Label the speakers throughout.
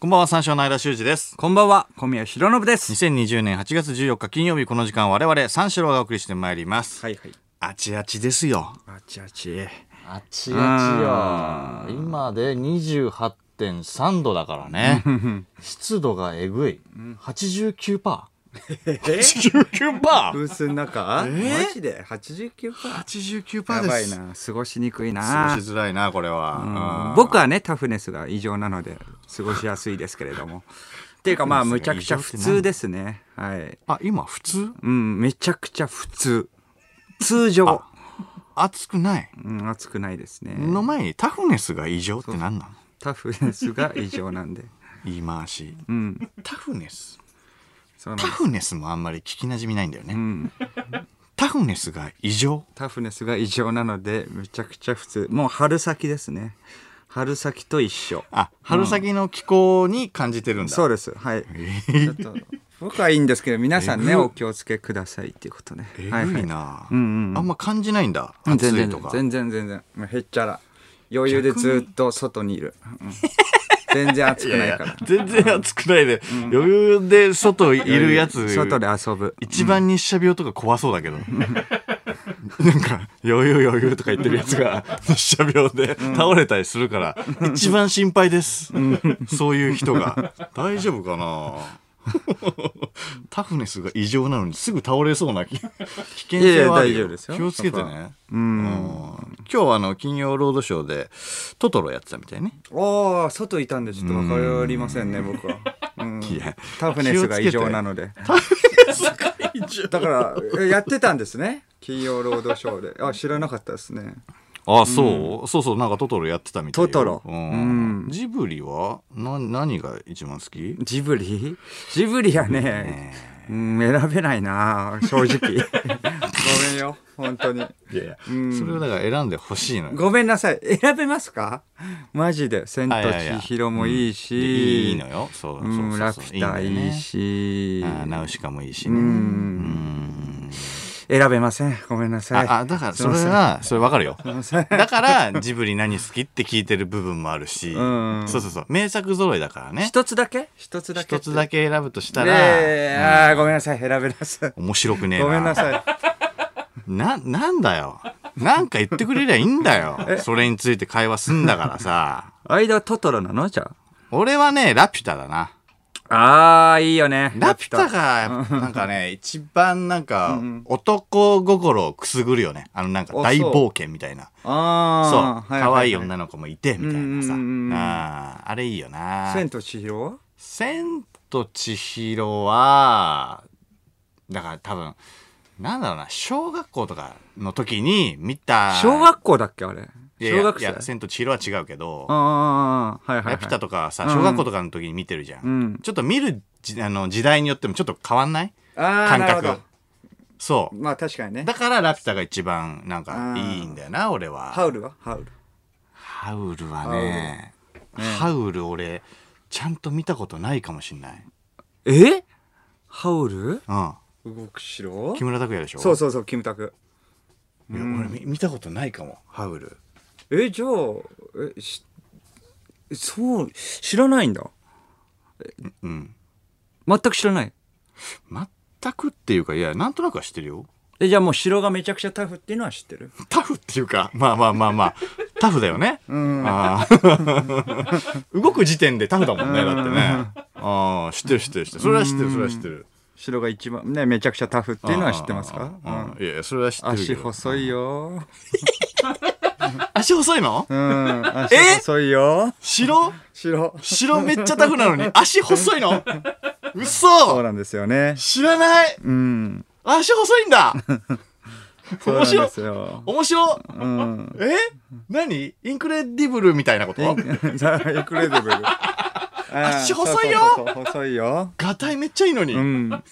Speaker 1: こんばんは、三章の間修二です。
Speaker 2: こんばんは、小宮弘信です。
Speaker 1: 2020年8月14日金曜日この時間我々三四郎がお送りしてまいります。
Speaker 2: はいはい。
Speaker 1: あちあちですよ。
Speaker 2: あちあち。
Speaker 1: あちあちよ。今で28.3度だからね。 湿度がえぐい。89%。89%
Speaker 2: ブースの中、
Speaker 1: ー
Speaker 2: マジで89%? や
Speaker 1: ?89%
Speaker 2: ば
Speaker 1: で
Speaker 2: い
Speaker 1: す。過
Speaker 2: な。過ごしにくい
Speaker 1: ご
Speaker 2: な
Speaker 1: し。づらいな、これは。うん
Speaker 2: 僕はね、タフネスが異常なので、過ごしやすいですけれども。 っていうかまあ、むちゃくちゃ普通ですね。はい。
Speaker 1: あ、今普通
Speaker 2: うん、めちゃくちゃ普通。通常。
Speaker 1: 暑くない。
Speaker 2: うん、暑くないですね。
Speaker 1: の前にタフネスが異常って何なの
Speaker 2: タフネスが異常なん で。
Speaker 1: 言い回し。
Speaker 2: うん。
Speaker 1: タフネス
Speaker 2: そうなん
Speaker 1: タ
Speaker 2: です。
Speaker 1: フネスもあんまり聞きなじみないんだよね。
Speaker 2: うん。
Speaker 1: タフネスが異常
Speaker 2: タフネスが異常なので、めちゃくちゃ普通。もう春先ですね。春先と一緒。
Speaker 1: あ、春先の気候に感じてるんだ。
Speaker 2: そうです。はい。ちょっと僕はいいんですけど、皆さんね、
Speaker 1: えぐ
Speaker 2: お気をつけくださいっていうことね。
Speaker 1: え
Speaker 2: はい
Speaker 1: ぐ
Speaker 2: はい
Speaker 1: な、
Speaker 2: うんうんうん
Speaker 1: あんま感じないんだ。
Speaker 2: い。
Speaker 1: 暑
Speaker 2: 全
Speaker 1: い
Speaker 2: 然
Speaker 1: とか。
Speaker 2: 全然全然。もうへっちゃら。余裕でずっと外にいる。うん全然暑くない から。
Speaker 1: 全然暑くないで、余裕で外いるやつ、
Speaker 2: 外で遊ぶ。
Speaker 1: 一番日射病とか怖そうだけど。なんか、余裕余裕とか言ってるやつが、日射病で倒れたりするから、一番心配です。そういう人が。大丈夫かなタフネスが異常なのにすぐ倒れそうな気危険性はある
Speaker 2: いやいや大丈夫ですよ
Speaker 1: 気をつけて
Speaker 2: そこ
Speaker 1: ね。うん今日はあの、金曜ロードショーで、トトロやってたみたいね。
Speaker 2: ああ、外いたんでちょっとわかりませんね、僕は。うん
Speaker 1: いや
Speaker 2: タフネスが異常なので。だから、えやってたんですね。金曜ロードショーで。あ、知らなかったですね。
Speaker 1: あ、そう、そうそう、なんかトトロやってたみたいよ
Speaker 2: トトロ
Speaker 1: うんジブリはな何が一番好き
Speaker 2: ジブリジブリはね、うん、選べないな正直。ごめんよ、本当に。
Speaker 1: いやいや、それをだから選んでほしいのよ。
Speaker 2: ごめんなさい。選べますかマジで。千と
Speaker 1: あいやいや
Speaker 2: 千尋もいい
Speaker 1: い
Speaker 2: し、
Speaker 1: いのよ。そうそう
Speaker 2: う
Speaker 1: そうそ
Speaker 2: ん、
Speaker 1: う。
Speaker 2: ラピュタ
Speaker 1: んだよ
Speaker 2: いい
Speaker 1: ね。
Speaker 2: し、
Speaker 1: あーナウシカもいいしね。うん
Speaker 2: 選べません。ごめんなさい。
Speaker 1: あ、あだから
Speaker 2: すい
Speaker 1: そ
Speaker 2: ま
Speaker 1: れ
Speaker 2: せん
Speaker 1: は、それわかるよ。
Speaker 2: すいません。
Speaker 1: だから、ジブリ何好きって聞いてる部分もあるし、
Speaker 2: うん
Speaker 1: そうそうそう。名作揃いだからね。
Speaker 2: 一つだけ一つだけ
Speaker 1: 一つだけ選ぶとした
Speaker 2: で
Speaker 1: ら、
Speaker 2: あーごめんなさい。選べなさい。
Speaker 1: 面白くねえな。
Speaker 2: ごめん なさい。
Speaker 1: な、なんだよ。なんか言ってくれりゃいいんだよ。それについて会話すんだからさ。
Speaker 2: 間トトロなのじゃ
Speaker 1: 俺はね、ラピュタだな。
Speaker 2: あ。あー、いいよね。
Speaker 1: ラピュタが、やっぱなんかね、一番なんか、男心をくすぐるよね。あのなんか
Speaker 2: あ
Speaker 1: 大冒険みたいな。そう。
Speaker 2: ああ、
Speaker 1: 可愛い
Speaker 2: な。
Speaker 1: 女の子もいて、みたいなさ。
Speaker 2: うんうんうんうん
Speaker 1: あーあれいいよな。
Speaker 2: 千と千尋は
Speaker 1: 千と千尋は、だから多分、なんだろうな、小学校とかの時に見た。
Speaker 2: 小学校だっけあれ。
Speaker 1: いやいや
Speaker 2: 小学
Speaker 1: いや
Speaker 2: 生。
Speaker 1: 千と千尋は違うけど、
Speaker 2: ああ、はいはいはい。
Speaker 1: ラピュタとかさ、
Speaker 2: うんうん
Speaker 1: 小学校とかの時に見てるじゃん。
Speaker 2: うん
Speaker 1: ちょっと見るじあの時代によってもちょっと変わんない
Speaker 2: あー
Speaker 1: 感
Speaker 2: なるほ
Speaker 1: 覚
Speaker 2: ど。
Speaker 1: そう。
Speaker 2: まあ確かにね
Speaker 1: だ。からラピュタが一番なんか
Speaker 2: あー
Speaker 1: いいんだよな、俺は。
Speaker 2: ハウルはハウル。
Speaker 1: ハウルはね、ハウル俺、ちゃんと見たことないかもしんない。
Speaker 2: えハウル
Speaker 1: うん。
Speaker 2: 動く城
Speaker 1: 木村拓哉でしょ
Speaker 2: そうそうそう、キムタク。
Speaker 1: いや俺み見たことないかも、ハウル。
Speaker 2: え、じゃあ、え、し、そう、知らないんだ。
Speaker 1: うん。
Speaker 2: 全く知らない。
Speaker 1: 全くっていうか、いや、なんとなくは知ってるよ。
Speaker 2: え、じゃあもう城がめちゃくちゃタフっていうのは知ってる
Speaker 1: タフっていうか、まあまあまあまあ、タフだよね。あー 動く時点でタフだもんね、だってね。ああ、知ってる知ってる知ってる。それは知ってる、それは知ってる。
Speaker 2: 城が一番、ね、めちゃくちゃタフっていうのは知ってますか
Speaker 1: あー、うんいやいや、それは知ってるけ
Speaker 2: 足
Speaker 1: ど。
Speaker 2: 細いよ。
Speaker 1: 足細いの
Speaker 2: うん、 足細いよ。
Speaker 1: 白
Speaker 2: 白。
Speaker 1: 白めっちゃタフなのに、足細いの
Speaker 2: そう
Speaker 1: 嘘
Speaker 2: なんですよね。
Speaker 1: 知らない
Speaker 2: うん。
Speaker 1: 足細いんだ
Speaker 2: そう
Speaker 1: 面
Speaker 2: なん
Speaker 1: 白
Speaker 2: で
Speaker 1: い
Speaker 2: すよ。
Speaker 1: 面白い
Speaker 2: うん。
Speaker 1: え何インクレディブルみたいなこと
Speaker 2: ザ・イクレディブル。
Speaker 1: 足細いよ
Speaker 2: そうそうそう細いよ。
Speaker 1: ガタイめっちゃいいのに。
Speaker 2: うん。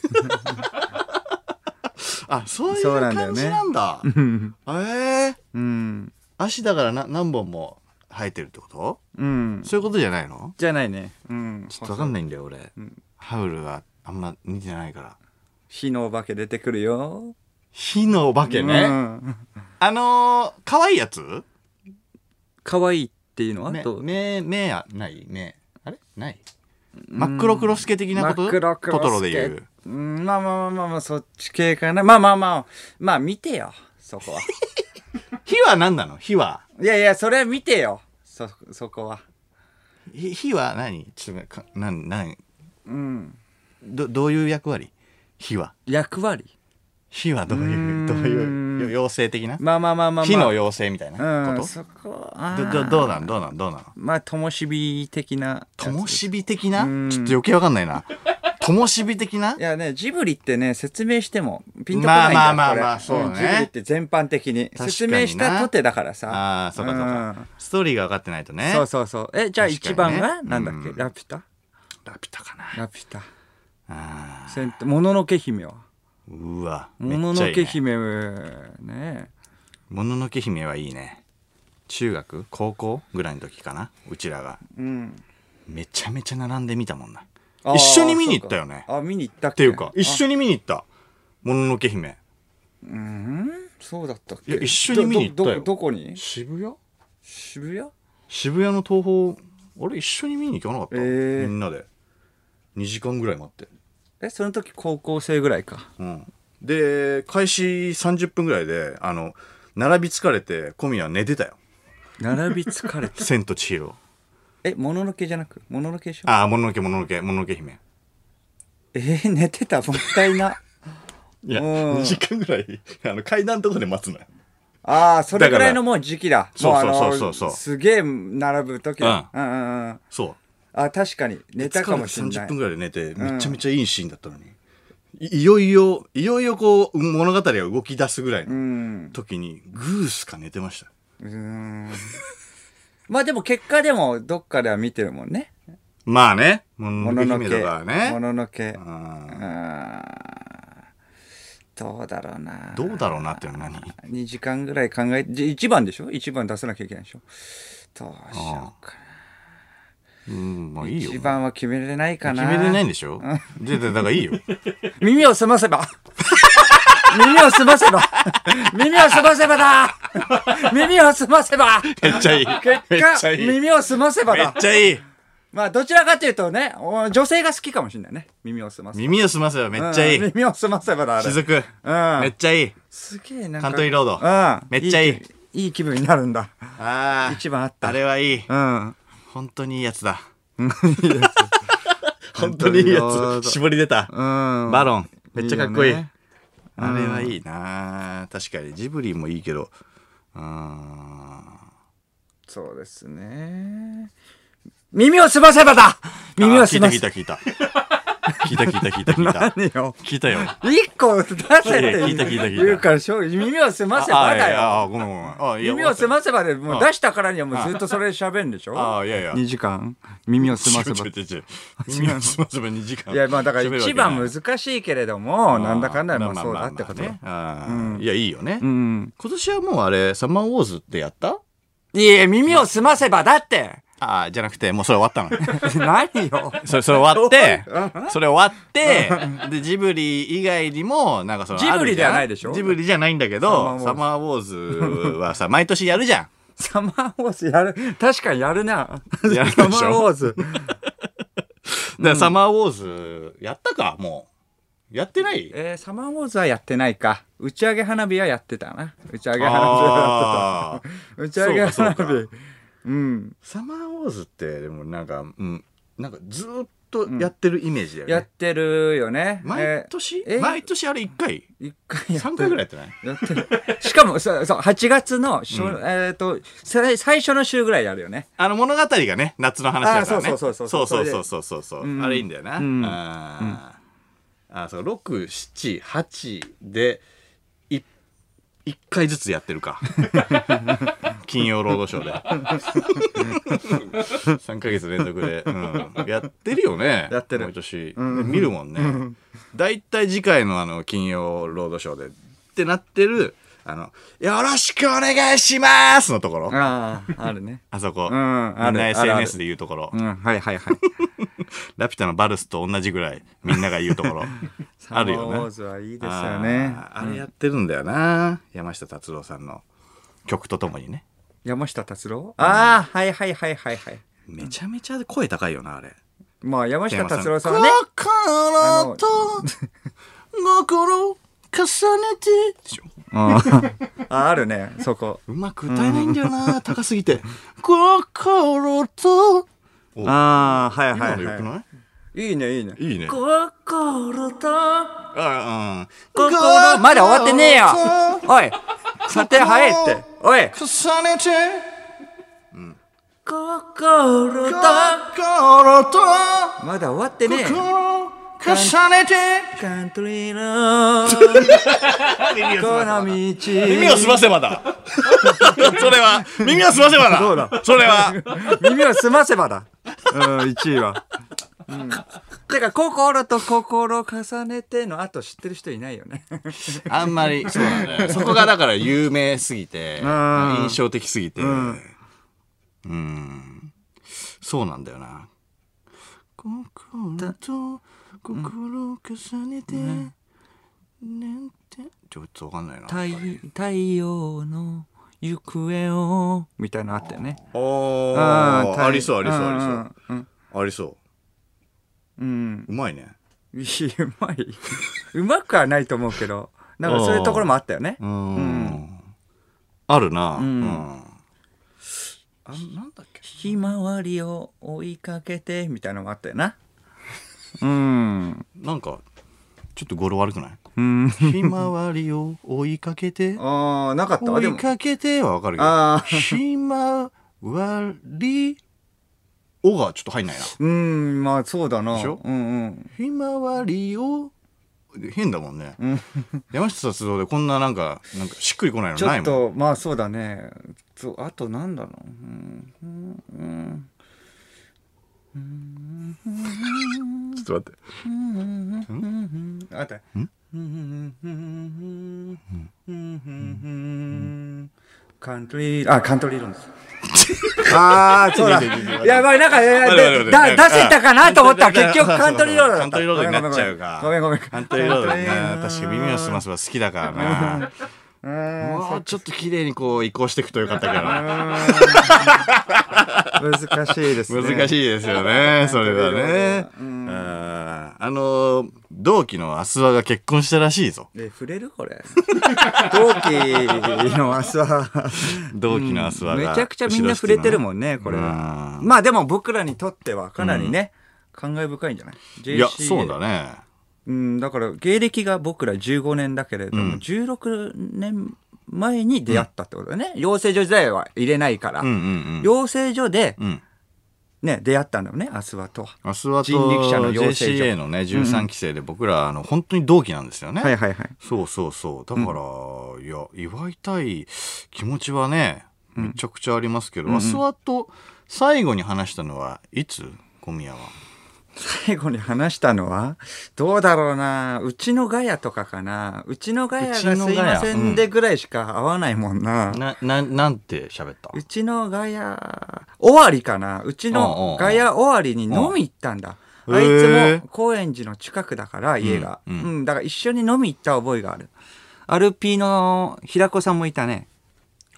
Speaker 1: あ、そういう
Speaker 2: そうなんだよ
Speaker 1: 感
Speaker 2: ね
Speaker 1: じなんだ。
Speaker 2: うん。
Speaker 1: ええ
Speaker 2: うん。
Speaker 1: 足だからな何本も生えてるってこと
Speaker 2: うん。
Speaker 1: そういうことじゃないの
Speaker 2: じゃないね。うん。
Speaker 1: ちょっとわかんないんだよ、俺。ハウルはあんま見てないから。
Speaker 2: 火のお化け出てくるよ。
Speaker 1: 火のお化けね。
Speaker 2: うん
Speaker 1: あのー、可愛いやつ
Speaker 2: 可愛いっていうのは
Speaker 1: 目
Speaker 2: ど、う
Speaker 1: 目、目、あない目。あれない真っ黒クロスケ的なこと
Speaker 2: マクロクロ
Speaker 1: ト
Speaker 2: スケ
Speaker 1: トロで言う。
Speaker 2: うんまあまあまあまあまあ、そっち系かな。まあまあまあ、まあ見てよ、そこは。
Speaker 1: 火は何なの火はい
Speaker 2: やいや、それは見てよ、そ、そこは。
Speaker 1: ひ火は何ちょっとかなんなん
Speaker 2: うん。
Speaker 1: どどういう役割火は
Speaker 2: 役割
Speaker 1: 火はどういう
Speaker 2: うーん
Speaker 1: どういうよ妖精的な
Speaker 2: まあまあまあまあ、まあ。
Speaker 1: 火の妖精みたい
Speaker 2: うん
Speaker 1: なこと
Speaker 2: そこは。あ
Speaker 1: ど
Speaker 2: ー
Speaker 1: どどうなんどうなんどうなの
Speaker 2: まあ、ともしび的なやつ。
Speaker 1: ともし火的な
Speaker 2: うん
Speaker 1: ちょっと余計わかんないなともし火的ない
Speaker 2: やね、ジブリってね、説明してもピンとこないんだ
Speaker 1: まあまあまあまあ
Speaker 2: これ
Speaker 1: そうだね
Speaker 2: んジブリって全般的に。
Speaker 1: 確かにな
Speaker 2: 説明したとてだからさ。
Speaker 1: ああそうかそうかストーリーが分かってないと
Speaker 2: うん
Speaker 1: ね
Speaker 2: そうそうそう。え、じゃあ一
Speaker 1: 確かに
Speaker 2: 番
Speaker 1: ね
Speaker 2: が、なんだっけ、
Speaker 1: うん
Speaker 2: ラピュタ
Speaker 1: ラピュタかな
Speaker 2: ラピュタ。
Speaker 1: あ
Speaker 2: せんもののけ姫は。
Speaker 1: ーうわめ
Speaker 2: もの
Speaker 1: っちゃ
Speaker 2: の
Speaker 1: いいね
Speaker 2: け姫ね。
Speaker 1: もののけ姫はいいね中学高校ぐらいの時かなうちらが
Speaker 2: うん。
Speaker 1: めちゃめちゃ並んで見たもんな
Speaker 2: あー
Speaker 1: 一緒に見に行ったよね
Speaker 2: そうかあ、見に行ったっ
Speaker 1: っ
Speaker 2: け
Speaker 1: ていうか一緒に見に行ったもののけ姫
Speaker 2: うんそうだったっけ
Speaker 1: いや一緒に見に行ったよ
Speaker 2: どどどこに
Speaker 1: 渋谷
Speaker 2: 渋谷
Speaker 1: 渋谷の東宝あれ一緒に見に行かなかった、
Speaker 2: えー
Speaker 1: みんなで2時間ぐらい待って、
Speaker 2: え、その時高校生ぐらいか。
Speaker 1: うん、で開始30分ぐらいであの並び疲れて小宮は寝てたよ
Speaker 2: 並び疲れ
Speaker 1: 「
Speaker 2: た。
Speaker 1: 千と千尋
Speaker 2: え、もののけじゃなく、もののけでし」ょ
Speaker 1: ああもののけもののけもののけ姫
Speaker 2: えー、寝てた、もったいな。
Speaker 1: いや
Speaker 2: うん
Speaker 1: 2時間ぐらいあの階段のとこで待つのよ
Speaker 2: ああ、それぐ
Speaker 1: だから
Speaker 2: い
Speaker 1: ら
Speaker 2: のもう時期だ。
Speaker 1: そう
Speaker 2: もあの
Speaker 1: そうそうそうそう
Speaker 2: すげえ並ぶ時だ。うんうんうん。
Speaker 1: そう
Speaker 2: あ、確かに。寝たかもしれ
Speaker 1: 疲
Speaker 2: な
Speaker 1: て30
Speaker 2: い
Speaker 1: 分。ぐらいで寝てめちゃめちゃいいシーンだったのに、いいよいよいよいよこう物語が動き出すぐらいうの
Speaker 2: ん。
Speaker 1: 時にグースか寝てました
Speaker 2: うーん。まあでも結果でもどっかでは見てるもんね。
Speaker 1: まあねも
Speaker 2: も
Speaker 1: のの
Speaker 2: のの
Speaker 1: け
Speaker 2: け。
Speaker 1: 姫だからね
Speaker 2: もののけ。
Speaker 1: う
Speaker 2: うんーん。どうだろうな。
Speaker 1: どうだろうなっていうのは何
Speaker 2: 2時間ぐらい考えて、1番でしょ ?1 番出さなきゃいけないでしょどうしようか
Speaker 1: うんまあ
Speaker 2: な。
Speaker 1: いいよ
Speaker 2: 1番は決めれないか
Speaker 1: 決
Speaker 2: な。
Speaker 1: めれないんでしょででだからい いよ
Speaker 2: 耳を澄ま せば耳を澄ませば耳を澄ませばだ耳を澄ませば
Speaker 1: めっちゃいいめっちゃいいめっ
Speaker 2: 耳を澄ませばだ
Speaker 1: ちゃいい
Speaker 2: まあどちらかというとねお女性が好きかもしれないね耳を澄ませば
Speaker 1: 耳を澄ませばめっちゃいい
Speaker 2: うん耳を澄ませばだあれ
Speaker 1: 雫
Speaker 2: うん
Speaker 1: めっちゃいい
Speaker 2: すげえなんか
Speaker 1: カントリーロード
Speaker 2: うん
Speaker 1: めっちゃいい
Speaker 2: いいい気分になるんだ
Speaker 1: ああ
Speaker 2: 一番あった
Speaker 1: あれはいい
Speaker 2: うん
Speaker 1: 本当にいいやつだ本
Speaker 2: 本
Speaker 1: 当
Speaker 2: 当
Speaker 1: に
Speaker 2: に
Speaker 1: い
Speaker 2: い
Speaker 1: い
Speaker 2: い
Speaker 1: や
Speaker 2: や
Speaker 1: つ
Speaker 2: つ
Speaker 1: 絞り出た
Speaker 2: うん
Speaker 1: バロンめっちゃかっこいい
Speaker 2: いいよね
Speaker 1: あれはいいな確かにジブリもいいけどうん
Speaker 2: そうですね耳を澄ませばだ耳を
Speaker 1: あ聞
Speaker 2: 澄
Speaker 1: いた
Speaker 2: ま
Speaker 1: 聞い
Speaker 2: せ
Speaker 1: た
Speaker 2: ば
Speaker 1: 聞いた聞いた聞いた聞いた聞いた
Speaker 2: 何よ
Speaker 1: 聞いたよ
Speaker 2: 一個出せって
Speaker 1: 聞いた聞いた聞いた
Speaker 2: 言うからしょ耳を澄ませばだよ
Speaker 1: ああごめんごめんあいや
Speaker 2: 耳を澄ませばでも
Speaker 1: あ
Speaker 2: う出したからにはもうずっとそれ喋るんでしょ
Speaker 1: ああいやいや
Speaker 2: 2時間耳を澄ませば
Speaker 1: 違う違う違う違う耳を澄ませば2時間
Speaker 2: いやまあだか
Speaker 1: 喋
Speaker 2: ら
Speaker 1: るわけ
Speaker 2: 一
Speaker 1: ない
Speaker 2: 番難しいけれどもなんだかんだ
Speaker 1: まあ
Speaker 2: まあ
Speaker 1: まあ
Speaker 2: そう
Speaker 1: ま
Speaker 2: だ
Speaker 1: あ
Speaker 2: ってこと
Speaker 1: ま
Speaker 2: ね
Speaker 1: あねああいやいいよね
Speaker 2: うん
Speaker 1: 今年はもうあれサマーウォーズってやった
Speaker 2: いや耳を澄ませばだって
Speaker 1: ああじゃなくてもうそれ終わったの
Speaker 2: 何よ
Speaker 1: それ、それ終わ って、それ終わって、で、ジブリ以外にも、なんかその、
Speaker 2: ジブリではないでしょ
Speaker 1: ジブリじゃないんだけど、サ
Speaker 2: サ
Speaker 1: マーウォーズ はさ、 毎年やるじゃ
Speaker 2: サマーウォーズやる確かにやるな
Speaker 1: やるでしょ
Speaker 2: サマーウォーズ
Speaker 1: ん。で、サマーウォーズ、やったか、もう。やってない
Speaker 2: えーサマーウォーズはやってないか打ち上げ花火はやってたな打ち上げ花火はやってた
Speaker 1: あー
Speaker 2: 打ち上げ花火
Speaker 1: そうかそう
Speaker 2: ううん
Speaker 1: サマーウォーズって、でもなんか、うん、なんかずーっとやってるイメージだよ
Speaker 2: や
Speaker 1: ね
Speaker 2: っ。てるよね
Speaker 1: 毎年、
Speaker 2: えー
Speaker 1: 毎年あれ1回
Speaker 2: えー一回やって
Speaker 1: ?3
Speaker 2: る
Speaker 1: 回ぐらいやってない
Speaker 2: やってるしかもそうそう8月のしょ、えっ、とさい最初の週ぐらいやるよね
Speaker 1: あの物語がね、夏の話だからね。
Speaker 2: あーそうそ
Speaker 1: そ
Speaker 2: うそう
Speaker 1: そ
Speaker 2: うそ
Speaker 1: そうそ
Speaker 2: ううそ
Speaker 1: うそうそう
Speaker 2: うん
Speaker 1: あれいいんだよな。
Speaker 2: うん
Speaker 1: あーあー、そう、六七八で。い一回ずつやってる か。金曜ロードショーで。 三ヶ月連続で、うんやってるよね。
Speaker 2: やってる
Speaker 1: 毎年、見るもんね。だいたい次回のあの金曜ロードショーで。ってなってる。あの、よろしくお願いしますのところ。
Speaker 2: あああるね
Speaker 1: あそこ。
Speaker 2: うんあ
Speaker 1: みん
Speaker 2: る
Speaker 1: な
Speaker 2: あるある
Speaker 1: SNS で言うところ
Speaker 2: う。んはいはいはい
Speaker 1: ラピュタのバルスと同じぐらいみんなが言うとこ ろ。 あるよ
Speaker 2: サマーウォー
Speaker 1: ね。
Speaker 2: ズはいいですよね
Speaker 1: あーあれやってるんだよな。山下達郎さんの曲とともにね。
Speaker 2: 山下達郎ああはいはいはいはいはい
Speaker 1: めちゃめちゃ声高いよな、あれ。
Speaker 2: まあ山下達郎さんはねあ
Speaker 1: 心
Speaker 2: の
Speaker 1: と心重ねてでしょ
Speaker 2: ああるねそこ
Speaker 1: うまく歌えないんだよな、高すぎ て心と
Speaker 2: ああはい
Speaker 1: 今
Speaker 2: は
Speaker 1: の
Speaker 2: い
Speaker 1: よく
Speaker 2: は
Speaker 1: ない
Speaker 2: いいねいいね
Speaker 1: いいいね
Speaker 2: 心と
Speaker 1: ああ
Speaker 2: 心まだ終わってねえよおい査定早いっておい
Speaker 1: 重ねて
Speaker 2: 心と
Speaker 1: 心と
Speaker 2: まだ終わってねえよ
Speaker 1: 心重ねて
Speaker 2: カントリーのこの
Speaker 1: 耳を
Speaker 2: 道
Speaker 1: すませまだそれは耳をすませまだ
Speaker 2: そうだ
Speaker 1: それは
Speaker 2: 耳を澄ませばだうん1位はてか心と心を重ねての後知ってる人いないよね
Speaker 1: あんまりそうなんだよそこがだから有名すぎて
Speaker 2: ん
Speaker 1: 印象的すぎてうん
Speaker 2: ん
Speaker 1: そうなんだよな心と心を重ねてなんてちょっとわかんないな
Speaker 2: 太太陽の行方をみたいなのあったよね
Speaker 1: あ
Speaker 2: うん
Speaker 1: ーありそうありそう
Speaker 2: う
Speaker 1: あり
Speaker 2: んう
Speaker 1: そ
Speaker 2: んうん
Speaker 1: うありそう
Speaker 2: うん
Speaker 1: うまいね
Speaker 2: いや うまいうまくはないと思うけどなんかそういうところもあったよね
Speaker 1: うんあるなうんんあなんだっけ
Speaker 2: ひまわりを追いかけてみたいなのもあったよなうん
Speaker 1: なんかちょっと語呂悪くない
Speaker 2: うん
Speaker 1: ひまわりを追いかけて
Speaker 2: ああなかったわ
Speaker 1: 追
Speaker 2: で
Speaker 1: い
Speaker 2: も
Speaker 1: かけてはわかる
Speaker 2: あ
Speaker 1: けどひまわりおがちょっと入んないな
Speaker 2: うんまあそうだな
Speaker 1: でしょ
Speaker 2: うんうん
Speaker 1: ひまわりを変だもんね山下達郎でこんななんかなんかしっくりこない
Speaker 2: ち
Speaker 1: の
Speaker 2: ょ
Speaker 1: ない
Speaker 2: っ
Speaker 1: もん
Speaker 2: とまあそうだねそうあとなんだろううんうんうん
Speaker 1: ちょっと待って
Speaker 2: あったカントリーあカントリーロンですああそうだ
Speaker 1: いやいやいやいや
Speaker 2: やばいなんかいやい
Speaker 1: 待
Speaker 2: や
Speaker 1: って待って
Speaker 2: で
Speaker 1: 待って
Speaker 2: だ出せたかなと思ったら
Speaker 1: いやいや
Speaker 2: 結局カントリーロードだった
Speaker 1: カントリーロードになっちゃうか
Speaker 2: ごめんごめん
Speaker 1: カントリーロードだ
Speaker 2: カ
Speaker 1: な
Speaker 2: ントリーロード
Speaker 1: 確かに耳をすますは好きだ から
Speaker 2: うーん
Speaker 1: なもうちょっと綺麗にこう移行していくとよかったけど
Speaker 2: 難しいですね
Speaker 1: 難
Speaker 2: い
Speaker 1: しいですよね、それはね。う
Speaker 2: う
Speaker 1: んあの、同期のアスワが結婚したらしいぞ。
Speaker 2: え触れるこれ同期の明日は
Speaker 1: 同期のアスワ
Speaker 2: め
Speaker 1: が。
Speaker 2: ちゃくちゃみんな触れてる
Speaker 1: ん。
Speaker 2: もんねこれは
Speaker 1: うん
Speaker 2: まあでも僕らにとってはかなりね、感慨深いんじゃない
Speaker 1: いや、
Speaker 2: JCA
Speaker 1: そうだね。
Speaker 2: うん、だから芸歴が僕ら15年だけれども、
Speaker 1: うん
Speaker 2: 16年前に出会ったってことだよね、養成所時代は入れないから、
Speaker 1: うんうん
Speaker 2: 養成所で、
Speaker 1: うん。うん。
Speaker 2: ね、出会ったんだよね明日はとは。
Speaker 1: アスワと
Speaker 2: 人力車の養成所
Speaker 1: JCA のね、13期生で僕ら、あの、本当に同期なんですよね。
Speaker 2: はいはいはい。
Speaker 1: そうそうそう。だから、いや、祝いたい気持ちはね、めちゃくちゃありますけど、アスワと最後に話したのは、いつ小宮は。
Speaker 2: 最後に話したのはどうだろうなうちのガヤとかかなうちのガヤが
Speaker 1: う
Speaker 2: す
Speaker 1: ちのガ
Speaker 2: い
Speaker 1: ヤ
Speaker 2: ませんでぐらいしか会わないもんな。
Speaker 1: な、な、なんて喋った
Speaker 2: うちのガヤ終わりかなうちのガヤ終わりに飲み行ったんだ。
Speaker 1: うん
Speaker 2: あい
Speaker 1: へえ
Speaker 2: つも高円寺の近くだから家が、
Speaker 1: う
Speaker 2: うんん
Speaker 1: うん
Speaker 2: だから一緒に飲み行った覚えがあるアルピーの平子さんもいたね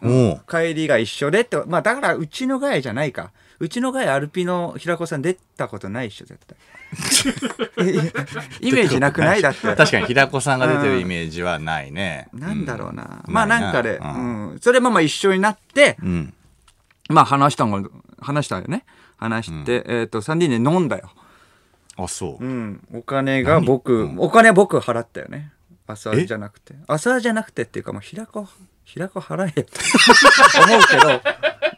Speaker 1: おう
Speaker 2: 帰りが一緒でってまあだからうちのガヤじゃないかうちのガヤアルピーの平子さん出たことないっしょ絶 対いやイメージなくないだって
Speaker 1: 確かに平子さんが出てるイメージはないね。
Speaker 2: なんだろうな、
Speaker 1: うん
Speaker 2: まあなんかで、
Speaker 1: ないうなん
Speaker 2: それもまあ一緒になって
Speaker 1: うん。うん。
Speaker 2: まあ話したんが話したよね話して、えっ、と3人で飲んだよ
Speaker 1: あ、そうう。
Speaker 2: ん、お金が僕、
Speaker 1: 何うん
Speaker 2: お金僕払ったよね。朝
Speaker 1: え
Speaker 2: じゃなくて。朝じゃなくてっていうか、もう平子、平子払えって思うけど、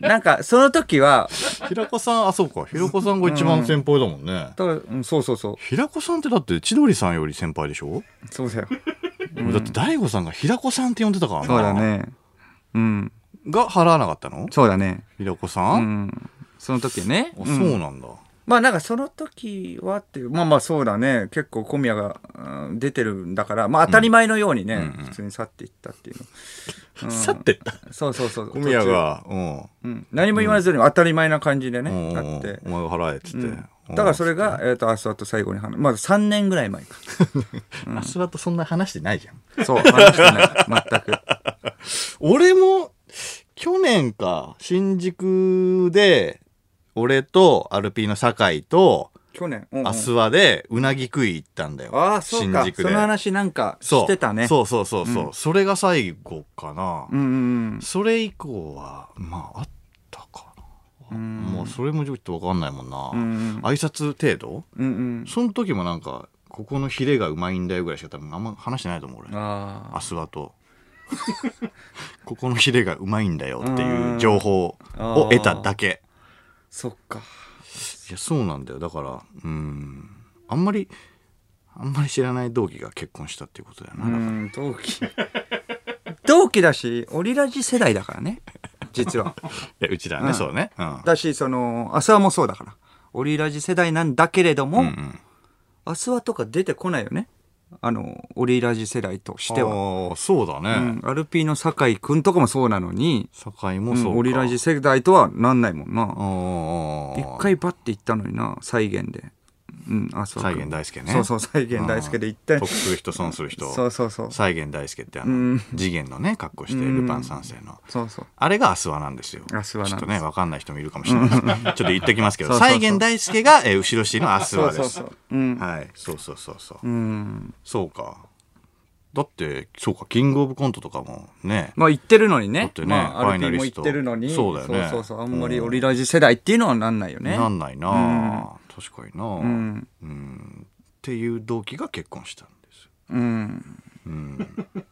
Speaker 2: なんかその時は、
Speaker 1: 平子さん、あ、そうか。平子さんが一番先輩だもんね。
Speaker 2: とうんそうそうそう、
Speaker 1: 平子さんってだって千鳥さんより先輩でしょ、
Speaker 2: そうだよ。
Speaker 1: 俺だって大悟さんが平子さんって呼んでたからな。
Speaker 2: そうだ。ね。うん、
Speaker 1: が払わなかったの
Speaker 2: そうだね。
Speaker 1: 平子さ、
Speaker 2: うんん。その時ね。
Speaker 1: あ、
Speaker 2: う
Speaker 1: そ
Speaker 2: ん
Speaker 1: うなんだ。
Speaker 2: まあなんかその時はっていう、まあまあそうだね。結構小宮が、うん出てるんだから、まあ当たり前のようにね、
Speaker 1: うん
Speaker 2: 普通に去っていったっていうの。うん
Speaker 1: 去ってった。
Speaker 2: そうそうそう。
Speaker 1: 小宮が、うん。
Speaker 2: うん、何も言わずに当たり前な感じでね、
Speaker 1: うん
Speaker 2: なって
Speaker 1: お、前が払えっつって。
Speaker 2: うんだからそれが、えー、と明日と最後に話まだ3年ぐらい 前か
Speaker 1: アスワとそんな話してないじゃん。
Speaker 2: そう話してない全く
Speaker 1: 俺も去年か新宿で俺とアルピーの酒井と
Speaker 2: 去年、うんうん
Speaker 1: アスワでうなぎ食い行ったんだよ
Speaker 2: ああそうか
Speaker 1: 新宿
Speaker 2: そ
Speaker 1: で
Speaker 2: の話なんか
Speaker 1: そう
Speaker 2: してたねう
Speaker 1: そうそうそうそう、それが最後かな、
Speaker 2: んうん
Speaker 1: それ以降はまああったかな、
Speaker 2: うん
Speaker 1: もうそれもちょっと分かんないもんな、
Speaker 2: うんうん
Speaker 1: 挨拶程度
Speaker 2: うんうん
Speaker 1: その時もなんかここのヒレがうまいんだよぐらいしか多分あんま話してないと思う俺
Speaker 2: あ
Speaker 1: アスワと ここのヒレがうまいんだよっていう情報を得ただけ
Speaker 2: あそっか
Speaker 1: いやそうなんだよだからうんあんまりあんまり知らない同期が結婚したっていうことだよ
Speaker 2: う
Speaker 1: な、
Speaker 2: ん同期同期だしオリラジ世代だからね実は
Speaker 1: えうちだね、
Speaker 2: うん
Speaker 1: そうね、うん、
Speaker 2: だしその浅輪もそうだからオリラジ世代なんだけれど
Speaker 1: う
Speaker 2: も、
Speaker 1: んうん
Speaker 2: 浅輪とか出てこないよねあのオリラジ世代としては、
Speaker 1: ああそうだね、
Speaker 2: うん、アルピーの酒井君とかもそうなのに
Speaker 1: 酒井もそうか、
Speaker 2: うんオリラジ世代とはなんないもんな
Speaker 1: ああ
Speaker 2: 一回バッて行ったのにな再現でうんあそうか
Speaker 1: 再現大輔ね
Speaker 2: そうそう再現大輔で行って
Speaker 1: 得する人損する人
Speaker 2: そうそうそう
Speaker 1: 再現大輔ってあ
Speaker 2: う
Speaker 1: の
Speaker 2: ん
Speaker 1: 次元のね格好して
Speaker 2: うん
Speaker 1: ルパン三世の
Speaker 2: そうそう
Speaker 1: あれがアスワなんですよ
Speaker 2: アスワなん
Speaker 1: ち
Speaker 2: です
Speaker 1: ょっとね分かんない人もいるかもし れないですちょっと言ってきますけど
Speaker 2: そうそうそう
Speaker 1: 再現大輔が、えー後ろシーンのアス
Speaker 2: そ
Speaker 1: ワ
Speaker 2: う
Speaker 1: です
Speaker 2: そうそううん
Speaker 1: はいそうそうそうそう、
Speaker 2: うん
Speaker 1: そうかだってそうかキングオブコントとかもね
Speaker 2: まあ行ってるのに
Speaker 1: だっ
Speaker 2: ね
Speaker 1: てね
Speaker 2: ま
Speaker 1: フ
Speaker 2: あ
Speaker 1: ァイナ
Speaker 2: RP も
Speaker 1: リス
Speaker 2: 行
Speaker 1: ト
Speaker 2: ってるのに
Speaker 1: そうだよね
Speaker 2: そうそうそうあんまりオリラジ世代っていうのはなんないよね
Speaker 1: なんないな、確かにな、
Speaker 2: うん
Speaker 1: うんっていう動機が結婚したんですよ
Speaker 2: うん
Speaker 1: うん、だか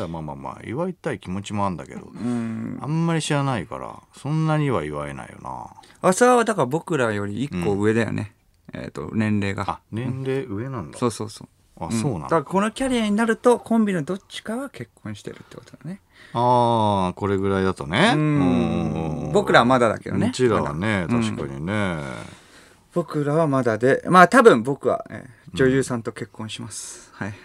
Speaker 1: らまあまあまあ祝いたい気持ちもあるんだけど
Speaker 2: うん
Speaker 1: あんまり知らないからそんなには祝えないよな
Speaker 2: 浅輪はだから僕らより一個上だよねえっと年齢が
Speaker 1: あ年齢上なんだ、
Speaker 2: そうそうそう
Speaker 1: あそうなん
Speaker 2: だ
Speaker 1: だ、
Speaker 2: からこのキャリアになるとコンビのどっちかは結婚してるってことだね
Speaker 1: ああこれぐらいだとね
Speaker 2: うん僕らはまだだけどね
Speaker 1: うちらはね
Speaker 2: まだ
Speaker 1: 確かにね、
Speaker 2: 僕らはまだでまあ多分僕は、えー女優さんと結婚します、はいはい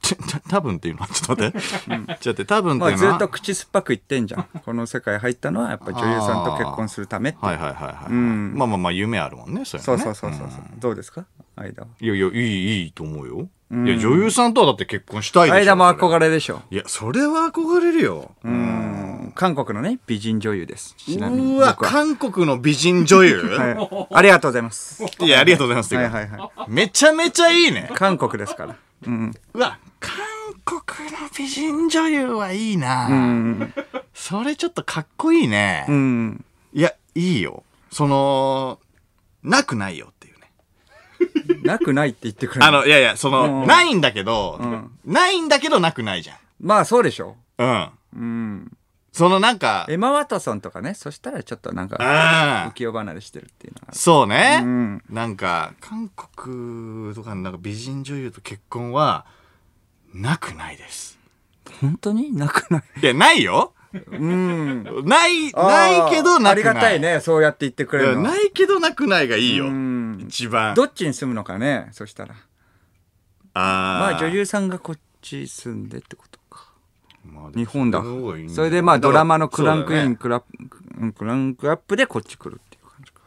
Speaker 1: ちょちょ多分っていうのはちょっと待って、ちょっと待って多分って
Speaker 2: ま
Speaker 1: いう
Speaker 2: あ
Speaker 1: の
Speaker 2: ず
Speaker 1: は、
Speaker 2: っと口酸っぱく言ってんじゃんこの世界入ったのはやっぱ女優さんと結婚するためって、
Speaker 1: はいはいはいはい、
Speaker 2: うん
Speaker 1: まあまあまあ夢あるもんねそれ
Speaker 2: そう
Speaker 1: ね
Speaker 2: そうそうそうそう、どうですか間はい
Speaker 1: やいやいいいいと思うよ、
Speaker 2: うん
Speaker 1: いや女優さんとはだって結婚したいでしょ
Speaker 2: 間も
Speaker 1: それ
Speaker 2: 憧れでしょ
Speaker 1: いやそれは憧れるよ
Speaker 2: ううん韓国のね美人女優ですちなみに
Speaker 1: うわ
Speaker 2: 僕は
Speaker 1: 韓国の美人女優、、
Speaker 2: はい、ありがとうございますはい
Speaker 1: やありがとうございます、
Speaker 2: いはいはい
Speaker 1: めちゃめちゃいいね
Speaker 2: 韓国ですからうん
Speaker 1: うわ韓国の美人女優はいいな、
Speaker 2: うん
Speaker 1: それちょっとかっこいいね、
Speaker 2: うん
Speaker 1: いやいいよそのなくないよっていうね
Speaker 2: なくないって言ってくれる
Speaker 1: あのいやいやその、
Speaker 2: うん
Speaker 1: ないんだけど、
Speaker 2: ん
Speaker 1: ないんだけどなくないじゃん
Speaker 2: まあそうでしょ
Speaker 1: うん。
Speaker 2: うん
Speaker 1: そのなんか、
Speaker 2: エマ・ワトソンとかねそしたらちょっとなんか
Speaker 1: あ
Speaker 2: 浮世離れしてるっていうのはある
Speaker 1: そうね、
Speaker 2: うん
Speaker 1: なんか、韓国とかのなんか美人女優と結婚は、なくないです。
Speaker 2: 本当になくない
Speaker 1: いや、ないよ
Speaker 2: うん
Speaker 1: ない、 ないけどなくない。
Speaker 2: ありがたい。ねそうやって言ってく
Speaker 1: い
Speaker 2: れる
Speaker 1: や
Speaker 2: の
Speaker 1: ないけどなくないがいいよ
Speaker 2: う。ん
Speaker 1: 一番。
Speaker 2: どっちに住むのかねそしたら
Speaker 1: あ
Speaker 2: ま
Speaker 1: ー
Speaker 2: あ女。優さんがこっち住んでってことか
Speaker 1: まあでも
Speaker 2: 日本だ
Speaker 1: その方がいいん
Speaker 2: それでまあドラマのクランク
Speaker 1: そう
Speaker 2: イ
Speaker 1: だ
Speaker 2: ン、
Speaker 1: ね
Speaker 2: クラップクランクアップでこっち来るっていう感じか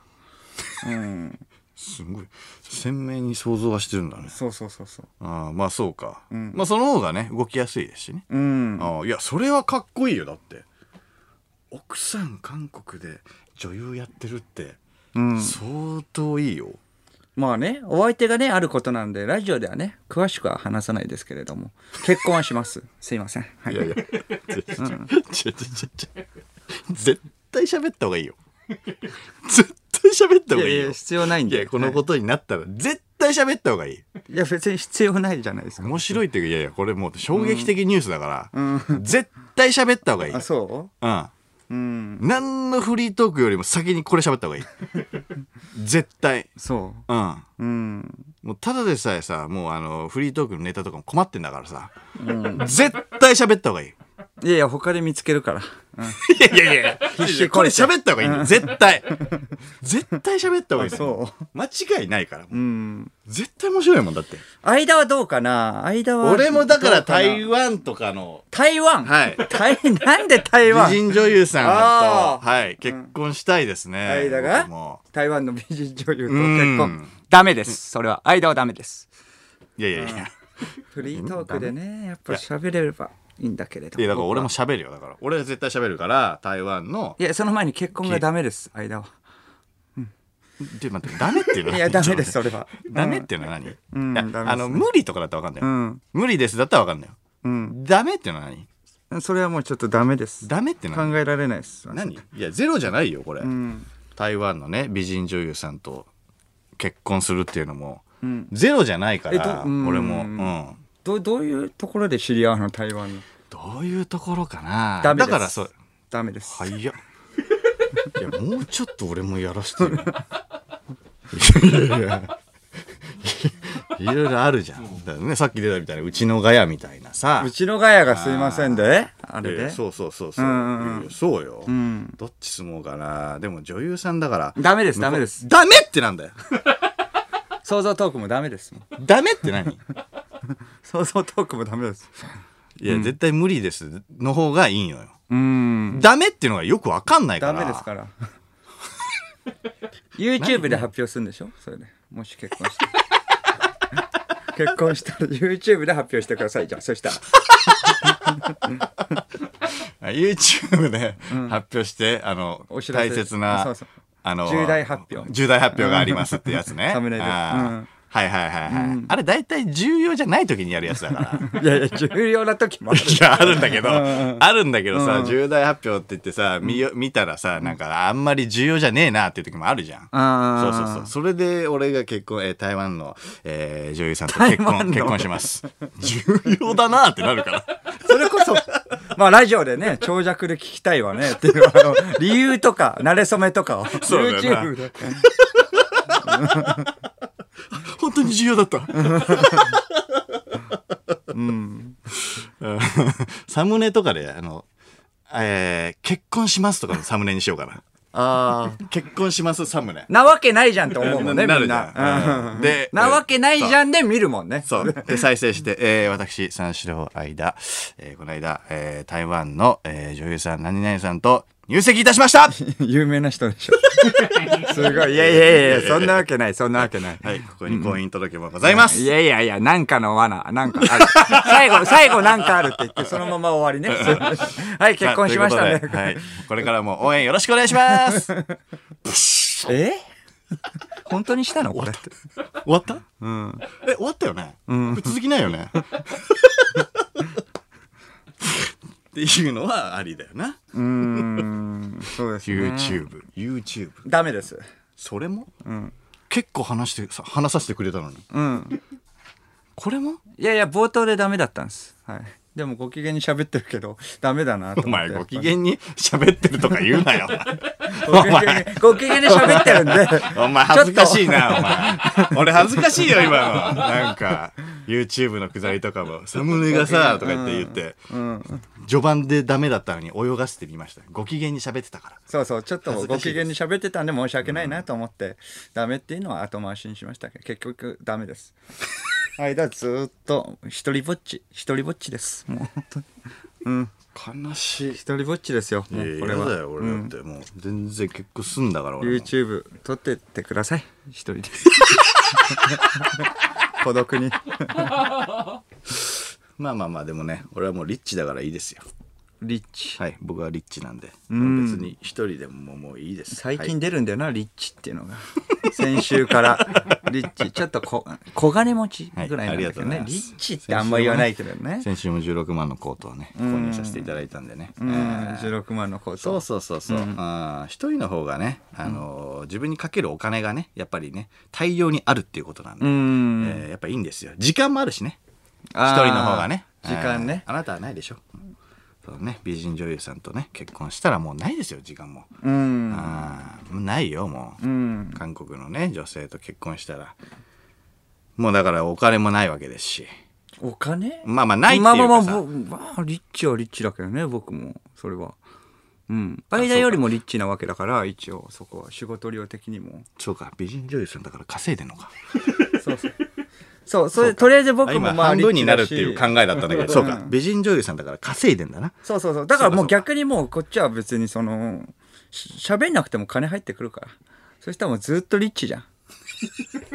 Speaker 2: うん
Speaker 1: すごい。鮮明に想像はしてるんだね。
Speaker 2: そうそうそうそう
Speaker 1: ああ、まあそうか。
Speaker 2: ん
Speaker 1: まあその方がね、動きやすいですしね。
Speaker 2: うん
Speaker 1: ああいやそれはかっこいいよだって奥さん韓国で女優やってるって
Speaker 2: うん
Speaker 1: 相当いいよ、
Speaker 2: まあねお相手がねあることなんでラジオではね詳しくは話さないですけれども結婚はしますすいませんはい
Speaker 1: い やいやちょちょちょちょちょ絶対喋った方がいいよ絶対喋った方がいい
Speaker 2: いやい
Speaker 1: よ
Speaker 2: や必要ないん
Speaker 1: い
Speaker 2: で
Speaker 1: やこのことになったら絶対喋った方がいい
Speaker 2: いや別に必要ないじゃないですか
Speaker 1: 面白いっていうかいやいやこれもう衝撃的ニュースだから、絶対喋った方がいい、う
Speaker 2: あ
Speaker 1: ん、
Speaker 2: そうん
Speaker 1: 何のフリートークよりも先にこれ喋った方がいい 絶対
Speaker 2: そ
Speaker 1: うん
Speaker 2: ううん
Speaker 1: もうただでさえさもうあのフリートークのネタとかも困ってんだからさ、絶対喋った方 がいい
Speaker 2: いやいや他で見つけるから、
Speaker 1: いやいやいや
Speaker 2: 死
Speaker 1: こ
Speaker 2: こ
Speaker 1: れ
Speaker 2: いて
Speaker 1: 喋った方がいいんだよ絶 対絶対喋った方がいいん
Speaker 2: あ
Speaker 1: だよ
Speaker 2: そ
Speaker 1: 間違いないから
Speaker 2: ううん
Speaker 1: 絶対面白いもんだって
Speaker 2: 間はどうかな間は
Speaker 1: 俺もだから台
Speaker 2: どう
Speaker 1: 湾とかの
Speaker 2: かな台湾
Speaker 1: はい
Speaker 2: 台 なんで台
Speaker 1: 美
Speaker 2: 湾
Speaker 1: 人女優さん
Speaker 2: あ
Speaker 1: と、
Speaker 2: ー
Speaker 1: はい、結婚したいですね、
Speaker 2: 間が
Speaker 1: 僕も
Speaker 2: 台湾の美人女優と
Speaker 1: うん
Speaker 2: 結婚ダメですそれは間はダメです
Speaker 1: いやいやいや
Speaker 2: フリートークでねやっぱ喋れればいいんだけれど
Speaker 1: いやだから俺も喋るよだから俺は絶対喋るから台湾の
Speaker 2: いやその前に結婚がダメです間は
Speaker 1: で待ってダメっていうのはい
Speaker 2: やダメですそれは
Speaker 1: ダメっていうのは何、
Speaker 2: ん
Speaker 1: いや
Speaker 2: うんダメですね
Speaker 1: あの無理とかだったら分かんない、
Speaker 2: うん
Speaker 1: 無理ですだったら分かんないよ、
Speaker 2: うん
Speaker 1: ダメっていうのは何
Speaker 2: それはもうちょっとダメです
Speaker 1: ダメっていうのは
Speaker 2: 考えられないです
Speaker 1: 何いやゼロじゃないよこれ、
Speaker 2: うん
Speaker 1: 台湾のね美人女優さんと結婚するっていうのも、
Speaker 2: うん
Speaker 1: ゼロじゃないか
Speaker 2: えど
Speaker 1: ら
Speaker 2: うん
Speaker 1: 俺も、うん、
Speaker 2: どどういうところで知り合うの台湾の
Speaker 1: どういうところかな
Speaker 2: ダ
Speaker 1: だ
Speaker 2: メです
Speaker 1: からそう
Speaker 2: ダメです、
Speaker 1: 早っいやもうちょっと俺もやらせてよいやいやいやいろいろあるじゃんだからね、さっき出たみたいなうちのガヤみたいなさ
Speaker 2: うちのガヤがすいませんであれ
Speaker 1: いや
Speaker 2: で
Speaker 1: そうそうそうそう、
Speaker 2: うんうんうん
Speaker 1: いやそうよ、
Speaker 2: ん
Speaker 1: どっち住もうかなでも女優さんだから
Speaker 2: ダメですダメです
Speaker 1: ダメってなんだよ
Speaker 2: 想像トークもダメですもん
Speaker 1: ダメって何
Speaker 2: 想像トークもダメです
Speaker 1: いや、絶対無理ですの方がいいのよ。
Speaker 2: うん
Speaker 1: ダメっていうのがよくわかんないか
Speaker 2: ダ
Speaker 1: ら。
Speaker 2: メですから YouTube で発表するんでしょそれでもし結 婚して結婚したら YouTube で発表してくださいじゃあそしたら
Speaker 1: あ YouTube で発表して、あの
Speaker 2: お、知らせ
Speaker 1: 大切
Speaker 2: あ
Speaker 1: な、
Speaker 2: そうそう
Speaker 1: あの、
Speaker 2: 重大発表
Speaker 1: 重大発表がありますってやつ ね。
Speaker 2: サムネイル
Speaker 1: あー
Speaker 2: うん
Speaker 1: はいはいはいはい。あれ大体重要じゃない時にやるやつだ から。
Speaker 2: いやいや重要な時もある
Speaker 1: いや、あるんだけど、
Speaker 2: うん
Speaker 1: あるんだけどさ、重大発表って言ってさ、見よ見たらさ、なんかあんまり重要じゃねえなっていう時もあるじゃん。そうそうそう。それで俺が結婚、えー台湾の、えー女優さんと結
Speaker 2: 台湾
Speaker 1: 婚、
Speaker 2: の
Speaker 1: 結婚します。重要だなってなるから。
Speaker 2: それこそ、まあラジオでね、長尺で聞きたいわねっていう、あの、理由とか、慣れ初めとかを、
Speaker 1: そうだよな
Speaker 2: YouTube で。
Speaker 1: 本当に重要だった。
Speaker 2: うん。
Speaker 1: サムネとかで、あの、えー結婚しますとかのサムネにしようかな。
Speaker 2: ああ。
Speaker 1: 結婚しますサムネ。
Speaker 2: なわけ ないじゃんと思うもんね、
Speaker 1: な
Speaker 2: みん
Speaker 1: なるじゃん
Speaker 2: な。
Speaker 1: う
Speaker 2: うんん
Speaker 1: で
Speaker 2: なわけないじゃんで見るもんね。
Speaker 1: そう。で、再生して、えー私、三四郎間、えーこの間、えー台湾の、えー女優さん、何々さんと入籍いたしました
Speaker 2: 有名な人でしょ。すごい。いやいやいや、そんなわけない、そんなわけない。
Speaker 1: はい、ここに婚姻届もございます。
Speaker 2: いやいやいや、なんかの罠、なんかある。 最後、最後なんかあるって言 って、そのまま終わりね。はい、結婚しました
Speaker 1: ということで
Speaker 2: ね。
Speaker 1: はい。これからも応援よろしくお願いします。終
Speaker 2: え本当にしたのこれって。
Speaker 1: わった
Speaker 2: うん。
Speaker 1: え、終わったよね。続きないよね。っていうのはありだよな。
Speaker 2: うーん、そうですね。
Speaker 1: YouTube、YouTube。
Speaker 2: ダメです。
Speaker 1: それも、結構話してさ、話させてくれたのに。
Speaker 2: うん。
Speaker 1: これも
Speaker 2: いやいや、冒頭でダメだったんです。はい。でもご機嫌に喋ってるけど、ダメだなと
Speaker 1: お
Speaker 2: 思っ
Speaker 1: 前
Speaker 2: て。
Speaker 1: ご機嫌に喋ってるとか言うなよ。
Speaker 2: ご 機嫌に、ご機嫌に喋ってるんで、
Speaker 1: お前恥ずかしいな、お前。俺恥ずかしいよ、今の。なんか、YouTube のくだりとかも、サムネがさ、とか言って言って、序盤でダメだったのに泳がせてみました。ご機嫌に喋ってたから。
Speaker 2: そうそう、ちょっと
Speaker 1: ずか
Speaker 2: ご
Speaker 1: しいです
Speaker 2: 機嫌に喋ってたんで申し訳ないなと思って、ダメっていうのは後回しにしましたけど、結局ダ メです。間ずーっと一人ぼっち、一人ぼっちです。もう本当に。うん、
Speaker 1: 悲しい。
Speaker 2: 一人ぼっちですよ。も
Speaker 1: いや
Speaker 2: う
Speaker 1: い
Speaker 2: こ
Speaker 1: や
Speaker 2: れ
Speaker 1: 嫌
Speaker 2: は。
Speaker 1: だよ俺だって、もう全然結婚すんだから俺も
Speaker 2: YouTube 撮ってってください一 人で孤独に
Speaker 1: まあまあまあでもね俺はもうリッチだからいいですよ
Speaker 2: リッチ
Speaker 1: はい僕はリッチなんで、
Speaker 2: ん
Speaker 1: 別に一人でももうもういいです
Speaker 2: 最
Speaker 1: はい
Speaker 2: 近出るんだよな、リッチっていうのが先週からリッチちょっとこ小金持ちぐらいなんだけど
Speaker 1: はいありがとうござ
Speaker 2: ね、
Speaker 1: います
Speaker 2: リッチってあんま言わないけどね
Speaker 1: 先週も16万のコートをね購入させていただいたんでね、
Speaker 2: うん
Speaker 1: えー
Speaker 2: 16万のコート
Speaker 1: そうそうそうそう、あー一人の方がね、あのー自分にかけるお金がねやっぱりね大量にあるっていうことなんで、
Speaker 2: ん
Speaker 1: えーやっぱいいんですよ時間もあるしね一
Speaker 2: あー
Speaker 1: 人の方がね
Speaker 2: 時間ね
Speaker 1: えーあなたはないでしょそうね美人女優さんとね結婚したらもうないですよ時間も
Speaker 2: うん
Speaker 1: あーもうないよもう、
Speaker 2: うん
Speaker 1: 韓国のね女性と結婚したらもうだからお金もないわけですし
Speaker 2: お金
Speaker 1: まあまあないって
Speaker 2: ま
Speaker 1: い
Speaker 2: あ
Speaker 1: うか
Speaker 2: ま
Speaker 1: さ
Speaker 2: あ、まあぼまあリッチはリッチだけどね僕もそれはうん間よりもリッチなわけだから一応そこは仕事量的にも
Speaker 1: そうか美人女優さんだから稼いでんのか
Speaker 2: そうそう。そう、それ、とりあえず僕も
Speaker 1: 今
Speaker 2: まあ、
Speaker 1: 半分になるっていう考
Speaker 2: リッチだし
Speaker 1: えだったんだけどそうか美人女優さんだから稼いでんだな
Speaker 2: そうそうそう。だからも
Speaker 1: そううかそう
Speaker 2: 逆にもう、こっちは別にその、し喋んなくても金入ってくるから。そしたらもうずっとリッチじゃ ん。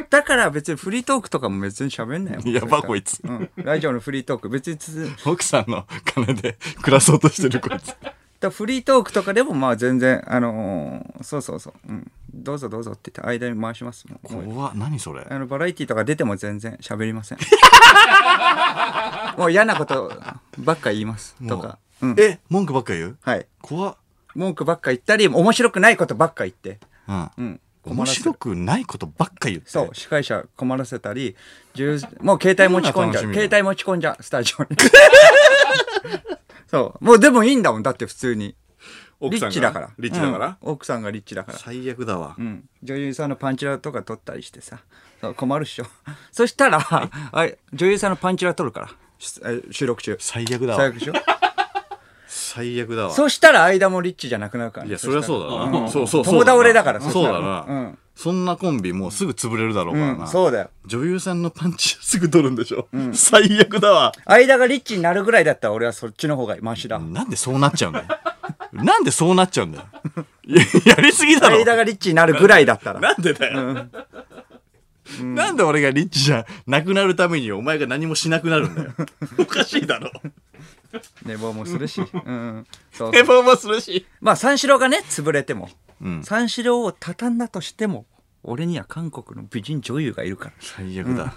Speaker 2: だから別にフリートークとかも別に喋んないもん
Speaker 1: やば
Speaker 2: そしたら
Speaker 1: こいつ
Speaker 2: うん。ラジオのフリートーク。別につ、
Speaker 1: 奥さんの金で暮らそうとしてるこいつ
Speaker 2: だフリートークとかでもまあ全然、あのーそうそうそう。うん。どうぞどうぞって言って間に回しますもんもう
Speaker 1: 怖っ何それ
Speaker 2: あのバラエティとか出ても全然喋り ませんもう嫌なことばっか言いますとか、う、
Speaker 1: もうんえ文句ばっか言う
Speaker 2: はい
Speaker 1: 怖っ
Speaker 2: 文句ばっか言ったり面白くないことばっか言って、
Speaker 1: うん
Speaker 2: うん、困
Speaker 1: 面
Speaker 2: らせる
Speaker 1: 白くないことばっか言って
Speaker 2: そう司会者困らせたり重もう携帯持ち込んじゃう
Speaker 1: どんな楽しみ
Speaker 2: 携帯持ち込んじゃうスタジオ にそうもうでもいいんだもんだって普通に
Speaker 1: 奥
Speaker 2: リ
Speaker 1: さんが
Speaker 2: ッチだから
Speaker 1: リッチだから、
Speaker 2: うん奥さんがリッチだから
Speaker 1: 最悪だわ
Speaker 2: うん、女優さんのパンチラとか取ったりしてさそう困るっしょ そしたらあ女優さんのパンチラ取るからしえ収録中
Speaker 1: 最悪だ
Speaker 2: 最
Speaker 1: わ
Speaker 2: 悪でしょ
Speaker 1: 最悪だわ
Speaker 2: そしたら間もリッチじゃなくなるからね
Speaker 1: いやそりゃそう
Speaker 2: し
Speaker 1: だな、そうそう
Speaker 2: 友倒れだから
Speaker 1: そう
Speaker 2: そ
Speaker 1: そうう
Speaker 2: だ
Speaker 1: だな、
Speaker 2: うん
Speaker 1: そんなコンビもうすぐ潰れるだろうか
Speaker 2: た
Speaker 1: ら
Speaker 2: ら
Speaker 1: な、
Speaker 2: うんそうだよ
Speaker 1: 女優さんのパンチすぐ取るんでしょ、最悪だわ
Speaker 2: 間がリッチになるぐらいだったら俺はそっちの方がマシだ
Speaker 1: なんでそうなっちゃうんだよなんでそうなっちゃうんだよいややりすぎだろ
Speaker 2: 間がリッチになるぐらいだったら
Speaker 1: なんでだよ、なんで俺がリッチじゃなくなるためにお前が何もしなくなるんだよおかしいだろ
Speaker 2: 寝坊もす るし、うん、そう
Speaker 1: ヘボもするし
Speaker 2: まあ三四郎がね潰れても、
Speaker 1: ん
Speaker 2: 三四郎を畳んだとしても俺には韓国の美人女優がいるから
Speaker 1: 最悪だ、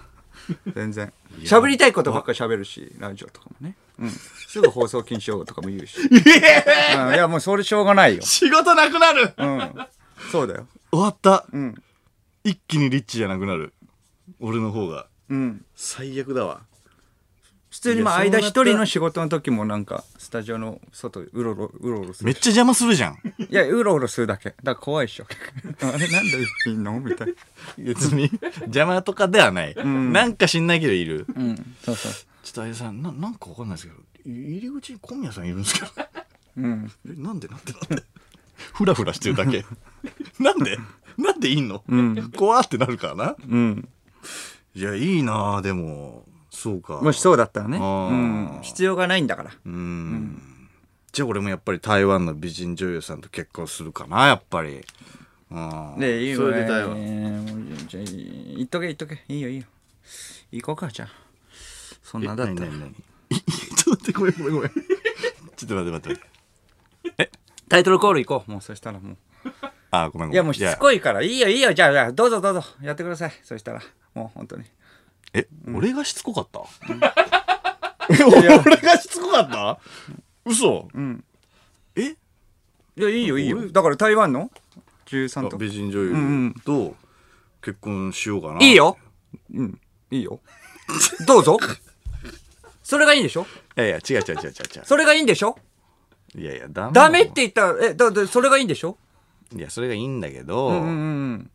Speaker 2: 全然喋りたいことばっかり喋るしラジオとかもね、うん、すぐ放送禁止用語とかも言う し、うん、いやもうそれしょうがないよ、
Speaker 1: 仕事なくなる、
Speaker 2: うん、そうだよ
Speaker 1: 終わった、
Speaker 2: ん
Speaker 1: 一気にリッチじゃなくなる俺の方が
Speaker 2: うん
Speaker 1: 最悪だわ
Speaker 2: 普通にまあ
Speaker 1: いやそ
Speaker 2: 間
Speaker 1: うな
Speaker 2: 一
Speaker 1: った
Speaker 2: 人の仕事の時もなんかスタジオの外うろうろうろうろす
Speaker 1: め
Speaker 2: る
Speaker 1: っちゃ邪魔するじゃん
Speaker 2: いやうろうろするだけだから怖いっしょ あれなんでいいのみたいな
Speaker 1: 別に邪魔とかではない、なんか知んないけどいる、
Speaker 2: うんそうそう
Speaker 1: ちょっとあれさんななんかわかんないですけど入り口に小宮さんいるんですけど
Speaker 2: うん
Speaker 1: えなんでなんでなんで フラフラしてるだ けなんでなんでいいの、怖ってなるからな
Speaker 2: うん
Speaker 1: いやいいなあでもそうか
Speaker 2: もしそうだったらね、
Speaker 1: あー
Speaker 2: うん、必要がないんだから
Speaker 1: うんじゃあ俺もやっぱり台湾の美人女優さんと結婚するかなやっぱりうん
Speaker 2: でいい
Speaker 1: そ
Speaker 2: よ
Speaker 1: れ
Speaker 2: ね
Speaker 1: で台湾
Speaker 2: じゃあいいっとけいっとけいいよいいよ行こうかじゃあそんなだったら
Speaker 1: え何何何 ちょっと待ってごめんごめんごめんちょっと待って 待って
Speaker 2: タイトルコール行こうもうそしたらも
Speaker 1: あーごめんごめん
Speaker 2: ういやもうしつこいからいいよいいよじゃあじゃあどうぞどうぞやってくださいそしたらもう本当に
Speaker 1: え、俺がしつこかった 俺がしつこかった嘘
Speaker 2: ん
Speaker 1: え
Speaker 2: いやいいよいいよだから台湾の13と
Speaker 1: 美人女
Speaker 2: んう
Speaker 1: 優と結婚しようかな。
Speaker 2: いいようんいいよどうぞそれがいいんでしょ
Speaker 1: いやいや、違う違う違う違
Speaker 2: それがいいんでしょ
Speaker 1: う違う。いやいや、ダメ。
Speaker 2: ダメって言ったらえだだそれがいいんでしょ
Speaker 1: いや、それがいいんだけ
Speaker 2: うんうん
Speaker 1: ど、
Speaker 2: うん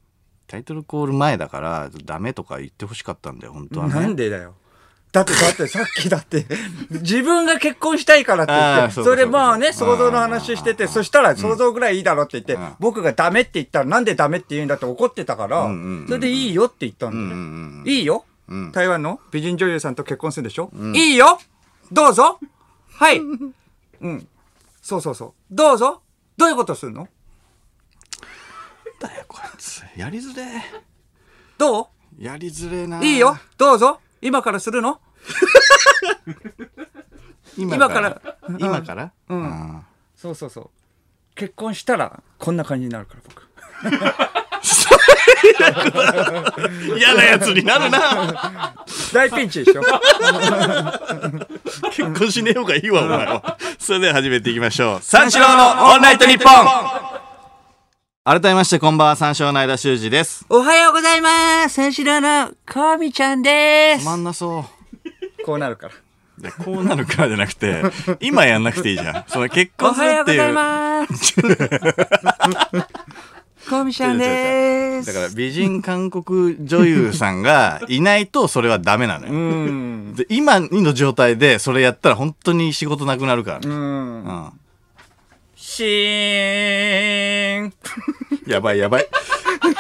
Speaker 1: タイトルコール前だから、ダメとか言ってほしかったんだよ、本当は
Speaker 2: な
Speaker 1: ね。
Speaker 2: んでだよ。だって、だって、さっきだって、自分が結婚したいからって言
Speaker 1: あ
Speaker 2: っ
Speaker 1: あ
Speaker 2: て、そ
Speaker 1: そうか
Speaker 2: れ
Speaker 1: そうか
Speaker 2: まあね、想像の話してて、そしたら想像ぐらいいいだろって言って、
Speaker 1: ん
Speaker 2: 僕がダメって言ったら、なんでダメって言うんだって怒ってたから、
Speaker 1: んうんうん
Speaker 2: それでいいよって言った
Speaker 1: うん
Speaker 2: ん
Speaker 1: うんう
Speaker 2: だよ。
Speaker 1: ん。
Speaker 2: いいよ、
Speaker 1: ん
Speaker 2: 台湾の美人女優さんと結婚するでしょ、いいよどうぞ はい。うん。そうそうそう。どうぞどういうことするの
Speaker 1: なんだよ、こいつ。やりづれえ。
Speaker 2: どう
Speaker 1: やりづれえな。
Speaker 2: いいよ。どうぞ今からするの
Speaker 1: 今
Speaker 2: 今
Speaker 1: か
Speaker 2: から
Speaker 1: ら。今からうん。
Speaker 2: そうそうそう。結婚したら、こんな感じになるから、 僕。
Speaker 1: 嫌なやつになるな。
Speaker 2: 大ピンチでしょ
Speaker 1: 結婚しねえ方がいいわ、お前は。それでは始めていきましょう。三四郎のオンライトニッポン改めまして、こんばんは、三四郎の間修二です。
Speaker 2: おはようございます三四郎のかみちゃんで
Speaker 1: つ
Speaker 2: す
Speaker 1: まんなそ
Speaker 2: こうなるから
Speaker 1: う。いやこうなるからじゃなくて、 今やんなくていいじゃん。その結
Speaker 2: お
Speaker 1: 婚す
Speaker 2: は
Speaker 1: る
Speaker 2: よう
Speaker 1: ってい
Speaker 2: ご
Speaker 1: う。
Speaker 2: ざいます かみちゃんで
Speaker 1: だ
Speaker 2: す
Speaker 1: から美人韓国女優さんがいないとそれはダメなのよ。
Speaker 2: うん
Speaker 1: で今の状態でそれやったら本当に仕事なくなるからね。
Speaker 2: うん
Speaker 1: うん
Speaker 2: シーン
Speaker 1: やばいやばい。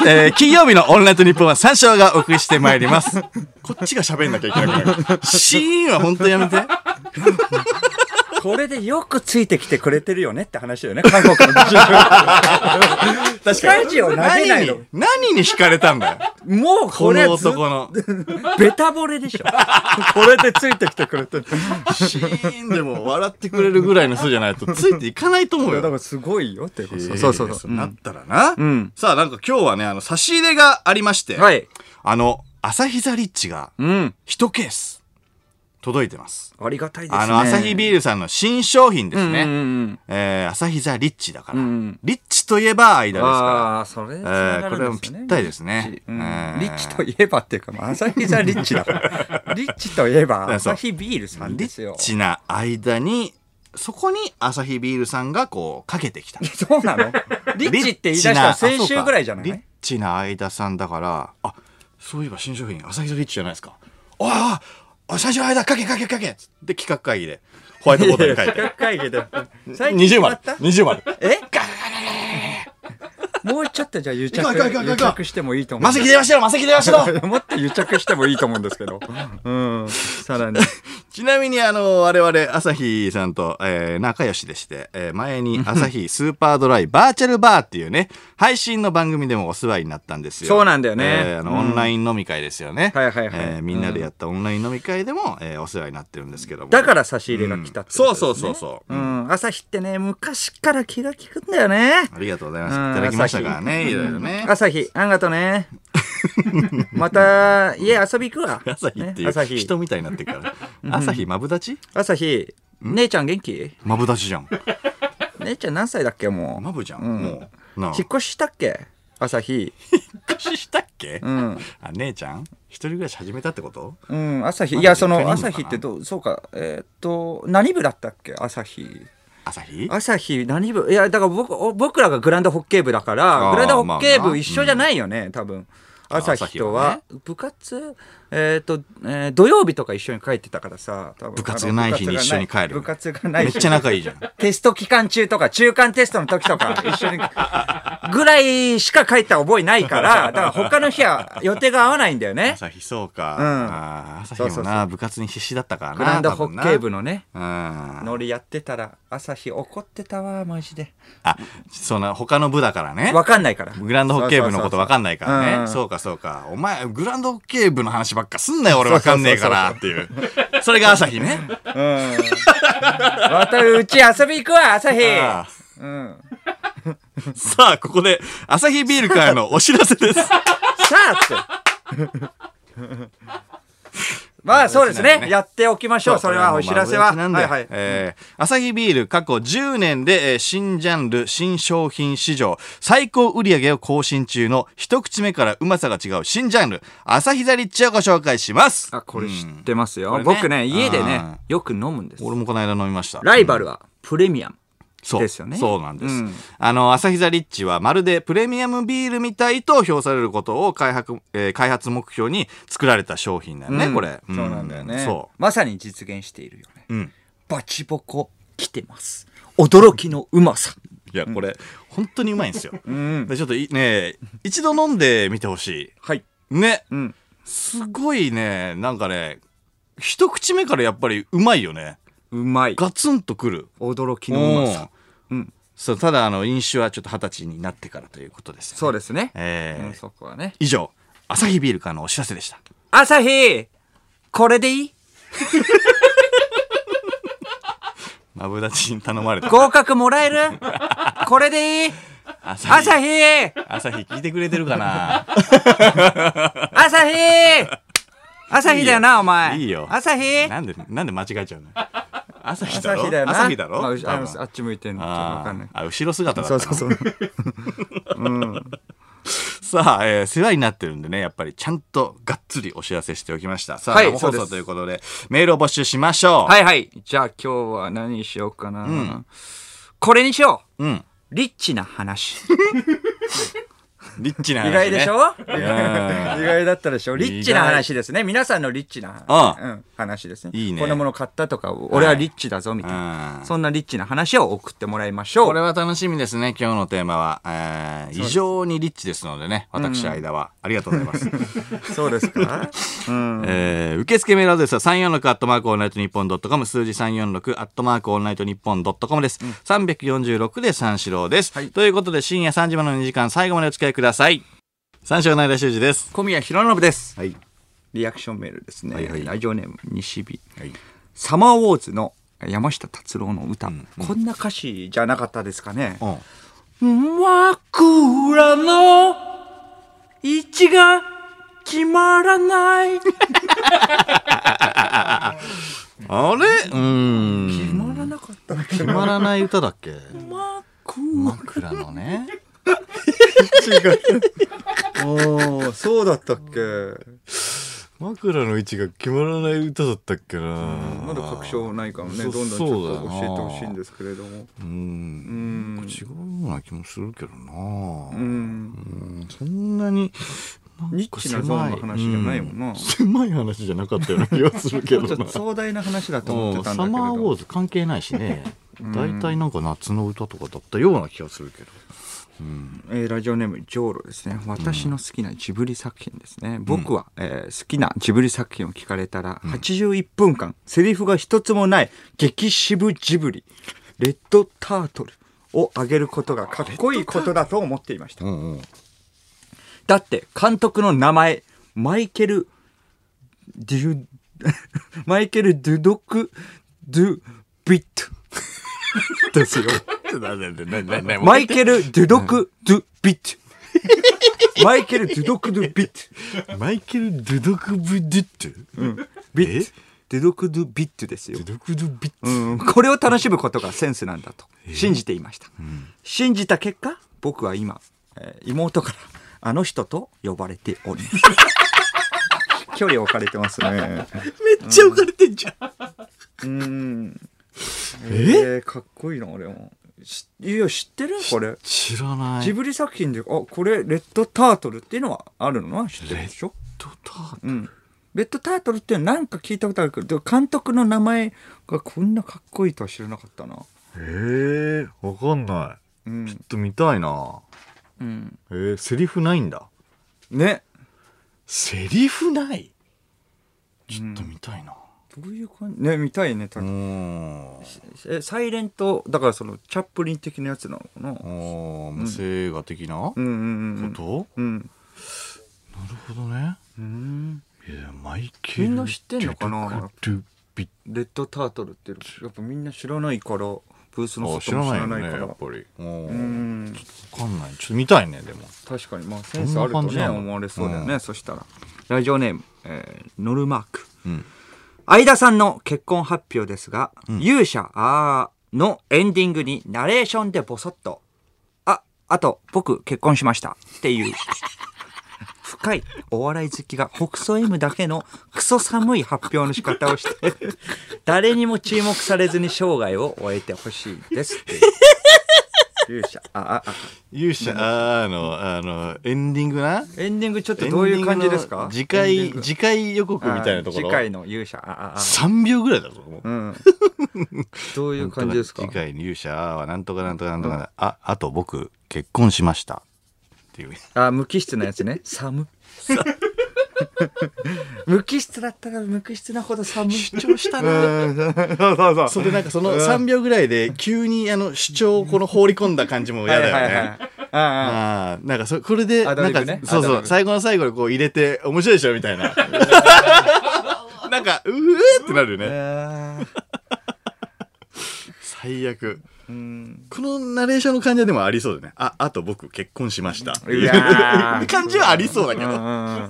Speaker 1: えー金曜日のオンライト日本は三章がお送りしてまいります。こっちが喋んなきゃいけなくなる。シーンは本当やめて。
Speaker 2: これでよくついてきてくれてるよねって話だ よね、韓国の事情。
Speaker 1: 確
Speaker 2: かにスタジオ投げないの
Speaker 1: 何に何に惹かれたんだよ。
Speaker 2: もうこ
Speaker 1: こ
Speaker 2: れ
Speaker 1: の
Speaker 2: ず、
Speaker 1: 男の。
Speaker 2: ベタ惚れ でしょ。これでついてきてくれてる。
Speaker 1: シーンでも笑ってくれるぐらいの人じゃないとついていかないと思う
Speaker 2: だか
Speaker 1: よ。
Speaker 2: らすごいよってこと。うん
Speaker 1: なったらな。
Speaker 2: うん
Speaker 1: さあ、なんか今日はね、あの、差し入れがありまして、
Speaker 2: はい。
Speaker 1: あの、朝日ザリッチが
Speaker 2: うん。
Speaker 1: 一ケース届いてます。
Speaker 2: ありがたいですね。
Speaker 1: あの、アサヒビールさんの新商品ですね。
Speaker 2: うんうんうん
Speaker 1: えー、アサヒザリッチだから。
Speaker 2: うん
Speaker 1: リッチといえば間ですから。
Speaker 2: ああ、それで
Speaker 1: え
Speaker 2: つな
Speaker 1: ー
Speaker 2: が
Speaker 1: これ
Speaker 2: るん
Speaker 1: も
Speaker 2: で
Speaker 1: ぴ
Speaker 2: すよね
Speaker 1: ったりですね。
Speaker 2: うん
Speaker 1: えー
Speaker 2: リッチといえばっていうか、まあ朝日ザリッチ だから。リッチといえば、
Speaker 1: そう
Speaker 2: 朝日ビールさん
Speaker 1: リ
Speaker 2: ですよ
Speaker 1: ッ。チな間に、そこにアサヒビールさんがこうかけてきた。
Speaker 2: そうなのリッチって言い出したの先週ぐらいじゃな
Speaker 1: リッ
Speaker 2: い
Speaker 1: チな間さんだから、あ、そういえば新商品、アサヒザリッチじゃないですか。ああ、最初の間かけかけかけつって企画会議で、ホワイトボードに書い
Speaker 2: 企画
Speaker 1: て。
Speaker 2: 会議で。 最近
Speaker 1: 20
Speaker 2: 決ま
Speaker 1: 丸
Speaker 2: った。
Speaker 1: 20丸。
Speaker 2: えもうちょっとじゃあ癒
Speaker 1: 行こう行こう行こ
Speaker 2: 着、
Speaker 1: う
Speaker 2: 癒着してもいいと思う
Speaker 1: マ
Speaker 2: ん
Speaker 1: セ
Speaker 2: で
Speaker 1: キ
Speaker 2: す。
Speaker 1: 出ましたよ、マセキ出ましたよ
Speaker 2: もっと癒着してもいいと思うんですけど。うん。さらに。
Speaker 1: ちなみに、あの、我々、朝日さんと、えー仲良しでして、えー前に朝日スーパードライバーチャルバーっていうね、配信の番組でもお世話になったんですよ。
Speaker 2: そうなんだよね
Speaker 1: えーあの、オンライン飲み会ですよね。
Speaker 2: はいはいはい
Speaker 1: えーみんなでやったオンライン飲み会でも、えーお世話になってるんですけども。
Speaker 2: だから差し入れが来たってことですね
Speaker 1: うんそうそうそうそう
Speaker 2: うん。朝日ってね、昔から気が利くんだよね。
Speaker 1: ありがとうございます。
Speaker 2: うん
Speaker 1: いただきましたからね、いろいろね。
Speaker 2: 朝日、ありがとう ね。また、家遊び行くわ。
Speaker 1: 朝日ってい
Speaker 2: ね
Speaker 1: う
Speaker 2: 朝日
Speaker 1: 人みたいになってるから。朝日、マブダチ
Speaker 2: 朝日、姉ちゃん元気
Speaker 1: マブダチじゃん。
Speaker 2: 姉ちゃん何歳だっけもう。
Speaker 1: マブじゃん。もう。なあ
Speaker 2: 引っ越ししたっけ朝日。
Speaker 1: 引っ越ししたっけ
Speaker 2: うん。
Speaker 1: あ、姉ちゃん一人暮らし始めたってこと
Speaker 2: うん、朝日。
Speaker 1: まだ
Speaker 2: いや、そ
Speaker 1: 実家
Speaker 2: の、
Speaker 1: にいんのか
Speaker 2: 朝
Speaker 1: な
Speaker 2: 日ってどう、そうか、えーっと、何部だったっけ朝日。
Speaker 1: 朝日
Speaker 2: 朝日、何部いや、だから僕、お僕らがグランドホッケー部だから、
Speaker 1: あー
Speaker 2: グランドホッケー
Speaker 1: まあ
Speaker 2: 部
Speaker 1: な
Speaker 2: 一緒じゃないよね、多分。
Speaker 1: あ
Speaker 2: 朝
Speaker 1: 朝
Speaker 2: 日
Speaker 1: 日
Speaker 2: と
Speaker 1: は
Speaker 2: は、部活、えーっと、えー土曜日とか一緒に帰ってたからさ、多分
Speaker 1: 部活がない日に一緒に帰る
Speaker 2: 部活がない
Speaker 1: めっ
Speaker 2: 日
Speaker 1: ちゃ仲いいじ ゃん。
Speaker 2: テスト期間中とか、中間テストの時と か、一緒に、ぐらいしか書いた覚えないから、だから他の日は予定が合わないんだよね。
Speaker 1: 朝日そうか。
Speaker 2: うん
Speaker 1: あー朝日もな
Speaker 2: そうそうそ
Speaker 1: 部活に必死だったからな。
Speaker 2: グランドホッケー部のね、
Speaker 1: 多分な。うん。
Speaker 2: ノリやってたら、朝日怒ってたわ、マジで。
Speaker 1: あ、その他の部だからね。
Speaker 2: わかんないから。
Speaker 1: グランドホッケー部のことわかんないか
Speaker 2: そうそう
Speaker 1: ら
Speaker 2: そう
Speaker 1: ね。
Speaker 2: そ
Speaker 1: そ
Speaker 2: う
Speaker 1: うかそうか。お前、グランドホッケー部の話ばっかすんなよ、俺わかんねえからっていう。それが朝日ね。
Speaker 2: うん。またうち遊び行くわ、朝日。
Speaker 1: あー
Speaker 2: うん。
Speaker 1: さあ、ここで、朝日ビールからのお知らせです。
Speaker 2: さあ って。まあそうですね。やっておきましょう。それはお知らせは。
Speaker 1: これもま
Speaker 2: は
Speaker 1: あ
Speaker 2: い
Speaker 1: お知らせなん
Speaker 2: はい
Speaker 1: で。えーアサヒビール過去10年で、えー新ジャンル、新商品市場、最高売上を更新中の一口目からうまさが違う新ジャンル、アサヒザリッチをご紹介します。
Speaker 2: あ、これ知ってますよ。
Speaker 1: これね
Speaker 2: 僕ね、家でね
Speaker 1: あ、
Speaker 2: よく飲むんです。
Speaker 1: 俺もこの間飲みました。
Speaker 2: ライバルはプレミアム。
Speaker 1: そう
Speaker 2: ですよね
Speaker 1: そうなんです。
Speaker 2: うん
Speaker 1: あの、アサヒザリッチはまるでプレミアムビールみたいと評されることを開発、えー開発目標に作られた商品だよね、これ、
Speaker 2: そうなんだよね。
Speaker 1: そ
Speaker 2: まさに実現しているよね。
Speaker 1: う。うん。
Speaker 2: バチボコ来てます。驚きのうまさ。
Speaker 1: いや、これ、本当にうまいんですよ。
Speaker 2: うん。
Speaker 1: でちょっといね一度飲んでみてほし
Speaker 2: はい。
Speaker 1: いね
Speaker 2: うん。
Speaker 1: すごいねなんかね一口目からやっぱりうまいよね
Speaker 2: うまい。
Speaker 1: ガツンとくる
Speaker 2: 驚きのうま
Speaker 1: うん
Speaker 2: さ。うん。
Speaker 1: そうただあの飲酒はちょっと二十歳になってからということですよね
Speaker 2: そうですね。
Speaker 1: えー
Speaker 2: うんそこはね。
Speaker 1: 以上アサヒビールからのお知らせでした
Speaker 2: 朝日これでいい
Speaker 1: マブダチに頼まれた
Speaker 2: 合格もらえる これでいい
Speaker 1: 朝日
Speaker 2: 朝日
Speaker 1: 朝日聞いてくれてるかな
Speaker 2: 朝日朝日だよな、お前。
Speaker 1: いいよ
Speaker 2: 朝日
Speaker 1: なんでなんで間違えちゃうの朝日だ
Speaker 2: 朝
Speaker 1: ろ
Speaker 2: 日だよな。
Speaker 1: 朝日だろ
Speaker 2: まあう
Speaker 1: 多
Speaker 2: し
Speaker 1: 分
Speaker 2: あのあっち向いてんの。ちょっとわかんない
Speaker 1: あ。ーあ後ろ姿だった
Speaker 2: そ
Speaker 1: の
Speaker 2: うそうそう。
Speaker 1: さあ、えー世話になってるんでね、やっぱりちゃんとがっつりお知らせしておきました。さあ、
Speaker 2: はい
Speaker 1: 生放
Speaker 2: そうで
Speaker 1: 送
Speaker 2: す
Speaker 1: ということで、メールを募集しましょう。
Speaker 2: はいはい。じゃあ今日は何にしようかな。これにしよう
Speaker 1: うん。
Speaker 2: リッチな話。
Speaker 1: リッチな話、ね、
Speaker 2: 意外でしょ意
Speaker 1: や
Speaker 2: 外だったでしょリッチな話ですね。皆さんのリッチな、
Speaker 1: ああ
Speaker 2: うん話ですね。
Speaker 1: いいね
Speaker 2: こんなもの買ったとか、俺はリッチだぞみたいな、
Speaker 1: うん
Speaker 2: そんなリッチな話を送ってもらいましょう。
Speaker 1: これは楽しみですね今日のテーマは、えー、異常にリッチですのでね私間は、ありがとうござい ます、
Speaker 2: そうですかうん。
Speaker 1: えー受付メールアドレスは346アットマークオールナイトニッポンドットコム数字346アットマークオールナイトニッポンドットコムです、346で三四郎です、
Speaker 2: はい
Speaker 1: ということで深夜3時までの2時間最後までお付き合いください三四郎の間修二です
Speaker 2: 小宮弘信です。
Speaker 1: はい
Speaker 2: リアクションメールですね。
Speaker 1: はいはい
Speaker 2: ラジオネーム、西日。
Speaker 1: はい
Speaker 2: サマーウォーズの山下達郎の歌、
Speaker 1: ん
Speaker 2: こんな歌詞じゃなかったですかね。
Speaker 1: うん
Speaker 2: 枕の位置が決まらない。
Speaker 1: あれうーん
Speaker 2: 決まらなかっただけ
Speaker 1: 決まらない歌だっけ
Speaker 2: 枕。
Speaker 1: 枕のね
Speaker 2: おお、そうだったっけ。
Speaker 1: 枕の位置が決まらない歌だったっけな
Speaker 2: まだ確証ないからね、
Speaker 1: そ
Speaker 2: どんどんちょっと教えてほしいんですけれども。
Speaker 1: う
Speaker 2: うんん。
Speaker 1: 違うような気もするけどな
Speaker 2: う
Speaker 1: うん
Speaker 2: ん。
Speaker 1: そんなに
Speaker 2: ニッチなゾーンの話じゃないもんな
Speaker 1: う狭い話じゃなかったような気がするけ
Speaker 2: ちょっ
Speaker 1: どな
Speaker 2: と壮大な話だと思っ
Speaker 1: う
Speaker 2: て
Speaker 1: ん
Speaker 2: たんだ
Speaker 1: サ
Speaker 2: けれ
Speaker 1: マーウォー
Speaker 2: ど。
Speaker 1: ズ関係ないしね大体なんか夏の歌とかだったような気がするけど
Speaker 2: えーラジオネームジョーロですね。私の好きなジブリ作品ですね。僕は、えー好きなジブリ作品を聞かれたら、81分間セリフが一つもない激渋ジブリレッドタートルをあげることがかっこいいことだと思っていました。
Speaker 1: うんうん
Speaker 2: だって監督の名前マイケル・デュ マイケル・デュドク・デュ・ビッ ト
Speaker 1: ですよマ
Speaker 2: マイケル・デュドク・デュ・ビット マイケル・デュドク・デュ・ビット
Speaker 1: マイケル・ドゥドク・ブ・ディット
Speaker 2: ビットデュドク・デュ・ビットですよ
Speaker 1: ドゥ、ドク・ドゥ・ビット
Speaker 2: うん、これを楽しむことがセンスなんだと信じていました、信じた結果僕は今、えー妹からあの人と呼ばれております 距離置かれてます ね
Speaker 1: めっちゃ浮かれてんじゃん
Speaker 2: うん。えー、かっこいいな、俺も。しいや、知ってるこれ。
Speaker 1: 知らない
Speaker 2: ジ
Speaker 1: レッ
Speaker 2: ブリ作品で、あ、これ、レッドタートルっていうのはあるのは知ってるでしょ
Speaker 1: ドター
Speaker 2: うん。レッドタートルってなんか聞いたことあるけど、でも監督の名前がこんなかっこいいとは知らなかったな。
Speaker 1: ええわかんない。ち
Speaker 2: う
Speaker 1: ょ
Speaker 2: ん
Speaker 1: っ。と見たいな。
Speaker 2: うん。
Speaker 1: えー、セリフないんだ。
Speaker 2: ね。
Speaker 1: セリフないちょっと見たいな。
Speaker 2: どういう感じね、見たいね、た
Speaker 1: うーん。
Speaker 2: えサイレント、だからその、チャップリン的なやつなのかな。うん
Speaker 1: おー、無声画的なこ
Speaker 2: う
Speaker 1: と、
Speaker 2: んうんうん。
Speaker 1: なるほどね。
Speaker 2: うん。
Speaker 1: いや、マイケル。
Speaker 2: みんな知ってんのかな
Speaker 1: デュクデュビッ
Speaker 2: レッドタートルってやっぱみんな知らないからブースの
Speaker 1: あ、知
Speaker 2: 外
Speaker 1: ら
Speaker 2: も知
Speaker 1: ないよ
Speaker 2: らな
Speaker 1: ね、
Speaker 2: いから
Speaker 1: やっぱり。うー。
Speaker 2: うんん
Speaker 1: わかんない。ちょっと見たいね、でも。
Speaker 2: 確かにまあセンスあると
Speaker 1: どんな感じ
Speaker 2: ね
Speaker 1: なの
Speaker 2: 思われそうだよ
Speaker 1: う
Speaker 2: ねそしたらラジオネーム、えーノルマーク
Speaker 1: うん。
Speaker 2: 相田さんの結婚発表ですが「勇者あー」のエンディングにナレーションでボソッと「ああと僕結婚しました」っていう 深いお笑い好きが北総 M だけのクソ寒い発表の仕方をして 誰にも注目されずに生涯を終えてほしいですっていう勇者あああ
Speaker 1: 勇者、あーの、あの、エンディングな
Speaker 2: エンディングちょっとどういう感じですか
Speaker 1: 次
Speaker 2: エンディ
Speaker 1: 回
Speaker 2: ン、グ
Speaker 1: 次回予告みたいなところ。
Speaker 2: あ次回の勇者あああ
Speaker 1: 3秒ぐらいだぞ。もう
Speaker 2: うん、どういう感じですか
Speaker 1: 次回に勇者はなんとかなんとかなんとか、ああと僕結婚しましたって いう
Speaker 2: あ、無機質なやつね。寒。 無機質だったら無機質なほど寒い。主張したな。そうそうそう。
Speaker 1: それなんかその3秒ぐらいで急にあの主張をこの放り込んだ感じも嫌だよね、
Speaker 2: はいはいはい。ああ
Speaker 1: あーなんかそこれで、
Speaker 2: アド
Speaker 1: な
Speaker 2: リ
Speaker 1: んか
Speaker 2: ブね
Speaker 1: そうそ
Speaker 2: アドリ
Speaker 1: う
Speaker 2: ブ
Speaker 1: 最後の最後でこう入れて面白いでしょみたい ななんかうーってなるよね
Speaker 2: ああ。
Speaker 1: 最悪
Speaker 2: うん。
Speaker 1: このナレーションの感じはでもありそうだねああと僕結婚しましたっていう
Speaker 2: いや ー
Speaker 1: 感じはありそうだけ
Speaker 2: う
Speaker 1: ど、
Speaker 2: んうん。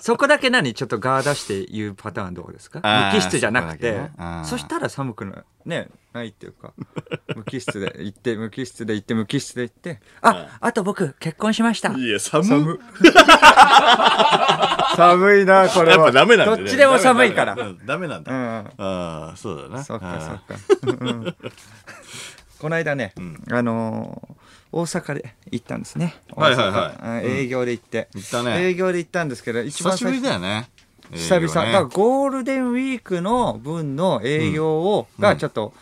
Speaker 2: そこだけ何ちょっとガー出して言うパターンどうですか
Speaker 1: あー
Speaker 2: 無機質じゃなくて
Speaker 1: そこ
Speaker 2: そ,、
Speaker 1: だけねあー
Speaker 2: したら寒くなねないっていうか無機質で行って無機質で行って無機質で行ってああと僕結婚しました
Speaker 1: いや寒い
Speaker 2: 寒寒いなこれは
Speaker 1: やっぱダメなんだね
Speaker 2: どっちでも寒いから
Speaker 1: ダメなんだダメなんだ
Speaker 2: うん
Speaker 1: ああそうだな
Speaker 2: そっ
Speaker 1: あ
Speaker 2: か
Speaker 1: あ
Speaker 2: そっか。うんこの間ね、あのー大阪で行ったんですね。
Speaker 1: はいはいはい
Speaker 2: 大阪うん営業で行って。
Speaker 1: 行ったね
Speaker 2: 営業で行ったんですけど、一
Speaker 1: 久
Speaker 2: 番
Speaker 1: し
Speaker 2: 最
Speaker 1: ぶ
Speaker 2: 初
Speaker 1: りだよね。
Speaker 2: 久
Speaker 1: 営
Speaker 2: 々、
Speaker 1: 業ね
Speaker 2: だからゴールデンウィークの分の営業を、がちょっと、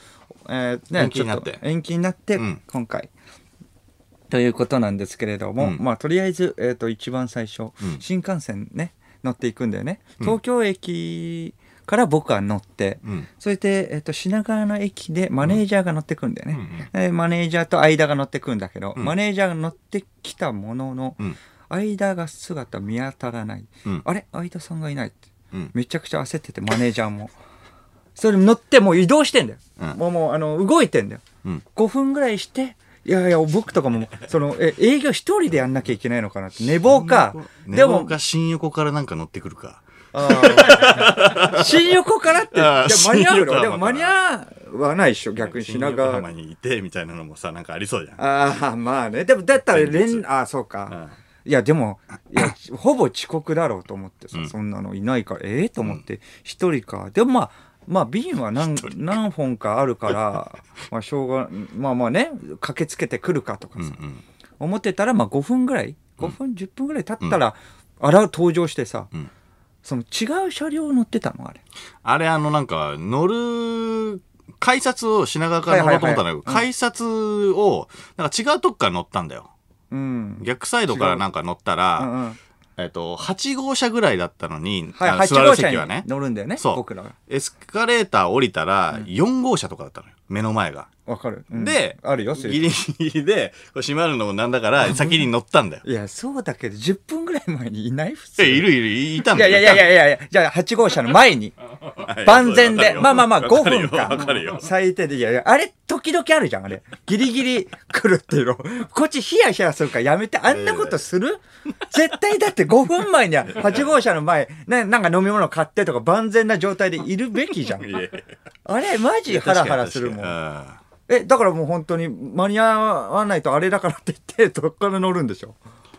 Speaker 2: えーね、
Speaker 1: 延期になって
Speaker 2: ちょと延期になって、
Speaker 1: うん
Speaker 2: 今回ということなんですけれど
Speaker 1: う
Speaker 2: も、
Speaker 1: ん
Speaker 2: まあとりあえず、えー、と一番最初、
Speaker 1: ん
Speaker 2: 新幹線ね乗っていくんだよね東京駅から僕は乗って、
Speaker 1: うん。
Speaker 2: それで、えー、と品川の駅でマネージャーが乗ってくんだよね、
Speaker 1: う
Speaker 2: でマネージャーと間が乗ってくんだけど、
Speaker 1: うん
Speaker 2: マネージャーが乗ってきたものの、
Speaker 1: うん
Speaker 2: 間が姿見当たらない、
Speaker 1: うん
Speaker 2: あれ相田さんがいないって
Speaker 1: うん。
Speaker 2: めちゃくちゃ焦っててマネージャーもそれに乗ってもう移動してんだよ、
Speaker 1: うん
Speaker 2: もうもうあの動いてんだよ
Speaker 1: うん。
Speaker 2: 5分ぐらいしていやいや僕とかもそのえ営業一人でやんなきゃいけないのかなって寝坊か
Speaker 1: で
Speaker 2: で
Speaker 1: も。
Speaker 2: も
Speaker 1: か新横からなんか乗ってくるか。
Speaker 2: あー新横からってい
Speaker 1: あ
Speaker 2: や
Speaker 1: ー
Speaker 2: 間に合う
Speaker 1: 新横
Speaker 2: のでも
Speaker 1: 浜か
Speaker 2: 間
Speaker 1: ら
Speaker 2: に合わないでしょ逆に
Speaker 1: 新
Speaker 2: 品
Speaker 1: 横
Speaker 2: 川
Speaker 1: 浜にいてみたいなのもさ、なんかありそうじゃん。
Speaker 2: ああまあねでもだったら
Speaker 1: 前
Speaker 2: 連
Speaker 1: 日
Speaker 2: ああそうか、
Speaker 1: うん
Speaker 2: いやでもいやほぼ遅刻だろうと思ってさ、
Speaker 1: うん
Speaker 2: そんなのいないからええと思って一人かでもまあまあ瓶は何何本かあるから まあしょうがまあまあね駆けつけてくるかとか
Speaker 1: うんう
Speaker 2: さ、
Speaker 1: ん。
Speaker 2: 思ってたらまあ5分ぐらい5分10分ぐらい経ったら、あら登場してさ、
Speaker 1: うん
Speaker 2: その違う車両乗ってたのあれ
Speaker 1: あれ、あの、なんか、乗る、改札を品川から乗ろうと思ったんだけど、
Speaker 2: はいはいは
Speaker 1: 改
Speaker 2: い
Speaker 1: 札を、なんか違うとこから乗ったんだよ。
Speaker 2: うん、
Speaker 1: 逆サイドからなんか乗った
Speaker 2: うん
Speaker 1: ら、
Speaker 2: うん
Speaker 1: えっと、8号車ぐらいだったのに、あ
Speaker 2: はい、
Speaker 1: の座
Speaker 2: 8号
Speaker 1: る
Speaker 2: 車
Speaker 1: 席は
Speaker 2: に
Speaker 1: ね、
Speaker 2: 乗るんだよね
Speaker 1: そう
Speaker 2: 僕らが
Speaker 1: エスカレーター降りたら、4号車とかだったのよ。目の前が。
Speaker 2: わかる、うん
Speaker 1: で、
Speaker 2: あるよそういう
Speaker 1: ギリギリで、これ閉まるのもなんだから、先に乗ったんだよ。
Speaker 2: いや、そうだけど、10分ぐらい前にいない普通。
Speaker 1: え、いるいる、いいたん
Speaker 2: い
Speaker 1: だ
Speaker 2: や
Speaker 1: よ。
Speaker 2: いやいやいやいやいや、じゃあ8号車の前に、
Speaker 1: はい
Speaker 2: 万全で。
Speaker 1: そう
Speaker 2: まあまあまあ、
Speaker 1: わ
Speaker 2: 5
Speaker 1: かる
Speaker 2: 分
Speaker 1: よ
Speaker 2: か。
Speaker 1: わかるよ。
Speaker 2: 最低で。いやいや、あれ、時々あるじゃん、あれ。ギリギリ来るっていうの。こっちヒヤヒヤするからやめて、あんなことする、絶対だって5分前には8号車の前、ななんか飲み物買ってとか万全な状態でいるべきじゃん。
Speaker 1: いやい
Speaker 2: あれ、マジ
Speaker 1: や
Speaker 2: ハラハラするも
Speaker 1: 確
Speaker 2: ん。
Speaker 1: か
Speaker 2: え、だからもう本当に間に合わないとあれだからって言って、どっから乗るんでしょ
Speaker 1: に確かにうんいやいやそう
Speaker 2: 端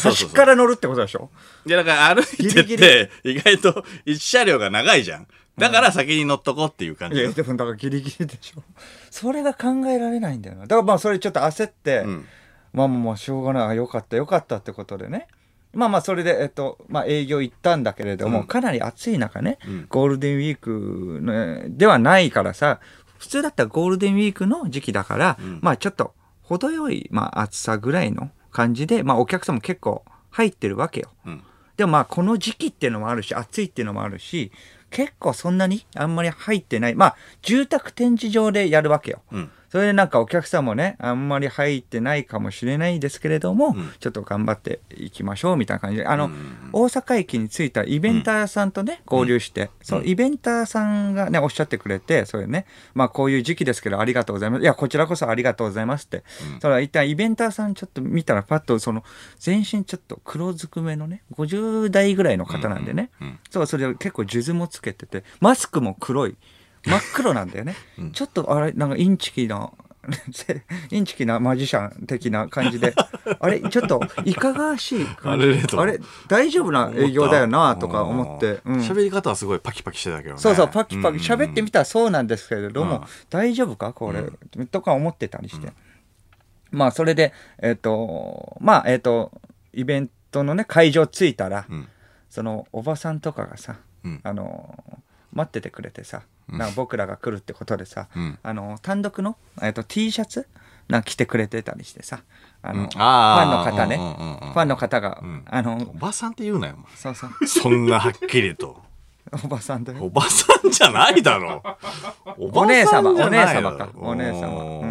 Speaker 1: そう
Speaker 2: っ
Speaker 1: そ
Speaker 2: か
Speaker 1: う
Speaker 2: ら乗るってことでしょ
Speaker 1: いや、だから歩いてっ
Speaker 2: ギリギ
Speaker 1: て、意外と一車両が長いじゃん。だから先に乗っとこうっていう感
Speaker 2: い
Speaker 1: じ
Speaker 2: や
Speaker 1: よ。
Speaker 2: でもだからギリギリでしょそれが考えられないんだよなだからまあそれちょっと焦って、
Speaker 1: うん
Speaker 2: まあまあまあしょうがないあよかったよかったってことでねまあまあそれで、えっとまあ、営業行ったんだけれども、
Speaker 1: うん
Speaker 2: かなり暑い中ね、
Speaker 1: うん
Speaker 2: ゴールデンウィーク、ね、ではないからさ普通だったらゴールデンウィークの時期だから、
Speaker 1: ん
Speaker 2: まあちょっと程よい、まあ、暑さぐらいの感じで、まあ、お客さんも結構入ってるわけよ。
Speaker 1: うん
Speaker 2: でもまあこの時期っていうのもあるし暑いっていうのもあるし結構そんなにあんまり入ってないまあ住宅展示場でやるわけよ。
Speaker 1: うん。
Speaker 2: それでなんかお客さんもねあんまり入ってないかもしれないですけれども、
Speaker 1: ん
Speaker 2: ちょっと頑張っていきましょうみたいな感じであの、
Speaker 1: うんうんうん
Speaker 2: 大阪駅に着いたイベンターさんとね、合流して、そのイベンターさんがねおっしゃってくれてそれねまあこういう時期ですけどありがとうございますいやこちらこそありがとうございますって、それは一旦イベンターさんちょっと見たらパッとその全身ちょっと黒ずくめのね50代ぐらいの方なんでね、
Speaker 1: うんうんうん
Speaker 2: そうそれで結構数珠もつけててマスクも黒い真っ黒なんだよね、ちょっとあれなんかインチキな インチキなマジシャン的な感じ であれちょっといかがわしい
Speaker 1: あ
Speaker 2: 感
Speaker 1: れれ
Speaker 2: じ
Speaker 1: と
Speaker 2: あれ大丈夫な営業だよなとか思って、
Speaker 1: う
Speaker 2: うんん
Speaker 1: 喋り方はすごいパキパキしてたけどね。
Speaker 2: そうそうパキパキ
Speaker 1: うんうん
Speaker 2: 喋ってみたらそうなんですけれども、
Speaker 1: うん
Speaker 2: 大丈夫かこれ、とか思ってたりして、まあそれでえっ、とまあえっ、とイベントのね会場着いたら、
Speaker 1: うん
Speaker 2: そのおばさんとかがさ、
Speaker 1: うん
Speaker 2: あの待っててくれてさ、なんか僕らが来るってことでさ、
Speaker 1: うん
Speaker 2: あの単独の、えっと T シャツなんか着てくれてたりしてさあの、
Speaker 1: うん
Speaker 2: ファンの
Speaker 1: あー
Speaker 2: 方ね、
Speaker 1: うんうんうんうん
Speaker 2: ファンの方が、
Speaker 1: うん
Speaker 2: あの
Speaker 1: おばさんって言うなよ、お前
Speaker 2: そう そう
Speaker 1: そんなはっきりと。
Speaker 2: おばさんだよ
Speaker 1: おばさんじゃないだろ。おばさんじゃないだろ
Speaker 2: お姉様お姉様かお姉様うん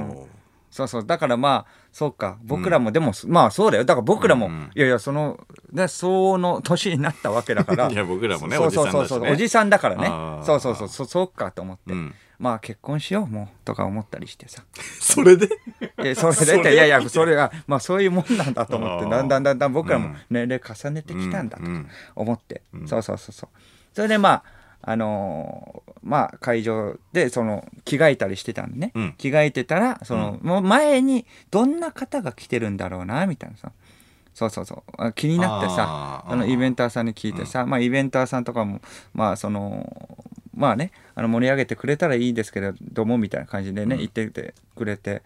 Speaker 1: おー
Speaker 2: そうそう。だからまあ、そうか。僕らも、でも、まあそうだよ。だから僕らも、
Speaker 1: うんうん
Speaker 2: いやいや、その、ね、相応の年になったわけだから。
Speaker 1: いや僕らもね
Speaker 2: そうそうそうそう
Speaker 1: おじさんだしね
Speaker 2: おじさんだから
Speaker 1: あー
Speaker 2: ね。そうそうそう、そそうかと思って。
Speaker 1: うん
Speaker 2: まあ結婚しよう、もう、とか思ったりしてさ。
Speaker 1: それで
Speaker 2: えそれでっていやいやそれはまあそういうもんなんだと思って
Speaker 1: あー
Speaker 2: だんだんだんだん僕ら
Speaker 1: う
Speaker 2: も
Speaker 1: ん
Speaker 2: 年齢重ねてきたんだと
Speaker 1: うん
Speaker 2: 思って、
Speaker 1: ん
Speaker 2: そうそうそうそうそれでまああのーまあ会場でその着替えたりしてたんでね、
Speaker 1: うん
Speaker 2: 着替えてたらその、もう前にどんな方が来てるんだろうなみたいなさそうそうそうあ気になってさ
Speaker 1: あー
Speaker 2: あのイベンターさんに聞いてさ、まあイベンターさんとかもまあそのまあねあの盛り上げてくれたらいいですけれどもみたいな感じでね、言っててくれて、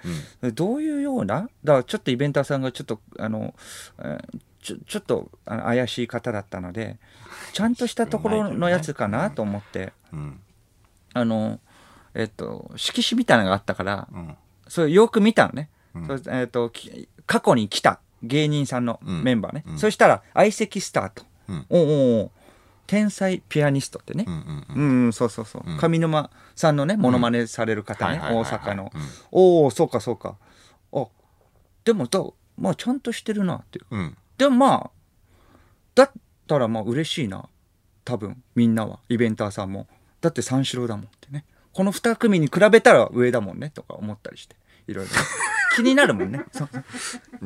Speaker 2: どういうようなだからちょっとイベンターさんがちょっとあの、えーちょちょっとあの怪しい方だったのでちゃんとしたところのやつかなと思って
Speaker 1: うん
Speaker 2: あのえっと色紙みたいなのがあったから
Speaker 1: うん
Speaker 2: それよく見たのね、
Speaker 1: ん
Speaker 2: それえっとき過去に来た芸人さんのメンバーね、
Speaker 1: うんうん
Speaker 2: そしたら相席スタート、
Speaker 1: うん
Speaker 2: おうおうおう天才ピアニストってね、
Speaker 1: うんうんうん
Speaker 2: うん、うん、そうそうそう、
Speaker 1: うん
Speaker 2: 上沼さんのねモノマネされる方
Speaker 1: は
Speaker 2: ね、
Speaker 1: いはいはいはい
Speaker 2: 大阪の、
Speaker 1: うん
Speaker 2: おおそうかそうかあでもだまあちゃんとしてるなっていう
Speaker 1: うん
Speaker 2: でもまあだったらまあ嬉しいな多分みんなはイベンターさんもだって三四郎だもんってねこの2組に比べたら上だもんねとか思ったりしていろいろ 気になるもんねそう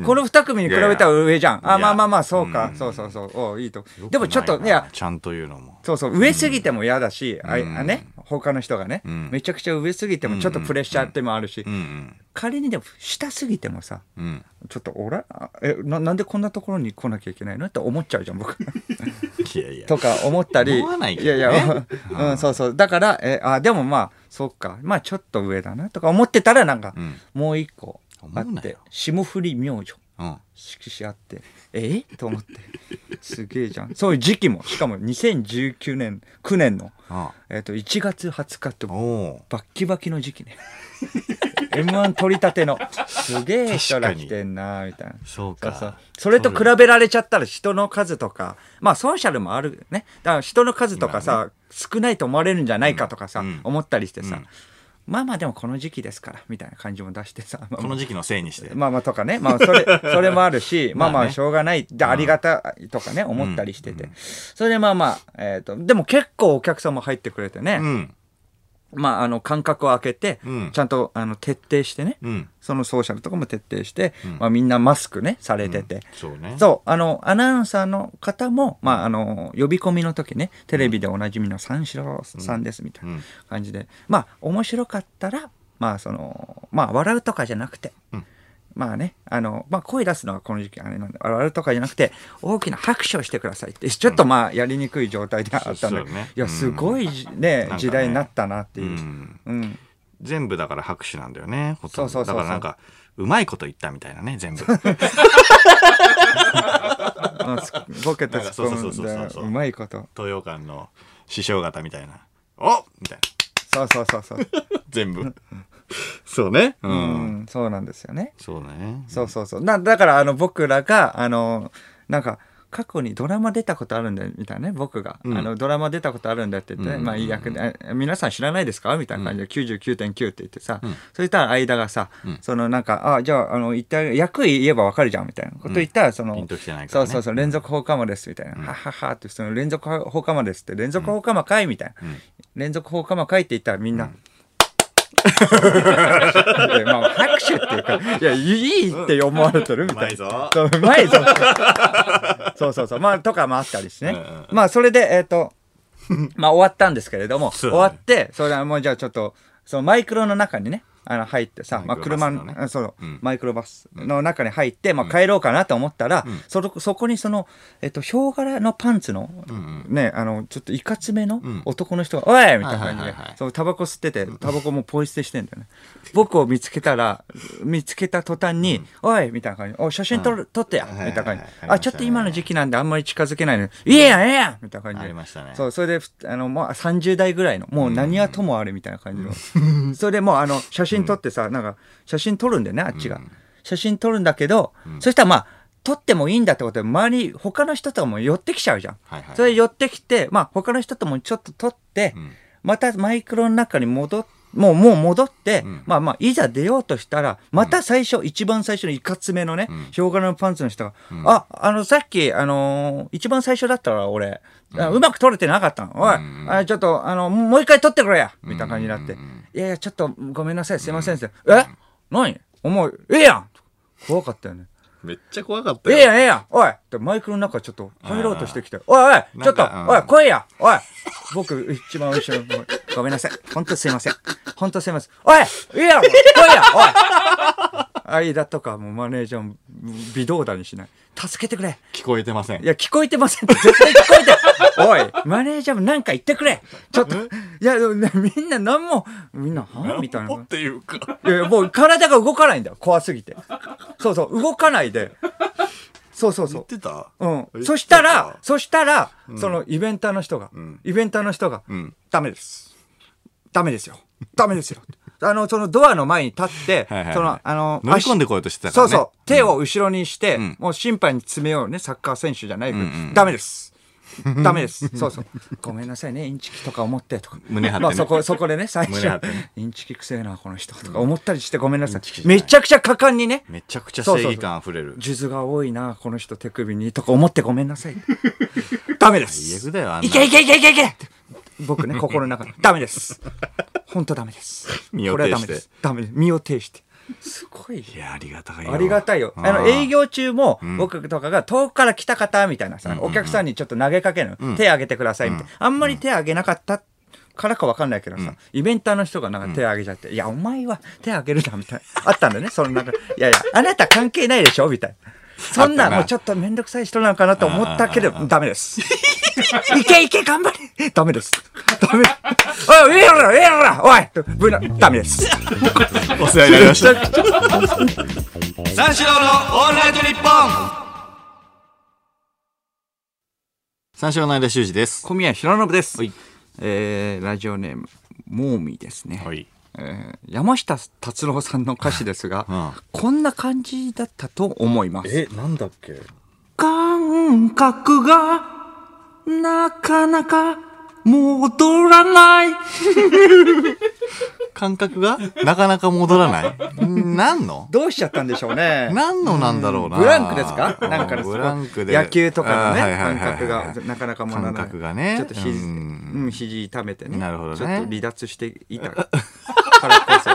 Speaker 2: この2組に比べたら上じゃん
Speaker 1: いや
Speaker 2: あまあまあまあそう
Speaker 1: う
Speaker 2: か
Speaker 1: ん
Speaker 2: そうそうそうおういいと
Speaker 1: よく
Speaker 2: でもちょっと
Speaker 1: ない
Speaker 2: いや
Speaker 1: なちゃんと言うのも
Speaker 2: そうそう上すぎても嫌だし、あい
Speaker 1: うん
Speaker 2: あね他の人がね、
Speaker 1: うん
Speaker 2: めちゃくちゃ上すぎてもちょっとプレッシャーってもあるし、
Speaker 1: うん
Speaker 2: 仮にでも下すぎてもさ
Speaker 1: うんうん
Speaker 2: ちょっと俺えななんでこんなところに来なきゃいけないのって思っちゃうじゃ ん僕
Speaker 1: いやいや
Speaker 2: とか思ったり
Speaker 1: 思わないけ
Speaker 2: い
Speaker 1: ど
Speaker 2: や
Speaker 1: ね
Speaker 2: いや、うん、そうそうだからえあでもまあそっかまあちょっと上だなとか思ってたらなんか、
Speaker 1: うん
Speaker 2: もう一個あ
Speaker 1: 思う
Speaker 2: っ
Speaker 1: な
Speaker 2: て
Speaker 1: よ
Speaker 2: 霜降り明星
Speaker 1: うん
Speaker 2: 色紙あってえと思ってすげえじゃんそういう時期もしかも2019年9年の
Speaker 1: あ
Speaker 2: えっと1月20日って
Speaker 1: お
Speaker 2: バ
Speaker 1: お
Speaker 2: ッキバキの時期 ね m 1取り立てのすげえ人ら来てんなみたいな
Speaker 1: そう
Speaker 2: そう
Speaker 1: か
Speaker 2: そうそれと比べられちゃったら人の数とかまあソーシャルもあるねだから人の数とかさ、少ないと思われるんじゃないかとかさ、
Speaker 1: うん
Speaker 2: 思ったりしてさ、
Speaker 1: うん
Speaker 2: まあまあでもこの時期ですからみたいな感じも出してさ、ま あ
Speaker 1: この時期のせいにして
Speaker 2: まあまあとかね、ま あそれ、それもあるし、ま
Speaker 1: まあ
Speaker 2: あ
Speaker 1: ね
Speaker 2: まあしょうがない、でありがたいとかね、思ったりしてて。それでまあまあ、えっと、でも結構お客さんも入ってくれて
Speaker 1: う
Speaker 2: ね、
Speaker 1: ん
Speaker 2: まああの間隔を空けて
Speaker 1: うん、
Speaker 2: ちゃんとあの徹底してね、
Speaker 1: うん
Speaker 2: そのソーシャルとかも徹底して
Speaker 1: うん、
Speaker 2: まあみんなマスクね、されてて。
Speaker 1: そうね
Speaker 2: そう、あの、アナウンサーの方も、まああの、呼び込みの時ね、テレビでおなじみの三四郎さんですみたいな。
Speaker 1: ん
Speaker 2: 感じでまあ面白かったらまあそのまあ笑うとかじゃなくて、
Speaker 1: うん
Speaker 2: まあねあの、まあ、声出すのはこの時期あれなんで笑うとかじゃなくて大きな拍手をしてくださいってちょっとまあやりにくい状態ではあったんだ
Speaker 1: そうそ
Speaker 2: けど、
Speaker 1: うね
Speaker 2: いやすごいじね
Speaker 1: なんかね
Speaker 2: 時代になったなって
Speaker 1: う
Speaker 2: いう。
Speaker 1: ん
Speaker 2: うん
Speaker 1: 全部だから拍手なんだよねほとんど
Speaker 2: そうそうそうそう
Speaker 1: だからなんかうまいこと言ったみたいなね 全部
Speaker 2: あつボケて突
Speaker 1: な
Speaker 2: っ
Speaker 1: んかそうそうそうそう
Speaker 2: 込んで
Speaker 1: そう
Speaker 2: うまいこと
Speaker 1: 東洋館の師匠方みたいなおみたい
Speaker 2: そうそうそうそう、
Speaker 1: な全 部そうねう
Speaker 2: うんん、そうなんですよね
Speaker 1: そうね
Speaker 2: そうそうそう。なだからあの僕らがあのなんか過去にドラマ出たことあるんだよみたいなね僕が、
Speaker 1: うん
Speaker 2: あのドラマ出たことあるんだって言って、ね
Speaker 1: うん
Speaker 2: まあいい役でえ皆さん知らないですかみたいな感じで99.9って言ってさ、
Speaker 1: うん
Speaker 2: そしたら間がさ、
Speaker 1: うん
Speaker 2: そのなんかあじゃああの一体役言えばわかるじゃんみたいなこと言ったらその、
Speaker 1: ピンときてないか
Speaker 2: そ
Speaker 1: ら
Speaker 2: う
Speaker 1: ね
Speaker 2: そうそう連続放課後ですみたいな、はははってその連続放課後ですって連続放課後かいみたいな、
Speaker 1: うん
Speaker 2: 連続放課後かいって言ったらみんな、でまあ拍手っていうかいやいいって思われてるみ
Speaker 1: うま
Speaker 2: た
Speaker 1: い
Speaker 2: いな。
Speaker 1: ぞ
Speaker 2: そううまいぞそうそうそうまあとかもあったりしてね、
Speaker 1: うんうん
Speaker 2: まあそれでえっ、とまあ終わったんですけれども、
Speaker 1: そ
Speaker 2: 終
Speaker 1: うだね
Speaker 2: わってそれはもうじゃあちょっとそのマイクロの中にねあの入ってさ、
Speaker 1: マ
Speaker 2: まあ、
Speaker 1: イクロバ
Speaker 2: 車
Speaker 1: スの
Speaker 2: の
Speaker 1: ね
Speaker 2: あそう
Speaker 1: うん
Speaker 2: マイクロバスの中に入って、まあ、帰ろうかなと思ったら、
Speaker 1: うん
Speaker 2: そのそこにその、えっと、ヒョウ柄のパンツの、
Speaker 1: うんうん
Speaker 2: ね、あのちょっといかつめの
Speaker 1: うん
Speaker 2: 男の人が「おい!」みたいな感じ
Speaker 1: はいはい
Speaker 2: で
Speaker 1: はいはい
Speaker 2: そうタバコ吸っててタバコもうポイ捨てしてんだよね僕を見つけたら見つけた途端に「おい!」みたいな感じ「お写真撮る撮ってや」み
Speaker 1: はい
Speaker 2: た
Speaker 1: はいはい
Speaker 2: いな感じ
Speaker 1: ありました
Speaker 2: 「
Speaker 1: ね
Speaker 2: あちょっと今の時期なんであんまり近づけないのいいやんええやん!」みたいな感じで
Speaker 1: ありましたね
Speaker 2: そうそれでふあの、まあ、30代ぐらいのもう何はともあれみたいな感じの、それでもう あの写真撮ってさ、なんか写真撮るんだよねあっちが、
Speaker 1: うん
Speaker 2: 写真撮るんだけど、そしたらまあ撮ってもいいんだってことで周り他の人とかも寄ってきちゃうじゃん、
Speaker 1: はいはい
Speaker 2: それ寄ってきて、まあ、他の人ともちょっと撮って、
Speaker 1: うん
Speaker 2: またマイクロの中に戻っもうもう戻って、
Speaker 1: うん
Speaker 2: まあまあいざ出ようとしたらまた最初、一番最初のいかつめのね、
Speaker 1: うん
Speaker 2: ヒョウ柄のパンツの人が「
Speaker 1: ん
Speaker 2: ああのさっき、あのー一番最初だったら俺、あうまく撮れてなかったのおい、
Speaker 1: うん
Speaker 2: あちょっとあのもう一回撮ってくれや」みたいな感じになって「
Speaker 1: うん
Speaker 2: いやいやちょっとごめんなさいすいません」って「え何お前ええやん!」怖かったよね。
Speaker 1: めっちゃ怖かった
Speaker 2: え
Speaker 1: よ
Speaker 2: えやん、ええやん、おいってマイクの中ちょっと入ろうとしてきて、おいおい、ちょっと、
Speaker 1: なんか
Speaker 2: お
Speaker 1: うん
Speaker 2: い、来いや、おい、僕、一番後ろ、ごめんなさい、 ほんとすいません、ほんとすいません、おい、いいやろ、来いや、おい。 間とかもうマネージャーも微動だにしない。助けてくれ。
Speaker 1: 聞こえてません
Speaker 2: いや、聞こえてませんって絶対聞こえてる。おい、マネージャーもなんか言ってくれちょっと、いや、でもねみんな何も、みんな、はみ たいな。
Speaker 1: っていうか。
Speaker 2: いやいや、もう体が動かないんだよ。怖すぎて。そうそう、動かないで。そうそう そ
Speaker 1: 言っ
Speaker 2: う。
Speaker 1: てた
Speaker 2: うん。そした
Speaker 1: 言って
Speaker 2: ら
Speaker 1: た、
Speaker 2: そしたら、そのイベンターの人が、
Speaker 1: ん
Speaker 2: イベンターの人が、
Speaker 1: ん
Speaker 2: ダメです。ダメですよ。ダメですよ。 あの、そのドアの前に立って、
Speaker 1: はいはいはい
Speaker 2: その、あの、
Speaker 1: 乗り込んでこようとしてたからね
Speaker 2: そうそう。手を後ろにして、
Speaker 1: ん
Speaker 2: もう審判に詰めようね、サッカー選手じゃないけど、ダメです。ダメです。 そうそう。ごめんなさいね、インチキとか思ってとか。
Speaker 1: 胸張ってね
Speaker 2: まあそこ、そこでね、最初
Speaker 1: 胸張ってね、
Speaker 2: インチキくせえな、この人とか思ったりしてごめんなさい。めちゃくちゃ果敢にね、
Speaker 1: めちゃくちゃ正義感あふれる。
Speaker 2: 数珠が多いな、この人手首にとか思ってごめんなさい。 ダメで
Speaker 1: 最
Speaker 2: す。
Speaker 1: 悪だよ、あん
Speaker 2: い
Speaker 1: な。
Speaker 2: けいけいけいけいけって僕ね、心の中で。ダメです。本当ダメです。
Speaker 1: 身を
Speaker 2: これは
Speaker 1: 挺し
Speaker 2: ダメ
Speaker 1: て
Speaker 2: です。ダメです。身を挺して。すごい
Speaker 1: いや、ありがたいよ。
Speaker 2: ありがたいよ。あの、営
Speaker 1: 業。
Speaker 2: 業中も、僕とかが遠くから来た方みたいなさ、お客さんにちょっと投げかけるの。手挙げてくださいみたいな。あんまり手挙げなかったからかわかんないけどさ、イベンターの人がなんか手挙げちゃって、いや、お前は手挙げるな、みたいな。あったんだよね、そのなんか、いやいや、あなた関係ないでしょみたいな。そん
Speaker 1: あ
Speaker 2: な、
Speaker 1: ったな
Speaker 2: もうちょっとめんどくさい人なのかなと思ったけど、ダメです。いけいけ、頑張れダメです。ダメ。おい、ええやろ、ええやろ、おいぶなダメです。
Speaker 1: お世話になりま した。
Speaker 2: 三四郎のオールナイトニッポン
Speaker 1: 三四郎の間修二です。
Speaker 2: 小宮浩信です、えーラジオネームモーミーですね、
Speaker 1: はい。
Speaker 2: えー山下達郎さんの歌詞ですが、
Speaker 1: うん
Speaker 2: こんな感じだったと思います
Speaker 1: え、なんだっけ
Speaker 2: 感覚がなかなか戻らない
Speaker 1: 感覚がなかなか戻らない。んなんの
Speaker 2: どうしちゃったんでしょう ね
Speaker 1: なんのなんだろうな。
Speaker 2: ブランクですか
Speaker 1: うん
Speaker 2: なんかです
Speaker 1: ブランクで。
Speaker 2: 野球とかのね、
Speaker 1: あーはいはいはい
Speaker 2: 感
Speaker 1: はい
Speaker 2: 覚がなかなかもならない。
Speaker 1: 感覚がね
Speaker 2: ちょっと肘、
Speaker 1: う
Speaker 2: うんん、肘痛めてね。
Speaker 1: なるほどね
Speaker 2: ちょっと離脱していたからこそ。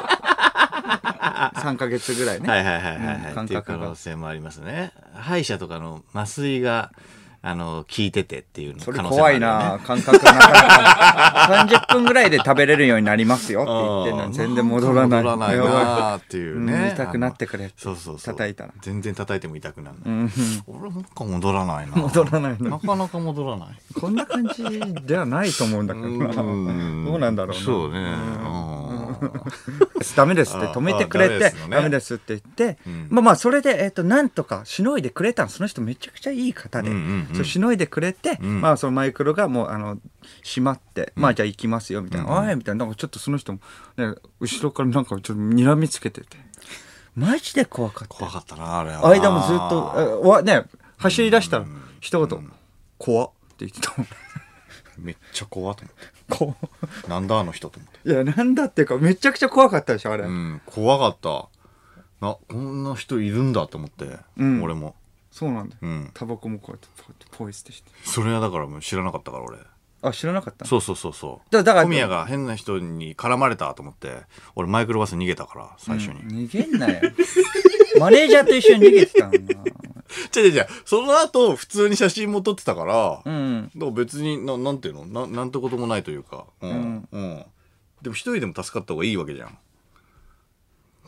Speaker 2: 3ヶ月ぐらいね。
Speaker 1: はいはいはいはいはい、
Speaker 2: うん感
Speaker 1: っていう
Speaker 2: 覚
Speaker 1: 可
Speaker 2: が
Speaker 1: 能。性もありますね歯医者とかの麻酔があの効いててっていうの
Speaker 2: そ
Speaker 1: 可
Speaker 2: れ
Speaker 1: 能性もあ
Speaker 2: 怖
Speaker 1: る
Speaker 2: い
Speaker 1: よ
Speaker 2: な
Speaker 1: ね、
Speaker 2: 感覚なかなか。30分ぐらいで食べれるようになりますよって言ってんのに全然戻らない。
Speaker 1: 戻らないなーっていう
Speaker 2: う
Speaker 1: ね
Speaker 2: ん痛くなってく
Speaker 1: あ
Speaker 2: れ
Speaker 1: のそうそうそう
Speaker 2: 叩いたら
Speaker 1: 全然叩いても痛くならない、俺なんか戻らないな
Speaker 2: 戻らないな
Speaker 1: なかなか戻らない
Speaker 2: こんな感じではないと思うんだけどな。どうなんだろうな。
Speaker 1: そうねうん
Speaker 2: ダメですって止めてくれ
Speaker 1: ああダ
Speaker 2: て
Speaker 1: メですの、ね
Speaker 2: ダメですって言って、
Speaker 1: ん
Speaker 2: まあまあ、それで、えっと、なんとかしのいでくれたのその人めちゃくちゃいい方で、
Speaker 1: うんうんうん
Speaker 2: そうしのいでくれて、
Speaker 1: ん
Speaker 2: まあ、そのマイクロがもう、あの、閉まって、まあ、じゃあ行きますよ、みたいな、おい、みたいな、なんかちょっとその人も、ね、後ろからなんかちょっと睨みつけてて、マジで怖かった。
Speaker 1: 怖かったなあれは
Speaker 2: 間もずっと、えわね、走り出したら、一言、怖っって言ってたもん。
Speaker 1: めっちゃ怖と思っ
Speaker 2: 怖って
Speaker 1: なんだあの人と思って
Speaker 2: いや、なんだっていうか、めちゃくちゃ怖かったでしょ、あれ。
Speaker 1: うん怖かったなこんな人いるんだと思って、
Speaker 2: ん
Speaker 1: 俺も
Speaker 2: そうなんだよ。
Speaker 1: うん
Speaker 2: タバコもこうやってポイってポイ捨てして
Speaker 1: それはだからもう知らなかったから俺
Speaker 2: あ知らなかった
Speaker 1: そうそうそうそう
Speaker 2: だだから
Speaker 1: 小宮が変な人に絡まれたと思って俺マイクロバス逃げたから最初に、
Speaker 2: 逃げんなよ マネージャーと一緒に逃げてたんだ
Speaker 1: 違う違う違うその後普通に写真も撮ってたから、
Speaker 2: う
Speaker 1: だか
Speaker 2: ん
Speaker 1: ら別にななんていうのななんてこともないというかうん、うんでも一人でも助かった方がいいわけじゃん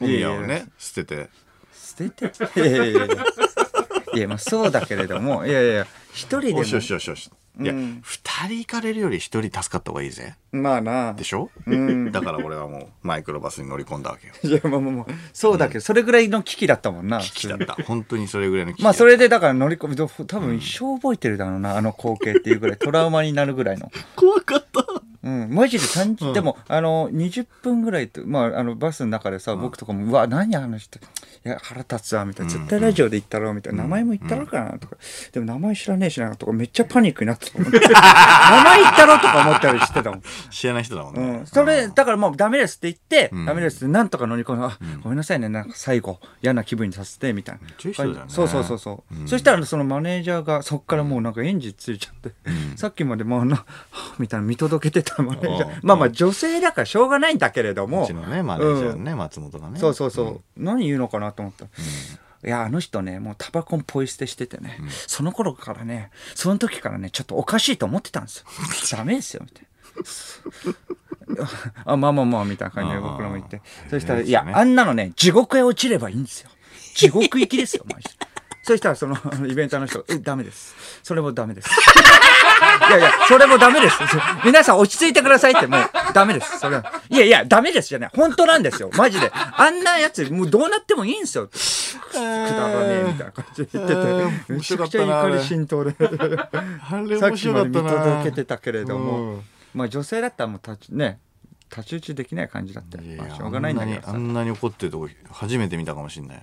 Speaker 1: 小宮を
Speaker 2: いやい
Speaker 1: ね捨てて
Speaker 2: 捨てていやいやいやいやいやまあそうだけれどもいやいやいや一人でも
Speaker 1: よしよしよしよし、いや
Speaker 2: うん
Speaker 1: 二人行かれるより一人助かった方がいいぜ
Speaker 2: まあな
Speaker 1: でしょ、
Speaker 2: ん
Speaker 1: だから俺はもうマイクロバスに乗り込んだ わけよ
Speaker 2: いやまあまあまあそうだけど、それぐらいの危機だったもんな
Speaker 1: 危機だった本当にそれぐらいの危機
Speaker 2: まあそれでだから乗り込みど多分一生覚えてるだろうなあの光景っていうぐらいトラウマになるぐらいの
Speaker 1: 怖かった
Speaker 2: うん、マジで30、でも、あの、20分ぐらいと、まあ、あの、バスの中でさ、僕とかも、うわ、何あの人、いや、腹立つわ、みたいな、絶対ラジオで言ったろ、みたいな、名前も言ったろかな、とか、でも名前知らねえしな、とか、めっちゃパニックになってたもん名前言ったろとか思ったりしてたもん。
Speaker 1: 知らない人だもんね、
Speaker 2: うん、それ、だからもうダメですって言って、ダメですって、なんとか乗り込んで、あ、ごめんなさいね、なんか最後、嫌な気分にさせて、みたいな。
Speaker 1: ちゃいい人だよね
Speaker 2: そうそうそうそう、そしたら、そのマネージャーが、そっからもうなんかエンジンついちゃって、さっきまでもうな、はぁ みたいな見届けてたマネージャー。
Speaker 1: うん
Speaker 2: まあまあ、女性だからしょうがないんだけれど
Speaker 1: う
Speaker 2: も
Speaker 1: ち、のねマネージャーのね、松本がね
Speaker 2: そうそうそう、何言うのかなと思った、いやあの人ねもうタバコンポイ捨てしててね、その頃からねその時からねちょっとおかしいと思ってたん ですよダメですよみたいな。あまあまあまあみたいな感じで僕らも言ってそしたら、
Speaker 1: いい
Speaker 2: い
Speaker 1: ですね
Speaker 2: やあんなのね地獄へ落ちればいいんですよ地獄行 きですよマジでそしたらそのあのイベントの人「えダメですそれもダメですいやいや、それもダメです。そ皆さん落ち着いてくださいって、もうダメです。それは。いやいや、ダメですじゃない。本当なんですよ。マジで。あんなやつ、もうどうなってもいいんですよ。くだらねえみたいな感じで言って
Speaker 1: え
Speaker 2: て。
Speaker 1: ー
Speaker 2: め
Speaker 1: 面
Speaker 2: ち
Speaker 1: 白
Speaker 2: ゃ
Speaker 1: か
Speaker 2: く
Speaker 1: っ
Speaker 2: ちゃ
Speaker 1: たな
Speaker 2: 怒り浸透で。
Speaker 1: あれ
Speaker 2: さっ
Speaker 1: 面
Speaker 2: き
Speaker 1: 白
Speaker 2: ま
Speaker 1: かっ
Speaker 2: で見
Speaker 1: たな
Speaker 2: 届けてたけれども、
Speaker 1: うん
Speaker 2: まあ女性だったらもう立ちね太刀打ちできない感じだって、
Speaker 1: いや
Speaker 2: まあ、しょうがないんだけど
Speaker 1: あんな
Speaker 2: さ
Speaker 1: にあんなに怒ってるとこ初めて見たかもしれない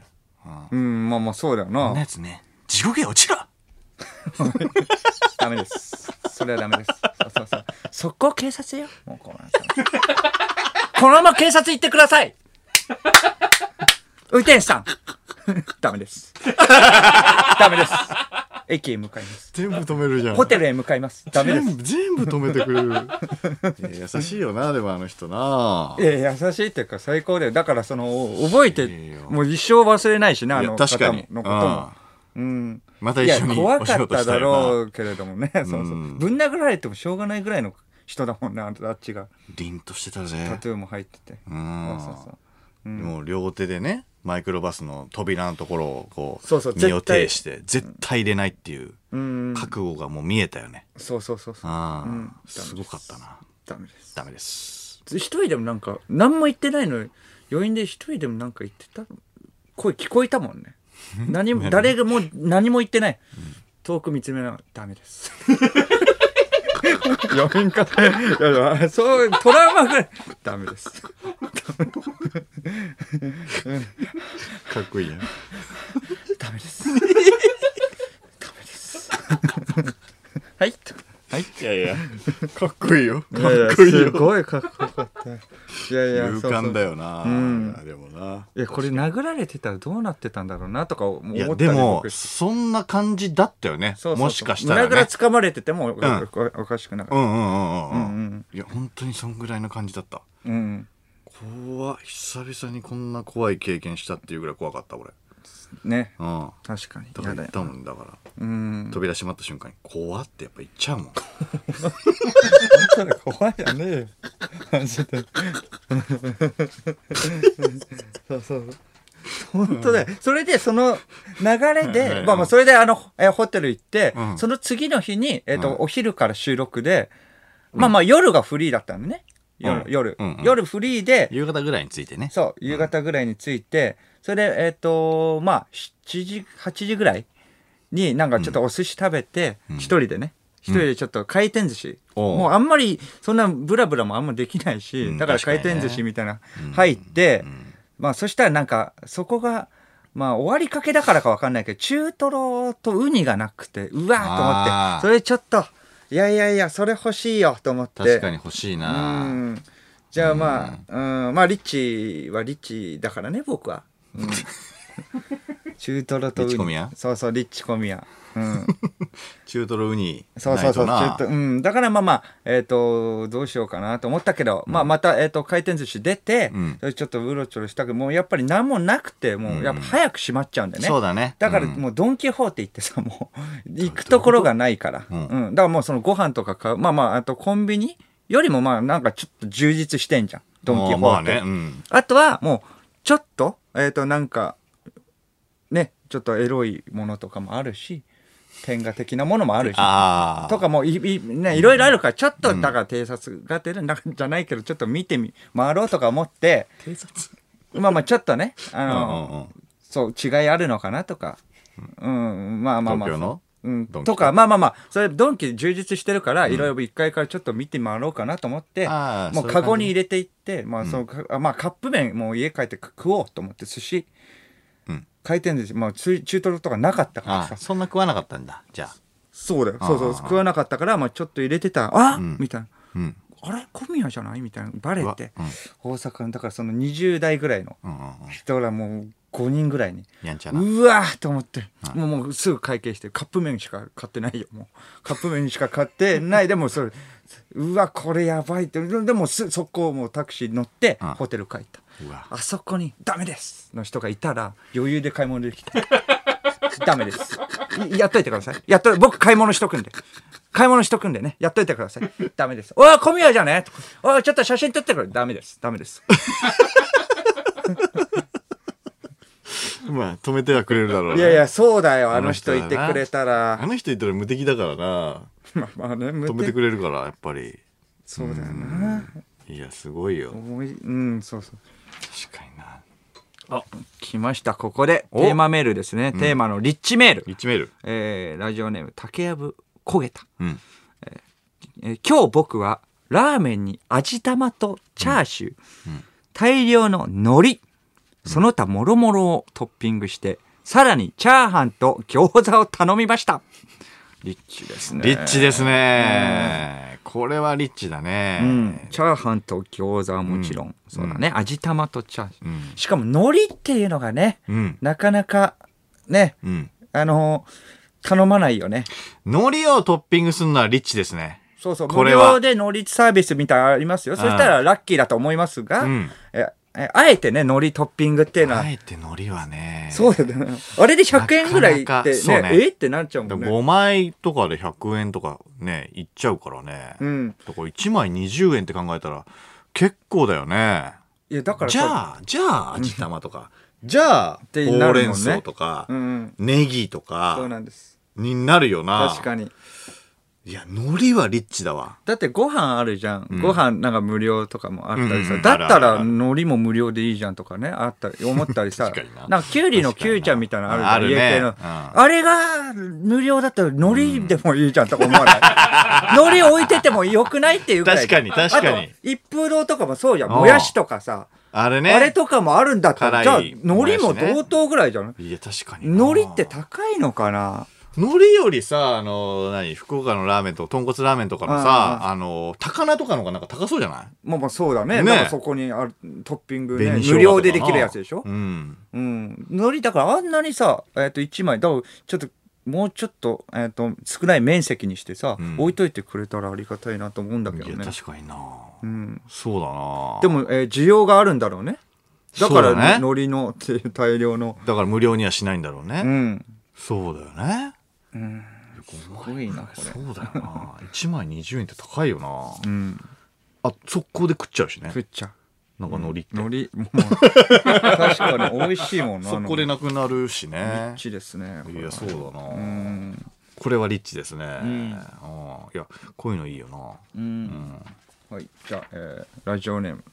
Speaker 2: うんまあまあそうだよ
Speaker 1: あんな
Speaker 2: な
Speaker 1: やつね地獄へ落ちろ
Speaker 2: ダメですそれはダメですそうそうそう速攻警察よもうこうなんですよこのまま警察行ってください運転手さん ダメですダメです駅へ向かいます
Speaker 1: 全部止めるじゃん
Speaker 2: ホテルへ向かいますダメです
Speaker 1: 全部全部止めてくれる いや優しいよなでもあの人ない
Speaker 2: や優しいっていうか最高だよだからその覚えて
Speaker 1: いや
Speaker 2: もう一生忘れないしなあ
Speaker 1: い
Speaker 2: の
Speaker 1: や
Speaker 2: 方
Speaker 1: 確かに
Speaker 2: のこともうん
Speaker 1: また
Speaker 2: い
Speaker 1: 一
Speaker 2: や
Speaker 1: 緒に
Speaker 2: 怖
Speaker 1: お仕
Speaker 2: かっ
Speaker 1: 事
Speaker 2: た
Speaker 1: した
Speaker 2: だ
Speaker 1: いな
Speaker 2: ろうけれどもねそうそう
Speaker 1: うん
Speaker 2: ぶん殴られてもしょうがないぐらいの人だもんねあっちが
Speaker 1: 凛としてた
Speaker 2: タ
Speaker 1: ぜ
Speaker 2: トゥーも入ってて
Speaker 1: うん
Speaker 2: そうそうそううん
Speaker 1: もう両手でねマイクロバスの扉のところをこう
Speaker 2: そうそう
Speaker 1: 身を
Speaker 2: 絶対
Speaker 1: 挺して絶対入れないっていう
Speaker 2: うん
Speaker 1: 覚悟がもう見えたよね
Speaker 2: そうそうそうそう
Speaker 1: ああ、
Speaker 2: うん
Speaker 1: すごかったな
Speaker 2: ダメです
Speaker 1: ダメ です
Speaker 2: 一人でもなんか何も言ってないのに余韻で一人でもなんか言ってた声聞こえたもん ね何も誰がもう何も言ってない、遠く見つめながらダメです余韻かいやいやそうトラウマぐらいダメです
Speaker 1: かっこいいやん
Speaker 2: ダメですダメですはい
Speaker 1: はいいやいやかっこいいよ
Speaker 2: い
Speaker 1: か
Speaker 2: やいや
Speaker 1: っこいい
Speaker 2: す
Speaker 1: よ
Speaker 2: ごいかっこよかったいやいや
Speaker 1: 勇敢だ
Speaker 2: よ
Speaker 1: よな
Speaker 2: うん
Speaker 1: いやでもない
Speaker 2: やこれ殴られてたらどうなってたんだろうなとか思った
Speaker 1: い
Speaker 2: り
Speaker 1: やでも
Speaker 2: 僕
Speaker 1: そんな感じだったよね
Speaker 2: そうそうそう
Speaker 1: もしかしたら
Speaker 2: 胸ぐら
Speaker 1: ね
Speaker 2: つかまれててもお,、
Speaker 1: ん
Speaker 2: おかしくな
Speaker 1: う
Speaker 2: かっ
Speaker 1: んうんうんう、
Speaker 2: た。うん
Speaker 1: うん、
Speaker 2: ん
Speaker 1: いや本当にそんぐらいの感じだった
Speaker 2: うんうん。
Speaker 1: 怖い久々にこんな怖い経験したっていうぐらい怖かった俺
Speaker 2: ね。
Speaker 1: うん
Speaker 2: 確かに。
Speaker 1: だから言
Speaker 2: やだ
Speaker 1: っ
Speaker 2: よ
Speaker 1: たもんだから
Speaker 2: うん。
Speaker 1: 扉閉まった瞬間に「怖っ」ってやっぱ言っちゃうもん
Speaker 2: 本当だ怖いよね。マジで。そうそう。本当だよ。それで、その流れ
Speaker 1: うんう
Speaker 2: で、
Speaker 1: ん
Speaker 2: まあまあ、それで、あの、えホテル行って
Speaker 1: う、ん
Speaker 2: その次の日に、えっ
Speaker 1: うん
Speaker 2: と、お昼から収録で、まあまあ、夜がフリーだったのね。夜、
Speaker 1: うん
Speaker 2: 夜
Speaker 1: うんうん。
Speaker 2: 夜フリーで、
Speaker 1: 夕方ぐらいについてね
Speaker 2: そう、夕方ぐらいに着いて、それで、えっ、とまあ、7時、8時ぐらいになんかちょっとお寿司食べて、一、人でね、一人でちょっと回転寿司。
Speaker 1: おう
Speaker 2: もうあんまり、そんなブラブラもあんまできないし、
Speaker 1: うん
Speaker 2: だから回
Speaker 1: 確かにね
Speaker 2: 転寿司みたいな、入って、まあ、そしたらなんか、そこが、まあ、終わりかけだからかわかんないけど、中トロとウニがなくて、うわーと思
Speaker 1: あ
Speaker 2: っ
Speaker 1: ー
Speaker 2: て、それちょっと、いやいやいや、それ欲しいよと思って。
Speaker 1: 確かに欲しいうなん
Speaker 2: じゃあまあ、うん、まあリッチはリッチだからね、僕は。 うん、中トロとウニ
Speaker 1: リッチ小宮
Speaker 2: そうそう、リッチ小宮。 うん、
Speaker 1: 中トロウニ
Speaker 2: そうそうそう、
Speaker 1: ない
Speaker 2: 中
Speaker 1: と
Speaker 2: トロ
Speaker 1: な
Speaker 2: うん、だからまあまあ、えっ、と、どうしようかなと思ったけど、まあまた、えっ、と、回転寿司出て、
Speaker 1: うん
Speaker 2: それちょっとうろちょろしたけど、もうやっぱり何もなくて、もうやっぱ早く閉まっちゃうんだよね。
Speaker 1: そうだね
Speaker 2: だから
Speaker 1: うん
Speaker 2: もうドン・キホーテ行ってさ、もう行くところがないから。う
Speaker 1: うんん。
Speaker 2: だからもうそのご飯とか買う。まあまあ、あとコンビニよりもまあなんかちょっと充実してんじゃん。ドン・キホ
Speaker 1: まあ
Speaker 2: ーテ。
Speaker 1: ねうん
Speaker 2: あとはもうちょっと、えっ、となんか、ね、ちょっとエロいものとかもあるし、天下的なものもあるし。
Speaker 1: ああ
Speaker 2: とかもいい,、ね、いろいろあるから、ちょっと、だから偵察が出るんじゃないけど、ちょっと見てみ、回ろうとか思って、
Speaker 1: 偵察
Speaker 2: まあまあちょっとね、あ
Speaker 1: う
Speaker 2: の、
Speaker 1: んうんうん
Speaker 2: そう違いあるのかなとか、うん、まあまあまあ
Speaker 1: 東京の
Speaker 2: うん、
Speaker 1: ドンキ
Speaker 2: とかまあまあまあそれドンキ充実してるからいろいろ1階からちょっと見て回ろうかなと思って、
Speaker 1: あー
Speaker 2: も
Speaker 1: そう
Speaker 2: う
Speaker 1: いう
Speaker 2: カ
Speaker 1: 感じ
Speaker 2: ゴに入れていって、まあそのかあまあ、カップ麺もう家帰って食おうと思って寿司、
Speaker 1: うん
Speaker 2: 回転寿司、まあ、中中トロとかなかったから
Speaker 1: あ
Speaker 2: さ
Speaker 1: あそんな食わなかったんだじゃあ
Speaker 2: そうだよそうそう
Speaker 1: あー
Speaker 2: 食わなかったから、まあ、ちょっと入れてたらあ、
Speaker 1: ん
Speaker 2: みたいな
Speaker 1: うん
Speaker 2: あれ小宮じゃないみたいなバレて、
Speaker 1: うわ
Speaker 2: 大阪のだからその20代ぐらいの
Speaker 1: うんうんうん
Speaker 2: 人らもう5人ぐらいに。
Speaker 1: やんちゃな
Speaker 2: うわーと思って、もうもうすぐ会計してカップ麺しか買ってないよもうカップ麺しか買ってないでもそれうわこれやばいってでもす速攻もうタクシー乗って
Speaker 1: うん
Speaker 2: ホテル帰った
Speaker 1: うわ
Speaker 2: あそこに「ダメです」の人がいたら余裕で買い物できて 「ダメです」いやっといてくださいやっと僕買い物しとくんで買い物しとくんでねやっといてくださいダメです「おい小宮じゃね?」おいちょっと写真撮ってくれ」「ダメですダ メです」
Speaker 1: まあ止めてはくれるだろう
Speaker 2: い
Speaker 1: ね
Speaker 2: やいやそうだよあの人
Speaker 1: あ
Speaker 2: い
Speaker 1: の人
Speaker 2: て
Speaker 1: だな
Speaker 2: くれたら
Speaker 1: あの人いたら無敵だからな
Speaker 2: まあまあね、無
Speaker 1: 止めて
Speaker 2: 敵。
Speaker 1: くれるからやっぱり
Speaker 2: そうだよな。
Speaker 1: いやすごいよ
Speaker 2: 思い、うん、そうそう。
Speaker 1: 確かにな
Speaker 2: 来ました。ここで、テーマメールですね。テーマのリッチメール。
Speaker 1: 1メール
Speaker 2: えーラジオネーム、竹やぶ焦げた。
Speaker 1: うん
Speaker 2: えー今日僕はラーメンに味玉とチャーシュー、大量の海苔その他もろもろをトッピングしてさらにチャーハンと餃子を頼みましたリッチですね
Speaker 1: リッチですねこれはリッチだね
Speaker 2: うん、チャーハンと餃子はもちろん、そうだね味玉とチャーシュー、
Speaker 1: うん
Speaker 2: しかも海苔っていうのがね
Speaker 1: うん
Speaker 2: なかなかね
Speaker 1: うん
Speaker 2: あの頼まないよね
Speaker 1: 海苔をトッピングするのはリッチですね
Speaker 2: そうそう、
Speaker 1: こ
Speaker 2: 無
Speaker 1: れは
Speaker 2: 料で乗りサービスみたいなのありますよ。そしたらラッキーだと思いますが、
Speaker 1: うん
Speaker 2: ええあえてね、乗りトッピングっていうのは、
Speaker 1: あえて海苔はね
Speaker 2: そうだよね。あれで100円ぐらいって
Speaker 1: な
Speaker 2: ね、
Speaker 1: かなかそうね
Speaker 2: えってなっちゃうもんね。
Speaker 1: 5枚とかで100円とかねいっちゃうからね、
Speaker 2: うん。
Speaker 1: だから1枚20円って考えたら結構だよね
Speaker 2: いや、だから
Speaker 1: じ
Speaker 2: あ、
Speaker 1: ゃあじゃあ味玉とかじゃあ
Speaker 2: て
Speaker 1: ほ
Speaker 2: な
Speaker 1: う
Speaker 2: る
Speaker 1: れ
Speaker 2: もんね
Speaker 1: ん草とか、
Speaker 2: うん。
Speaker 1: ネギと
Speaker 2: そう
Speaker 1: か
Speaker 2: なんです。
Speaker 1: になるよな
Speaker 2: 確かに。
Speaker 1: いや海苔はリッチだわ
Speaker 2: だってご飯あるじゃん。ご飯なんか無料とかもあったり
Speaker 1: う
Speaker 2: さ。
Speaker 1: ん
Speaker 2: だっ
Speaker 1: あ
Speaker 2: た
Speaker 1: るある
Speaker 2: ら海苔も無料でいいじゃんとかね、あったり、思ったりさ。
Speaker 1: 確かにな
Speaker 2: なんかキュウリのキュウちゃんみたいなのあるじゃん。
Speaker 1: あるね
Speaker 2: 家系の
Speaker 1: うん
Speaker 2: あれが無料だったら海苔でもいいじゃんとか思わない。 海苔置いててもよくないっていうくらい。
Speaker 1: 確かに確かに
Speaker 2: あと一風堂とかもそうじゃん。
Speaker 1: うん
Speaker 2: もやしとかさ。
Speaker 1: あれね
Speaker 2: あれとかもあるんだったら、じゃあ
Speaker 1: 辛い
Speaker 2: 海苔も同等ぐらいじゃない
Speaker 1: いや確かにな
Speaker 2: 海苔って高いのかな
Speaker 1: 海苔よりさあの何福岡のラーメンと豚骨ラーメンとかのさ
Speaker 2: う
Speaker 1: あの高菜とかの方がなんか高そうじゃない
Speaker 2: まあまあそうだね。
Speaker 1: ね
Speaker 2: なんかそこにあるトッピングね。
Speaker 1: 紅生姜とかな
Speaker 2: 無料でできるやつでしょ
Speaker 1: うん
Speaker 2: うん。海苔だからあんなにさ、えっ、と、1枚、だからちょっと、もうちょっと、えっ、と、少ない面積にしてさ、
Speaker 1: うん
Speaker 2: 置いといてくれたらありがたいなと思うんだ
Speaker 1: い
Speaker 2: けど
Speaker 1: や
Speaker 2: ね。
Speaker 1: 確かにな
Speaker 2: うん。
Speaker 1: そうだな
Speaker 2: でも、えー需要があるんだろうね。だから、
Speaker 1: そうだね
Speaker 2: 海苔のっていう大量の。
Speaker 1: だから無料にはしないんだろうね、
Speaker 2: うん。
Speaker 1: そうだよね
Speaker 2: すごいな、これ。
Speaker 1: そうだよな1枚20円って高いよな
Speaker 2: うん。
Speaker 1: あ速攻で食っちゃうしね
Speaker 2: 食っちゃう。
Speaker 1: なんか海苔って
Speaker 2: 海苔、 もう、確かに美味しいもんな。
Speaker 1: 速攻で
Speaker 2: リッ
Speaker 1: なくなるしね
Speaker 2: チですね。これ
Speaker 1: いやそうだな、
Speaker 2: うん。
Speaker 1: これはリッチですね、うんん、いやこういうのいいよな
Speaker 2: うん。はい、じゃあ、えーラジオネーム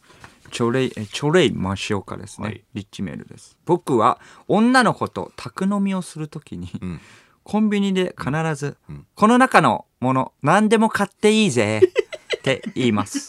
Speaker 2: チョレイえチョレイマシオカですね、
Speaker 1: はい
Speaker 2: リッチメールです僕は女の子と宅飲みをするときに、
Speaker 1: ん
Speaker 2: コンビニで必ず、
Speaker 1: うん
Speaker 2: この中のもの何でも買っていいぜ」って言 います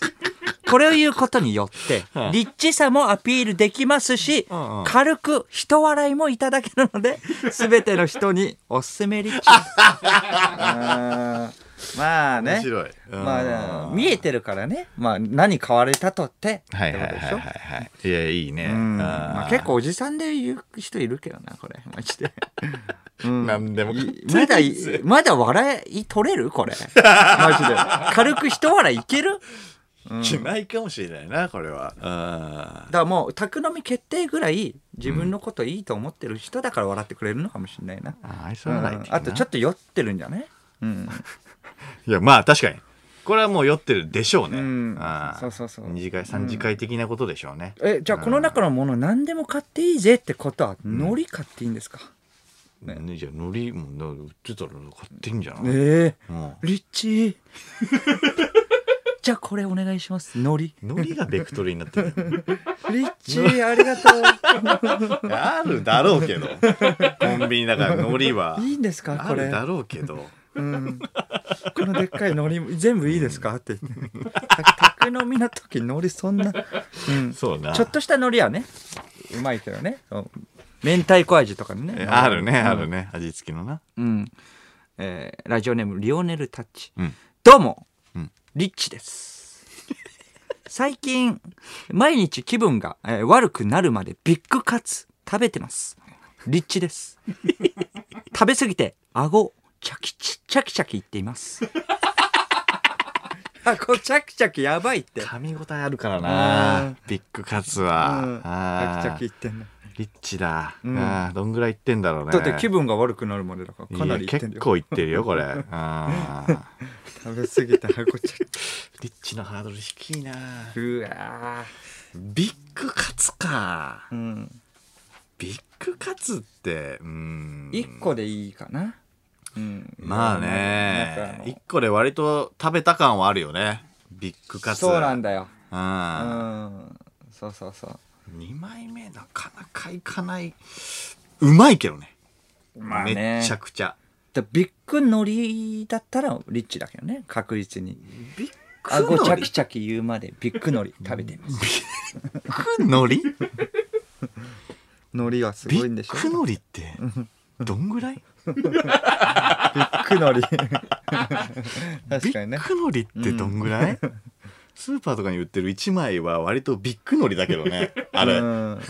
Speaker 2: これを言うことによって
Speaker 1: はい
Speaker 2: リッチさもアピールできますし、
Speaker 1: うんうん
Speaker 2: 軽く人笑いもいただけるので全ての人におすすめリッチ あーまあね
Speaker 1: 面白い、うん
Speaker 2: まあ、見えてるからね、まあ、何買われたとってって
Speaker 1: はい
Speaker 2: こ
Speaker 1: はい
Speaker 2: と
Speaker 1: はい
Speaker 2: で
Speaker 1: は
Speaker 2: し
Speaker 1: い
Speaker 2: ょ。
Speaker 1: はいいやいいね、
Speaker 2: うんま
Speaker 1: あ
Speaker 2: あ、
Speaker 1: ー
Speaker 2: 結構おじさんで言う人いるけどなこれ マジで、うん
Speaker 1: なんでも買っ
Speaker 2: まだいまだ笑い取れる これマジで軽く一笑いいける
Speaker 1: てないかもしれないなこれはあ
Speaker 2: だからもう宅飲み決定ぐらい自分のこといいと思ってる人だから笑ってくれるのかもしれないな、
Speaker 1: あ
Speaker 2: う
Speaker 1: そうなん
Speaker 2: ん、あとちょっと酔ってるんじゃないうん、
Speaker 1: いやまあ確かにこれはもう酔ってるでしょうね、
Speaker 2: うん
Speaker 1: あー
Speaker 2: そうそうそう
Speaker 1: 二次会三次会的なことでしょうね、
Speaker 2: えじゃあこの中のもの何でも買っていいぜってことは海苔買っていいんですか、
Speaker 1: ねじゃあ海苔も売ってたら買っていいんじゃない、
Speaker 2: ええ
Speaker 1: うん
Speaker 2: リッチ ーじゃあこれお願いします海苔
Speaker 1: 海苔がベクトルになってる
Speaker 2: リッチーありがと
Speaker 1: あるだろうけどコンビニだから海苔は
Speaker 2: ういいんですか
Speaker 1: あ
Speaker 2: これ
Speaker 1: るだろうけど
Speaker 2: うん、このでっかい海苔全部いいですかって言ってた宅飲みの時海苔そんな、うん、
Speaker 1: そうな
Speaker 2: ちょっとした海苔はねうまいけどねうん明太子味とかね
Speaker 1: えあるねあるね味付きのな
Speaker 2: うんえーラジオネームリオネルタッチ、
Speaker 1: うん
Speaker 2: どうも、
Speaker 1: うん
Speaker 2: リッチです最近毎日気分が、えー悪くなるまでビッグカツ食べてますリッチです食べ過ぎて顎チャキチチャキチャキいっています 顎チャキチャキやばいって
Speaker 1: 噛み応えあるから
Speaker 2: う
Speaker 1: なんビッグカツ
Speaker 2: うん
Speaker 1: は
Speaker 2: チャ
Speaker 1: あー
Speaker 2: キチャキいってんの
Speaker 1: リッチだ
Speaker 2: うん
Speaker 1: あーどんぐらいいってんだろうね
Speaker 2: だって気分が悪くなるまでだからかなりい
Speaker 1: い
Speaker 2: っ
Speaker 1: や
Speaker 2: てん
Speaker 1: 結
Speaker 2: だよ
Speaker 1: 構いってるよこれあ ー
Speaker 2: 食べ過ぎて顎チャキ
Speaker 1: リッチのハードル低いな
Speaker 2: うわ
Speaker 1: ビッグカツか
Speaker 2: ーうん
Speaker 1: ビッグカツってうーん
Speaker 2: 1個でいいかなうん
Speaker 1: まあ
Speaker 2: なんか
Speaker 1: ね一個で割と食べた感はあるよねビッグカツ
Speaker 2: そうなんだよ
Speaker 1: う
Speaker 2: うんんそうそうそう
Speaker 1: 2枚目なかなかいかないうまいけどね
Speaker 2: まあね
Speaker 1: めちゃくちゃ
Speaker 2: でビッグのりだったらリッチだけどね確実に
Speaker 1: ビッ
Speaker 2: 顎チャキ
Speaker 1: チ
Speaker 2: チャキ言うまでビッグのり食べてます
Speaker 1: ャのり
Speaker 2: のりはす
Speaker 1: ビ
Speaker 2: ごいんでしょ
Speaker 1: ッグのりってどんぐらい
Speaker 2: ビッグのり
Speaker 1: ビ
Speaker 2: 確かにね
Speaker 1: ッグのりってどんぐらいスーパーとかに売ってる1枚は割とビッグのりだけど ねあれ
Speaker 2: うん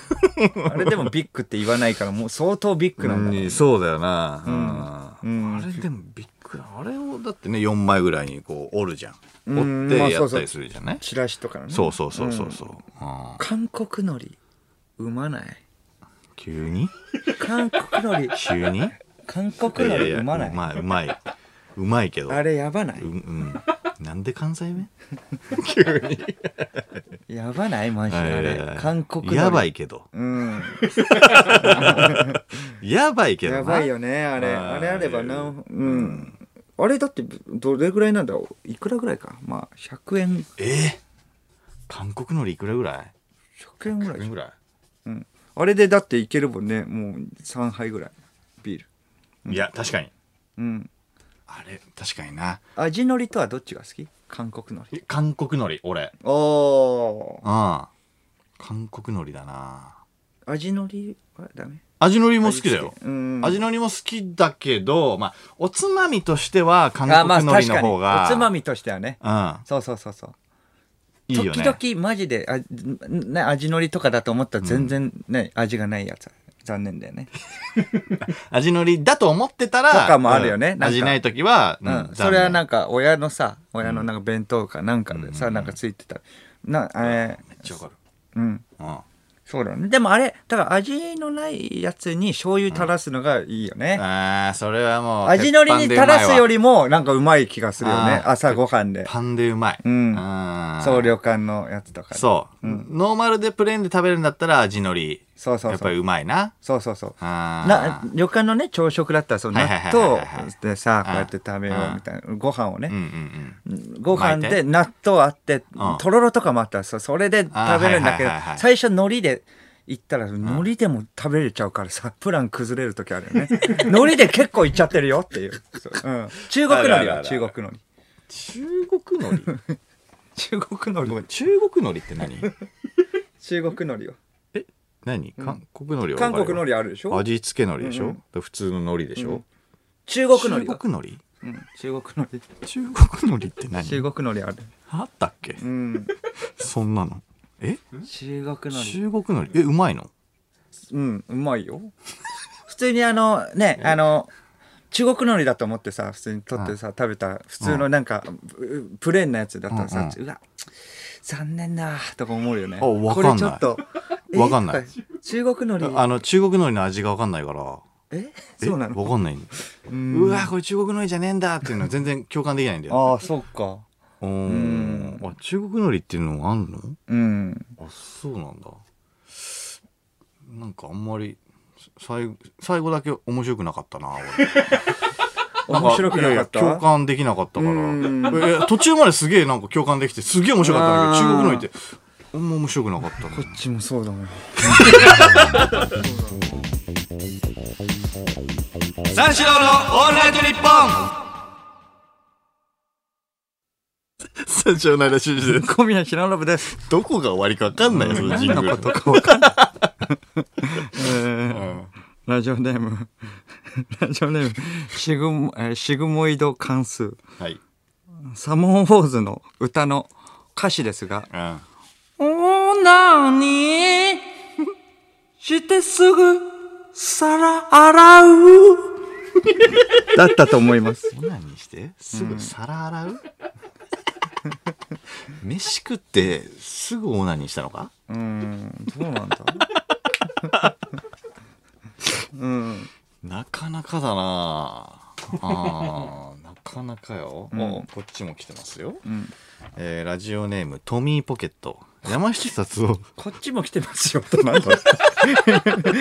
Speaker 2: あれでもビッグって言わないからもう相当ビッグなんだもん
Speaker 1: うんそうだよな、
Speaker 2: うんうん
Speaker 1: あれでもびっくりあれをだってね4枚ぐらいにこう折るじゃん
Speaker 2: うん
Speaker 1: 折っ
Speaker 2: まあ
Speaker 1: てや
Speaker 2: そう
Speaker 1: っ
Speaker 2: そう
Speaker 1: たりするじゃない、
Speaker 2: チラシとかのね
Speaker 1: そうそうそうそうそう、あー
Speaker 2: 韓国のりうまない
Speaker 1: 急に
Speaker 2: 韓国のり
Speaker 1: 急 にい
Speaker 2: 韓国の
Speaker 1: やい
Speaker 2: り
Speaker 1: や
Speaker 2: う
Speaker 1: う
Speaker 2: ま
Speaker 1: ま
Speaker 2: ない
Speaker 1: いいうまいうまいけど
Speaker 2: あれやばない
Speaker 1: うんうんなんで関西弁
Speaker 2: やばない マジであれ韓国のり
Speaker 1: やばいけど
Speaker 2: うん
Speaker 1: やばいけどな
Speaker 2: やばいよねあ
Speaker 1: は
Speaker 2: れ
Speaker 1: い
Speaker 2: あれあればなうんあれだってどれぐらいなんだろういくらぐらいかまあ100円
Speaker 1: えー韓国のりいくらぐら
Speaker 2: 100円ぐら
Speaker 1: い
Speaker 2: い、
Speaker 1: ぐらい
Speaker 2: うん、あれでだっていけるもんねもう3杯ぐらいビール
Speaker 1: いや確かに
Speaker 2: うん
Speaker 1: あれ確かにな
Speaker 2: 味のりとはどっちが好き韓国のり
Speaker 1: 韓国のり俺
Speaker 2: おー
Speaker 1: ああ韓国のりだな
Speaker 2: 味のりはダメ
Speaker 1: 味のりも好きだよ
Speaker 2: うん
Speaker 1: 味のりも好きだけど、まあ、おつまみとしては韓
Speaker 2: あまあ
Speaker 1: 国のり
Speaker 2: 確
Speaker 1: の
Speaker 2: かに
Speaker 1: 方が、
Speaker 2: おつまみとしてはねそうそうそうそう
Speaker 1: うん、いいよね
Speaker 2: 時々マジであ、ね、味のりとかだと思ったら全然、ね味がないやつは残念だよね
Speaker 1: 味のりだと思ってたら
Speaker 2: とかもあるよね
Speaker 1: うん
Speaker 2: なんか
Speaker 1: 味ない時は、
Speaker 2: う
Speaker 1: うん
Speaker 2: ん、それはなんんか親のさ親のなんか弁当かなんかでさ、なんかついてたなあれ
Speaker 1: めっちゃわかる、
Speaker 2: うん
Speaker 1: うん、
Speaker 2: そうだねでもあれだから味のないやつに醤油垂らすのがいいよね、
Speaker 1: あーそれはもう
Speaker 2: 味のりに垂らすよ
Speaker 1: り
Speaker 2: りもなんかうまい気がするよね
Speaker 1: あー
Speaker 2: 朝ごはんで
Speaker 1: パンでうまい、
Speaker 2: うん
Speaker 1: あー
Speaker 2: そう旅館のやつとかで
Speaker 1: そう、ノーマルでプレーンで食べるんだったら味のり
Speaker 2: そうそう
Speaker 1: やっ
Speaker 2: そ
Speaker 1: ぱ
Speaker 2: う
Speaker 1: りうまいな
Speaker 2: そうそうそう
Speaker 1: あー
Speaker 2: な旅館のね朝食だったらその
Speaker 1: はい
Speaker 2: 納
Speaker 1: はいはいはいは
Speaker 2: 豆
Speaker 1: い
Speaker 2: でさ
Speaker 1: う
Speaker 2: こ
Speaker 1: ん
Speaker 2: うやって食べようみたいなご飯を
Speaker 1: うんう
Speaker 2: ね
Speaker 1: んうん
Speaker 2: ご飯
Speaker 1: 巻い
Speaker 2: で
Speaker 1: て
Speaker 2: 納豆あって
Speaker 1: うん
Speaker 2: とろろとかもあったらさそれで食べるんだけど
Speaker 1: あはいはいはいはい
Speaker 2: 最初海苔で行ったら海苔でも食べれちゃうからさプラン崩れる時あるよね 海苔で結構いっちゃってるよっていうそううん中国海
Speaker 1: あ
Speaker 2: 苔
Speaker 1: るある
Speaker 2: は
Speaker 1: ある
Speaker 2: 中国海苔
Speaker 1: 中国のり
Speaker 2: 中国海
Speaker 1: ごめ
Speaker 2: 苔
Speaker 1: ん 中国のりって何
Speaker 2: 中国海苔よ
Speaker 1: 何韓国のりは
Speaker 2: 韓国海苔あるでしょ
Speaker 1: 味付けのりでしょ、
Speaker 2: うん
Speaker 1: 普通ののりでしょ、
Speaker 2: 中国海苔
Speaker 1: 中
Speaker 2: は
Speaker 1: 国のり
Speaker 2: うん中国海苔
Speaker 1: 中国のりって何
Speaker 2: 中国海苔ある
Speaker 1: あったっけ
Speaker 2: うん
Speaker 1: そんなのえ
Speaker 2: 中国海苔
Speaker 1: 中国のりえうまいの
Speaker 2: うん、うまいよ。 普通にあのね、あの、中国のりだと思ってさ、普通に取ってさ、食べた普通のなんか、うプレーンなやつだったらさ、
Speaker 1: う
Speaker 2: うわ、残念だとか思うよね。
Speaker 1: あわかんない
Speaker 2: これちょっと、え
Speaker 1: わかんない。
Speaker 2: 中国のり、
Speaker 1: あの中国のりの味が分かんないから
Speaker 2: え
Speaker 1: え
Speaker 2: そうなの
Speaker 1: 分かんない
Speaker 2: うん
Speaker 1: うわこれ中国のりじゃねえんだっていうのは全然共感できないんだよ
Speaker 2: ああ、そっか。
Speaker 1: うーんあ中国のりっていうのもあるの
Speaker 2: うん。
Speaker 1: あそうなんだなんかあんまり最後最後だけ面白くなかったな 俺
Speaker 2: 面白くなかっ
Speaker 1: いやいや
Speaker 2: た
Speaker 1: 共感できなかったか
Speaker 2: うん
Speaker 1: ら。いや途中まですげえなんか共感できて、すげえ面白かったんだけど、
Speaker 2: あー
Speaker 1: 中国のりって、あんま面白くなか ったな。
Speaker 2: こっちもそうだもん。
Speaker 1: 三四郎のオールナイトニッ ポン三四郎の話で
Speaker 2: 小宮白信です。
Speaker 1: どこが終わりか分かんないよ、その
Speaker 2: 何
Speaker 1: ジング
Speaker 2: の
Speaker 1: ル
Speaker 2: ことかわか んない。えー
Speaker 1: うん
Speaker 2: ラジオネーム、 ラジオネーム、シグモ、えーシグモイド関数。
Speaker 1: はい。
Speaker 2: サモンウォーズの歌の歌詞ですが、
Speaker 1: うん
Speaker 2: 女に してすぐ皿洗う。だったと思います。
Speaker 1: オナニーしてすぐ皿洗う 飯食ってすぐオナニーしたのか
Speaker 2: うーん、どうなんだうん、
Speaker 1: なかなかだなああーなかなかよ、
Speaker 2: ん
Speaker 1: おこっちも来てますよ、
Speaker 2: ん
Speaker 1: えーラジオネームトミーポケット、山下達夫
Speaker 2: こっち も来てますよ。 なんだ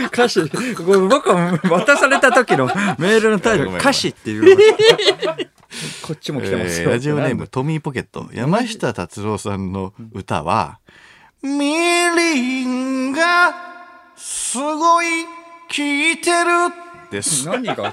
Speaker 2: 歌詞、これ僕は渡された時のメールのタイト
Speaker 1: ごめんごめん
Speaker 2: ル、歌詞っていう。こっちも来てます
Speaker 1: えー
Speaker 2: よ。
Speaker 1: ラジオネームトミーポケット山下達郎さんの歌は「みりんがすごい効いてる」です
Speaker 2: 何があった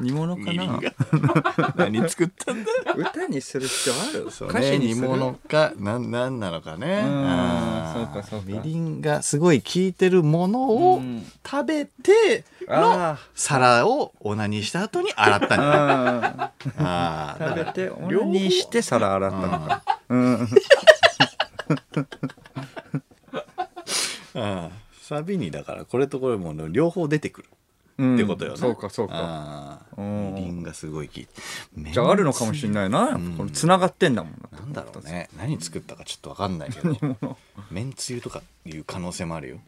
Speaker 2: 煮物か
Speaker 1: みりん
Speaker 2: な
Speaker 1: が 何作ったんだ
Speaker 2: 歌にする必要ある
Speaker 1: そう
Speaker 2: 歌詞
Speaker 1: ね
Speaker 2: に
Speaker 1: 煮
Speaker 2: する
Speaker 1: 物かなんなんなのかね
Speaker 2: ん
Speaker 1: あー
Speaker 2: そうかそうか
Speaker 1: みりんがすごい効いてるもの
Speaker 2: う
Speaker 1: を
Speaker 2: ん
Speaker 1: 食べての
Speaker 2: あー
Speaker 1: 皿をオナニーした後に洗ったんじゃない
Speaker 2: あ
Speaker 1: あー
Speaker 2: ー
Speaker 1: だから
Speaker 2: 食べてオナニーして皿洗ったのかうん
Speaker 1: うんサビにだからこれとこれもう両方出てくる
Speaker 2: うん
Speaker 1: ってことよね、
Speaker 2: そうかそうか
Speaker 1: か
Speaker 2: うん
Speaker 1: みりんがすごい効いて
Speaker 2: じゃああるのかもしれ
Speaker 1: い
Speaker 2: ないな
Speaker 1: うん
Speaker 2: この繋がってんだもん
Speaker 1: なんだろうね何作ったかちょっと分かんないけど めんつゆとかいう可能性もあるよ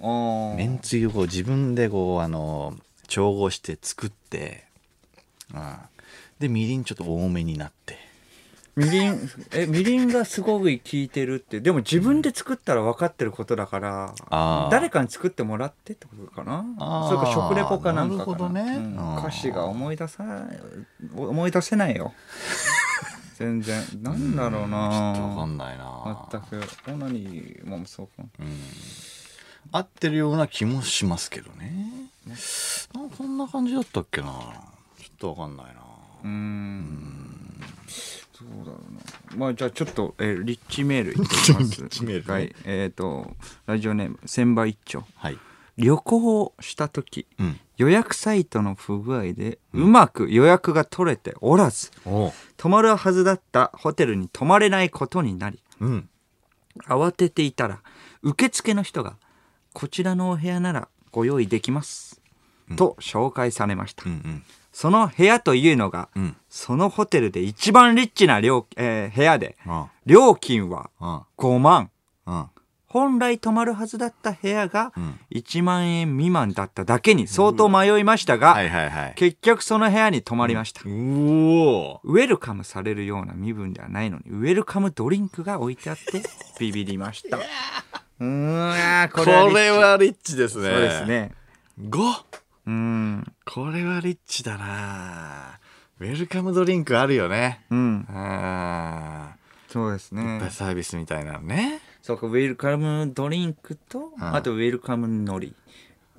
Speaker 2: あー
Speaker 1: めんつゆをこう自分でこうあの調合して作って、うん、でみりんちょっと多めになって
Speaker 2: みりんえみりんがすごい効いてるってでも自分で作ったら分かってることだから
Speaker 1: あー
Speaker 2: 誰かに作ってもらってってことかな
Speaker 1: あー
Speaker 2: それか食レポかなんかか
Speaker 1: なるほどね
Speaker 2: うん
Speaker 1: うん
Speaker 2: 歌詞が思い出さ ない思い出せないよ 全然なんだろう
Speaker 1: ちょっと分か
Speaker 2: なん
Speaker 1: ないな
Speaker 2: 全くオナニーもそうか
Speaker 1: 合ってるような気もしますけどねなんかそんな感じだったっけなちょっと分かんないな
Speaker 2: うーんそうだろうなまあじゃあちょっと、えーリッチメールいってみます
Speaker 1: リッチメールね
Speaker 2: はいえっ、とラジオネーム千葉一丁
Speaker 1: はい
Speaker 2: 旅行をした時
Speaker 1: うん
Speaker 2: 予約サイトの不具合でうまく予約が取れておらず、
Speaker 1: おう
Speaker 2: 泊まるはずだったホテルに泊まれないことになり
Speaker 1: うん
Speaker 2: 慌てていたら受付の人が「こちらのお部屋ならご用意できます」と紹介されました、
Speaker 1: うん
Speaker 2: その部屋というのが、
Speaker 1: うんうん
Speaker 2: そのホテルで一番リッチな料、えー部屋で
Speaker 1: あ
Speaker 2: 料金は
Speaker 1: あ
Speaker 2: 5万
Speaker 1: あ
Speaker 2: 本来泊まるはずだった部屋が
Speaker 1: うん
Speaker 2: 1万円未満だっただけに相当迷いましたが、
Speaker 1: はいはいはい
Speaker 2: 結局その部屋に泊まりました、
Speaker 1: うお
Speaker 2: ウェルカムされるような身分ではないのにウェルカムドリンクが置いてあってビビりました うーん
Speaker 1: これはリッチですね
Speaker 2: そうですね
Speaker 1: 5
Speaker 2: うん
Speaker 1: これはリッチだなウェルカムドリンクあるよね
Speaker 2: うん
Speaker 1: あ
Speaker 2: そうです
Speaker 1: あ
Speaker 2: ね
Speaker 1: サービスみたいなのね
Speaker 2: そうかウェルカムドリンクと
Speaker 1: ん
Speaker 2: あとウェルカムのり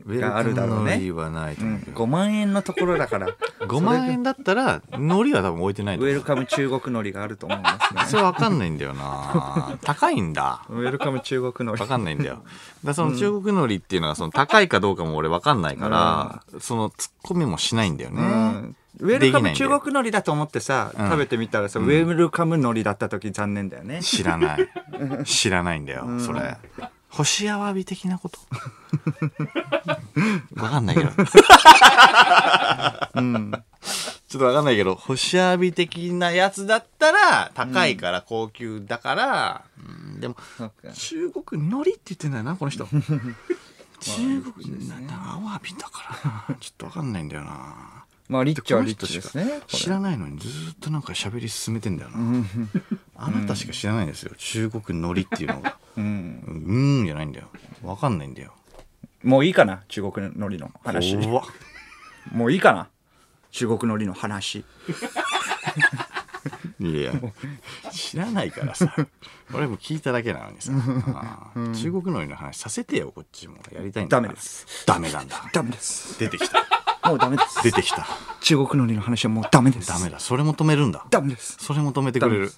Speaker 1: ウェル
Speaker 2: があ
Speaker 1: カム
Speaker 2: るだろうね
Speaker 1: のりはないと
Speaker 2: う
Speaker 1: 思
Speaker 2: ん
Speaker 1: うけど
Speaker 2: 5万円のところだから
Speaker 1: 5万円だったら海苔は多分置いてない
Speaker 2: ウ
Speaker 1: と
Speaker 2: ェ
Speaker 1: 思
Speaker 2: ル
Speaker 1: う
Speaker 2: カム中国のりがあると思います
Speaker 1: そ
Speaker 2: ね
Speaker 1: れわかんないんだよな高いんだ
Speaker 2: ウェルカム中国のり
Speaker 1: わかんないんだよだからその中国海苔っていうのはその高いかどうかも俺わかんないから、そのツッコミもしないんだよね、
Speaker 2: うんウェル
Speaker 1: できな
Speaker 2: カム
Speaker 1: いんだよ
Speaker 2: 中国のりだと思ってさ、
Speaker 1: うん
Speaker 2: 食べてみたらさ、ウェルカムのりだった時残念だよね。
Speaker 1: 知らない知らないんだよ、それ星あわび的なことわかんないけど、ちょっとわかんないけど星あわび的なやつだったら高いから高級だから、うんでも中国のりって言ってんだよなこの人中国なんだアワビだからなちょっとわかんないんだよな
Speaker 2: まあリッチはリッチですね。
Speaker 1: 知らないのにずーっとなんか喋り進めてんだよな、あなたしか知らないんですよ中国のりっていうのが
Speaker 2: うん、
Speaker 1: うーんじゃないんだよわかんないんだよ
Speaker 2: もういいかな中国のりの話。
Speaker 1: 怖っ
Speaker 2: もういいかな中国のりの話。
Speaker 1: いや知らないからさ俺も聞いただけなのにさ、あー中国のりの話させてよこっちもやりたいんだから
Speaker 2: ダメです
Speaker 1: ダメなんだ
Speaker 2: ダメです。
Speaker 1: 出てきた
Speaker 2: もうダメです。
Speaker 1: 出てきた
Speaker 2: 中国のりの話はもうダメです。
Speaker 1: ダメだそれも止めるんだ
Speaker 2: ダメです。
Speaker 1: それも止めてくれる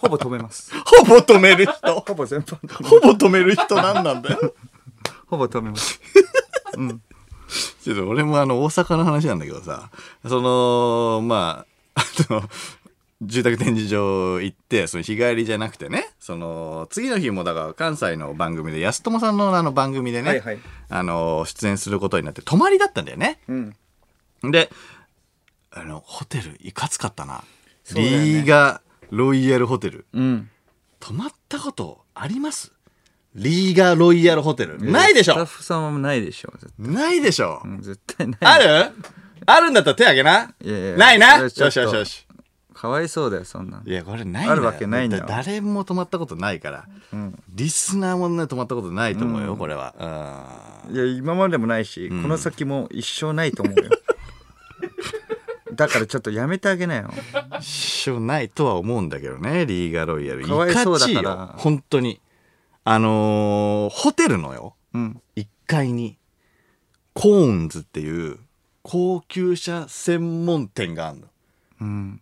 Speaker 2: ほぼ止めます。
Speaker 1: ほぼ止める人
Speaker 2: ほぼ全般。
Speaker 1: ほぼ止める人なんなんだよ
Speaker 2: ほぼ止めます。
Speaker 1: ちょっと俺もあの大阪の話なんだけどさそのまああの住宅展示場行ってその日帰りじゃなくてねその次の日もだから関西の番組で安友さんのあの番組でね、
Speaker 2: はいはい
Speaker 1: あの出演することになって泊まりだったんだよね。
Speaker 2: うん。
Speaker 1: であのホテルいかつかったな、
Speaker 2: そうだよね
Speaker 1: リーガロイヤルホテル
Speaker 2: うん。
Speaker 1: 泊まったことありますリーガロイヤルホテルないでし
Speaker 2: スタッ
Speaker 1: ょ
Speaker 2: フさんもないでしょ。絶
Speaker 1: ないでしょ、
Speaker 2: うん絶対ない。
Speaker 1: あるあるんだったら手あげな。
Speaker 2: いやいや
Speaker 1: ないな。
Speaker 2: それ
Speaker 1: よ
Speaker 2: ちょっ
Speaker 1: し
Speaker 2: と
Speaker 1: よしよし。
Speaker 2: かわいそうだよそんなん
Speaker 1: いやこれないんだよ
Speaker 2: あるわけないんだよ
Speaker 1: だ誰も泊まったことないから、リスナーもね泊まったことないと思うよ、これは、
Speaker 2: いや今までもないし、この先も一生ないと思 うよだからちょっとやめてあげなよ
Speaker 1: うん、一生ないとは思うんだけどねリーガロイヤル
Speaker 2: かわいそうだから
Speaker 1: いちいよ本当にあのーホテルのよ
Speaker 2: うん
Speaker 1: 1階にコーンズっていう高級車専門店があるの
Speaker 2: うん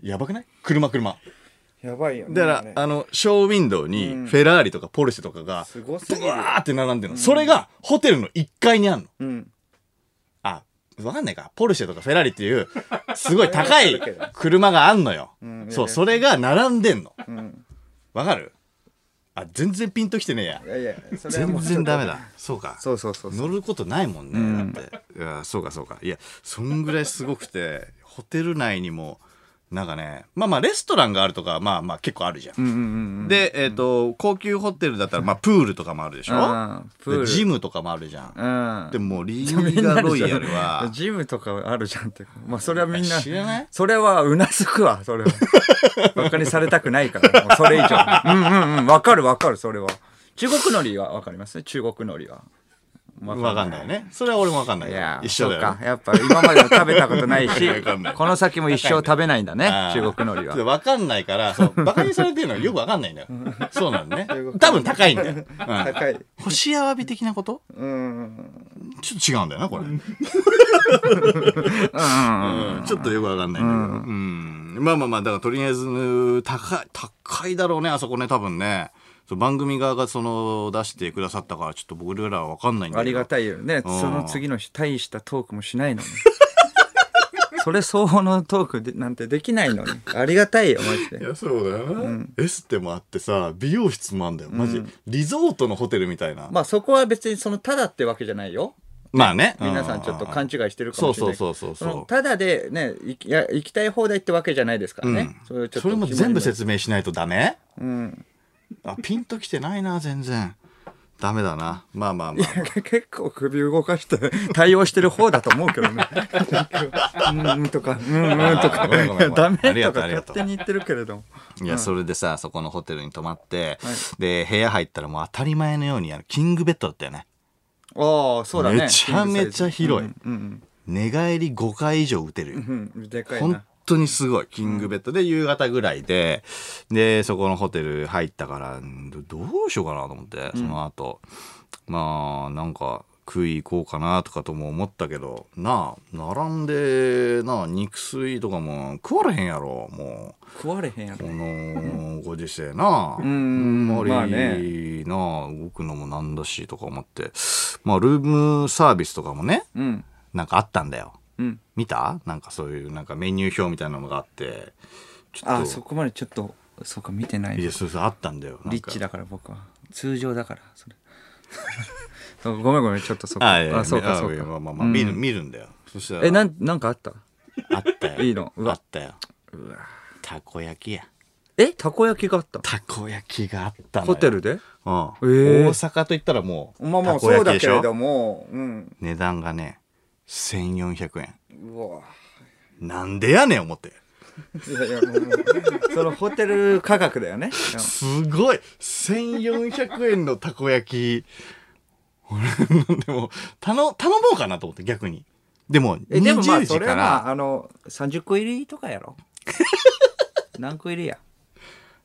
Speaker 1: やばくない車車
Speaker 2: やばいよね
Speaker 1: だから、
Speaker 2: あれ
Speaker 1: あのショーウィンドウにフェラーリとかポルシェとかが
Speaker 2: すごすぎ
Speaker 1: ブ
Speaker 2: る
Speaker 1: ワーって並んでるの、それがホテルの1階にあるの
Speaker 2: うん
Speaker 1: あ、わかんないか。ポルシェとかフェラーリって いう、すごい高い車があんのよ。
Speaker 2: ん
Speaker 1: そう、それが並んでんの。
Speaker 2: うん
Speaker 1: わかるあ、全然ピンときてねえや
Speaker 2: い。やいやそれはも
Speaker 1: 全然
Speaker 2: う
Speaker 1: ダメだ。そうか。
Speaker 2: そうそうそうそう
Speaker 1: 乗ることないもんね、だって。いや、そうかそうか。いや、そんぐらいすごくて、ホテル内にも、なんかね、まあまあ、レストランがあるとか、まあまあ結構あるじゃん。
Speaker 2: うんうんうんうん
Speaker 1: で、えっ、と、高級ホテルだったら、まあ、プールとかもあるでしょ
Speaker 2: うんプー
Speaker 1: で
Speaker 2: ル
Speaker 1: ジムとかもあるじゃん。
Speaker 2: うん
Speaker 1: でも、リーガロイヤル は、
Speaker 2: ジムとかあるじゃんってまあそれはみんな
Speaker 1: 知らない
Speaker 2: それはうなずくわそれはバカにされたくないからもうそれ以上うんうんうんわかるわかるそれは中国のりはわかります中国のりはわ
Speaker 1: わかんないね。それは俺もわかんない
Speaker 2: い
Speaker 1: よ
Speaker 2: や。
Speaker 1: 一緒だ
Speaker 2: そう
Speaker 1: よ
Speaker 2: か。やっぱ今までも食べたことない し
Speaker 1: わかんない
Speaker 2: この先も一生食べないんだね
Speaker 1: あー
Speaker 2: 中国のりは
Speaker 1: でわかんないから、そう、バカにされてるのはよくわかんないんだよ。そうなのね。多分高いんだよ。うん
Speaker 2: 高い
Speaker 1: 星あわび的なこと
Speaker 2: うん
Speaker 1: ちょっと違うんだよな、これ。うん
Speaker 2: うん
Speaker 1: ちょっとよくわかんないんだけど。うん。まあまあまあ、だからとりあえず、高い、高いだろうね、あそこね、多分ね。そう番組側がその出してくださったから、ちょっと僕らはわかんないんだ
Speaker 2: あ
Speaker 1: けど。
Speaker 2: りがたいよね。
Speaker 1: うん
Speaker 2: その次の日、大したトークもしないのに。 それ相応のトークでなんてできないのに。ありがたいよ、マジ
Speaker 1: い
Speaker 2: で。
Speaker 1: やそうだよな、エステもあってさ美容室もあんだよマジ、リゾートのホテルみたいなま
Speaker 2: まあそこは別にそのただってわけじゃないよ。
Speaker 1: あね
Speaker 2: 皆さんちょっと勘違いしてるかもしれないけ
Speaker 1: そ
Speaker 2: ど。
Speaker 1: うそうそうそうそう
Speaker 2: のただでね、行きいや行きたい放題ってわけじゃないですからね。
Speaker 1: うん
Speaker 2: それちょっと
Speaker 1: それも全部
Speaker 2: 決
Speaker 1: 説明しないとダメ
Speaker 2: まりない。
Speaker 1: あピンときてないな全然ダメだなまあまあまあ
Speaker 2: うん。 結構首動かして対応してる方だと思うけどね。 うんうんとか、うんうんと
Speaker 1: あ
Speaker 2: か
Speaker 1: ごめんごめんごめん、
Speaker 2: ダメ
Speaker 1: ありが
Speaker 2: と
Speaker 1: とう
Speaker 2: か
Speaker 1: ありが
Speaker 2: 勝
Speaker 1: とう
Speaker 2: 手に言ってるけれども。
Speaker 1: いやそれでさそこのホテルに泊まって、
Speaker 2: はい
Speaker 1: で部屋入ったらもう当たり前のようにあのキングベッドだったよね
Speaker 2: ああ、そうだね。
Speaker 1: めちゃめちゃ広い
Speaker 2: うんうんうん
Speaker 1: 寝返り5回以上打てるよ、
Speaker 2: うん、でかい
Speaker 1: 本
Speaker 2: な。
Speaker 1: 当にすごい。キングベッドで夕方ぐらいで、で、そこのホテル入ったから、んどどうしようかなと思って、その後。まあ、なんか、食い行こうかなとかとも思ったけど、なあ、並んで、なあ、肉水とかも食われへんやろ、もう。
Speaker 2: 食われへんやろ
Speaker 1: こ。のご時世なあ、あ
Speaker 2: ん
Speaker 1: んまり、
Speaker 2: まあね
Speaker 1: なあ動くのもなんだしとか思って、まあ、ルームサービスとかもね、
Speaker 2: うん。
Speaker 1: なんかあったんだよ。
Speaker 2: うん。
Speaker 1: 見たなんかそういうなんかメニュー表みたいなのがあってちょっと
Speaker 2: あ、そこまでちょっと、そうか、見てない
Speaker 1: い。やそうそうあったんだよなんか
Speaker 2: リッチだから僕は。通常だから、それ。 そうごめんごめん、ちょっとそこ。
Speaker 1: あいやいや
Speaker 2: あ、そうか、
Speaker 1: あ
Speaker 2: そう
Speaker 1: いやまあ
Speaker 2: か。
Speaker 1: まあまあ見る見るんだよそしたら
Speaker 2: え、なん、なんかあった
Speaker 1: あったよ
Speaker 2: いいのうわ
Speaker 1: あったよたこ焼きや
Speaker 2: え、たこ焼きがあった
Speaker 1: たこ焼きがあったのよ
Speaker 2: ホテルで
Speaker 1: うん
Speaker 2: ええ
Speaker 1: 大阪といったらもう
Speaker 2: まあま
Speaker 1: た
Speaker 2: あ、
Speaker 1: こ
Speaker 2: そう
Speaker 1: 焼き
Speaker 2: だ
Speaker 1: で
Speaker 2: け
Speaker 1: し
Speaker 2: れど
Speaker 1: ょ
Speaker 2: も、うん。
Speaker 1: 値段がね1400円
Speaker 2: うわ。
Speaker 1: なんでやねん思って
Speaker 2: いやいや、もう、もうそのホテル価格だ よね。
Speaker 1: すごい !1400 円のたこ焼き。俺、 でも、頼、頼もうかなと思って、逆に。でも、
Speaker 2: え、でも
Speaker 1: 20
Speaker 2: まあ、そ
Speaker 1: 時
Speaker 2: れは
Speaker 1: か
Speaker 2: まあ、
Speaker 1: ら、
Speaker 2: あの、30個入りとかやろ。 何個入りや。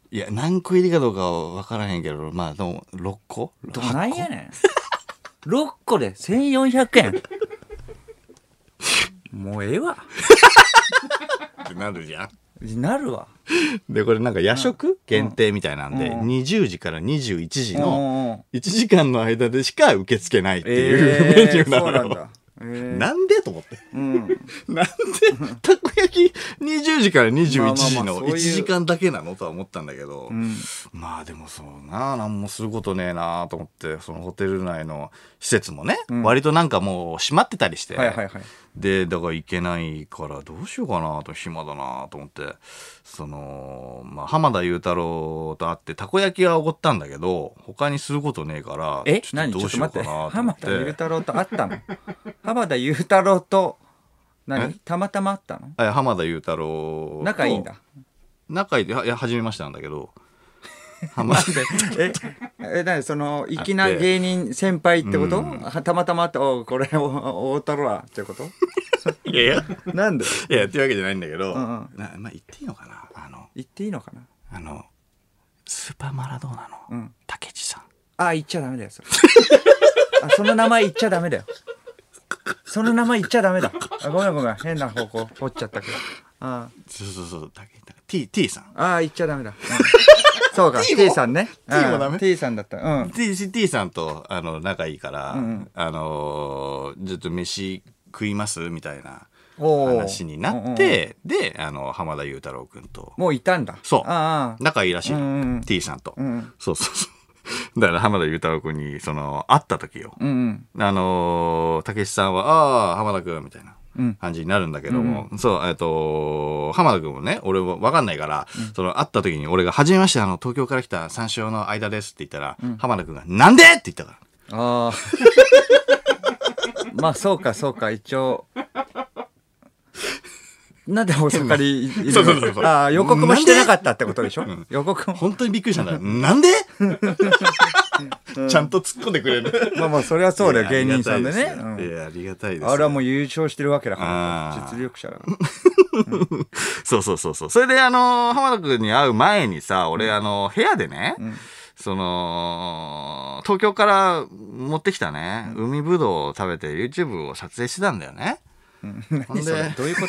Speaker 1: いや、何個入りかどうかは分からへんけど、まあ、でも、6個
Speaker 2: どないやねん。6個で1400円。もうええわ。
Speaker 1: ってなるじゃん。
Speaker 2: なるわ。
Speaker 1: で、これなんか夜食限定みたいなんで、
Speaker 2: うん
Speaker 1: 20時から21時の
Speaker 2: うん
Speaker 1: 1時間の間でしか受け付けないっていうメニ
Speaker 2: え
Speaker 1: ュ
Speaker 2: え
Speaker 1: ーな
Speaker 2: そ
Speaker 1: の
Speaker 2: うなん
Speaker 1: よ。
Speaker 2: だ。ええ
Speaker 1: なんでと思って。
Speaker 2: うん。
Speaker 1: なんで、たこ焼き20時から21時
Speaker 2: まあまあまあ
Speaker 1: の
Speaker 2: そういう
Speaker 1: 1時間だけなのとは思ったんだけど、
Speaker 2: うん
Speaker 1: まあでもそうな、なんもすることねえなと思って、そのホテル内の施設もね、
Speaker 2: ん
Speaker 1: 割となんかもう閉まってたりして、
Speaker 2: はいはいはい。
Speaker 1: で、だから行けないからどうしようかなと、暇だなと思って、その、まあ浜田雄太郎と会って、たこ焼きはおごったんだけど、他にすることねえから、
Speaker 2: え
Speaker 1: ちょっ
Speaker 2: 何
Speaker 1: と
Speaker 2: ち
Speaker 1: ど
Speaker 2: ょ
Speaker 1: う
Speaker 2: っと
Speaker 1: しようかな
Speaker 2: 待って。
Speaker 1: と思
Speaker 2: 浜
Speaker 1: って
Speaker 2: 田雄。太郎と会ったの浜田雄太郎と何
Speaker 1: え
Speaker 2: たまたまあったの
Speaker 1: え浜田雄太郎と
Speaker 2: 仲いいんだ。
Speaker 1: 仲いいっていや初めましてなんだけ ど浜田
Speaker 2: え、え、なにその、粋な芸人先輩ってこと、はたまたまあった、おうこれ、お、お太郎はってこと
Speaker 1: いやいや
Speaker 2: なんで
Speaker 1: いやっていうわけじゃないんだけど、
Speaker 2: んうん
Speaker 1: なまあ言っていいのかなあの
Speaker 2: 言っていいのかな
Speaker 1: あのスーパーマラドーナ
Speaker 2: う
Speaker 1: の
Speaker 2: ん
Speaker 1: 竹地さん、
Speaker 2: あ、言っちゃダメだよ、それ。あその名前言っちゃダメだよ。その名前言っちゃダメだ。あごめんごめん。変な方向、掘っちゃったけど。あ
Speaker 1: そうそうそう竹なんか T, T さん
Speaker 2: あ、言っちゃダメだ。うんそうか、
Speaker 1: T も
Speaker 2: T さんね。
Speaker 1: T もダメ
Speaker 2: うん T さんだった。うん。
Speaker 1: T, T さんとあの仲いいから、
Speaker 2: んうん
Speaker 1: あのーちょっと飯食いますみたいな
Speaker 2: おー
Speaker 1: 話になっ、て、であの浜田雄太郎君と
Speaker 2: うんうんもういたんだ。
Speaker 1: そう
Speaker 2: ああ。
Speaker 1: 仲いいらしいの、
Speaker 2: うんうん
Speaker 1: T さんと、
Speaker 2: うん
Speaker 1: そうそうそう だから浜田雄太郎君にその会った時よ、
Speaker 2: うんうん。
Speaker 1: あのー、たけしさんは、ああー、浜田くん、みたいな
Speaker 2: うん
Speaker 1: 感じになるんだけども、そう、えっと、浜田くんもね、俺もわかんないから、その、会った時に俺が、初めまして、あの、東京から来た三四郎の間ですって言ったら、浜田くんが、なんでって言ったから。
Speaker 2: ああ。 まあ、そうか、そうか、一応。なんで大阪にいるの
Speaker 1: そうそうそうそう
Speaker 2: ああ、予告もしてなかったってことでしょ、予告も。
Speaker 1: 本当にびっくりしたんだ。 なんでちゃんと突っ込んでくれる。
Speaker 2: まあまあ、それはそうだよ、
Speaker 1: いや
Speaker 2: 芸人さんでね。
Speaker 1: いや、ありがたいです
Speaker 2: う
Speaker 1: よ
Speaker 2: んあれはもう優勝してるわけだから
Speaker 1: あ、ー
Speaker 2: 実力者だか
Speaker 1: そうそうそうそう。それで、あのー浜田君に会う前にさ、俺、あのー部屋でね、その、東京から持ってきたね、海ぶどうを食べて YouTube を撮影してたんだよね。
Speaker 2: ら。
Speaker 1: ほん
Speaker 2: 何
Speaker 1: で
Speaker 2: それどういうこと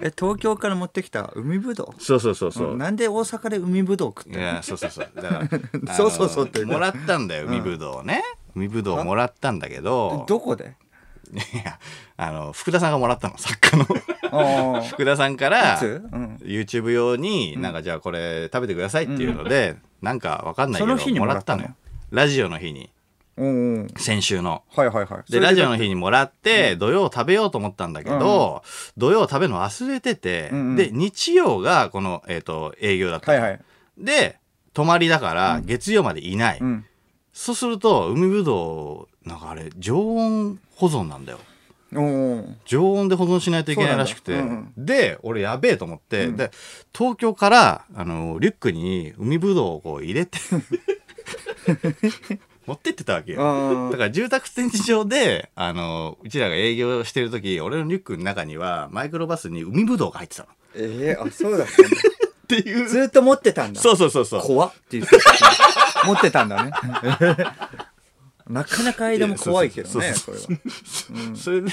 Speaker 2: え、東京から持ってきた海ぶど
Speaker 1: そうそうそうそう
Speaker 2: なんで大阪で海ぶどう食っ
Speaker 1: い
Speaker 2: てんの、
Speaker 1: や、そうそうそう。だから
Speaker 2: そうそうそうって
Speaker 1: あのーもらったんだよ、海ぶどうをね。海ぶどうをもらったんだけど、
Speaker 2: どこで
Speaker 1: いや、あの、福田さんがもらったの、作家 の。
Speaker 2: あ
Speaker 1: 福田さんから
Speaker 2: いつうん
Speaker 1: YouTube 用になんかじゃあこれ食べてくださいっていうので、なんかわかんないけ
Speaker 2: その日に
Speaker 1: ども
Speaker 2: もら
Speaker 1: ら
Speaker 2: っ
Speaker 1: ったた
Speaker 2: の
Speaker 1: のよラジオの日に
Speaker 2: あ。うん。
Speaker 1: 先週の
Speaker 2: はいはいはい。
Speaker 1: でラジオの
Speaker 2: 日。
Speaker 1: 日にもらって土曜食べようと思ったんだけど、土曜食べるの忘れてて、
Speaker 2: うんうん
Speaker 1: で日曜がこの、えー、と営業だった、
Speaker 2: はいはい。
Speaker 1: で泊まりだから月曜までいない、
Speaker 2: うん。
Speaker 1: そうすると海ぶどうなんかあれ常温保存なんだよ
Speaker 2: おー
Speaker 1: 常温で保存しないといけないらしくて、
Speaker 2: そうなんだ
Speaker 1: で俺やべえと思って、で東京からあのリュックに海ぶどうをこう入れ て持ってってたわけよ
Speaker 2: あ
Speaker 1: だから住宅展示場であのうちらが営業してる時俺のリュックの中にはマイクロバスに海ぶどうが入ってたのっ
Speaker 2: ええあ、そうだったんだ。
Speaker 1: て いう
Speaker 2: ずっと持ってたんだ。
Speaker 1: そうそうそうそう
Speaker 2: 怖 っって言ってた。持ってたんだね。なかなか間も怖いけど
Speaker 1: い
Speaker 2: ね
Speaker 1: や、
Speaker 2: こ
Speaker 1: そ
Speaker 2: れは。
Speaker 1: それで、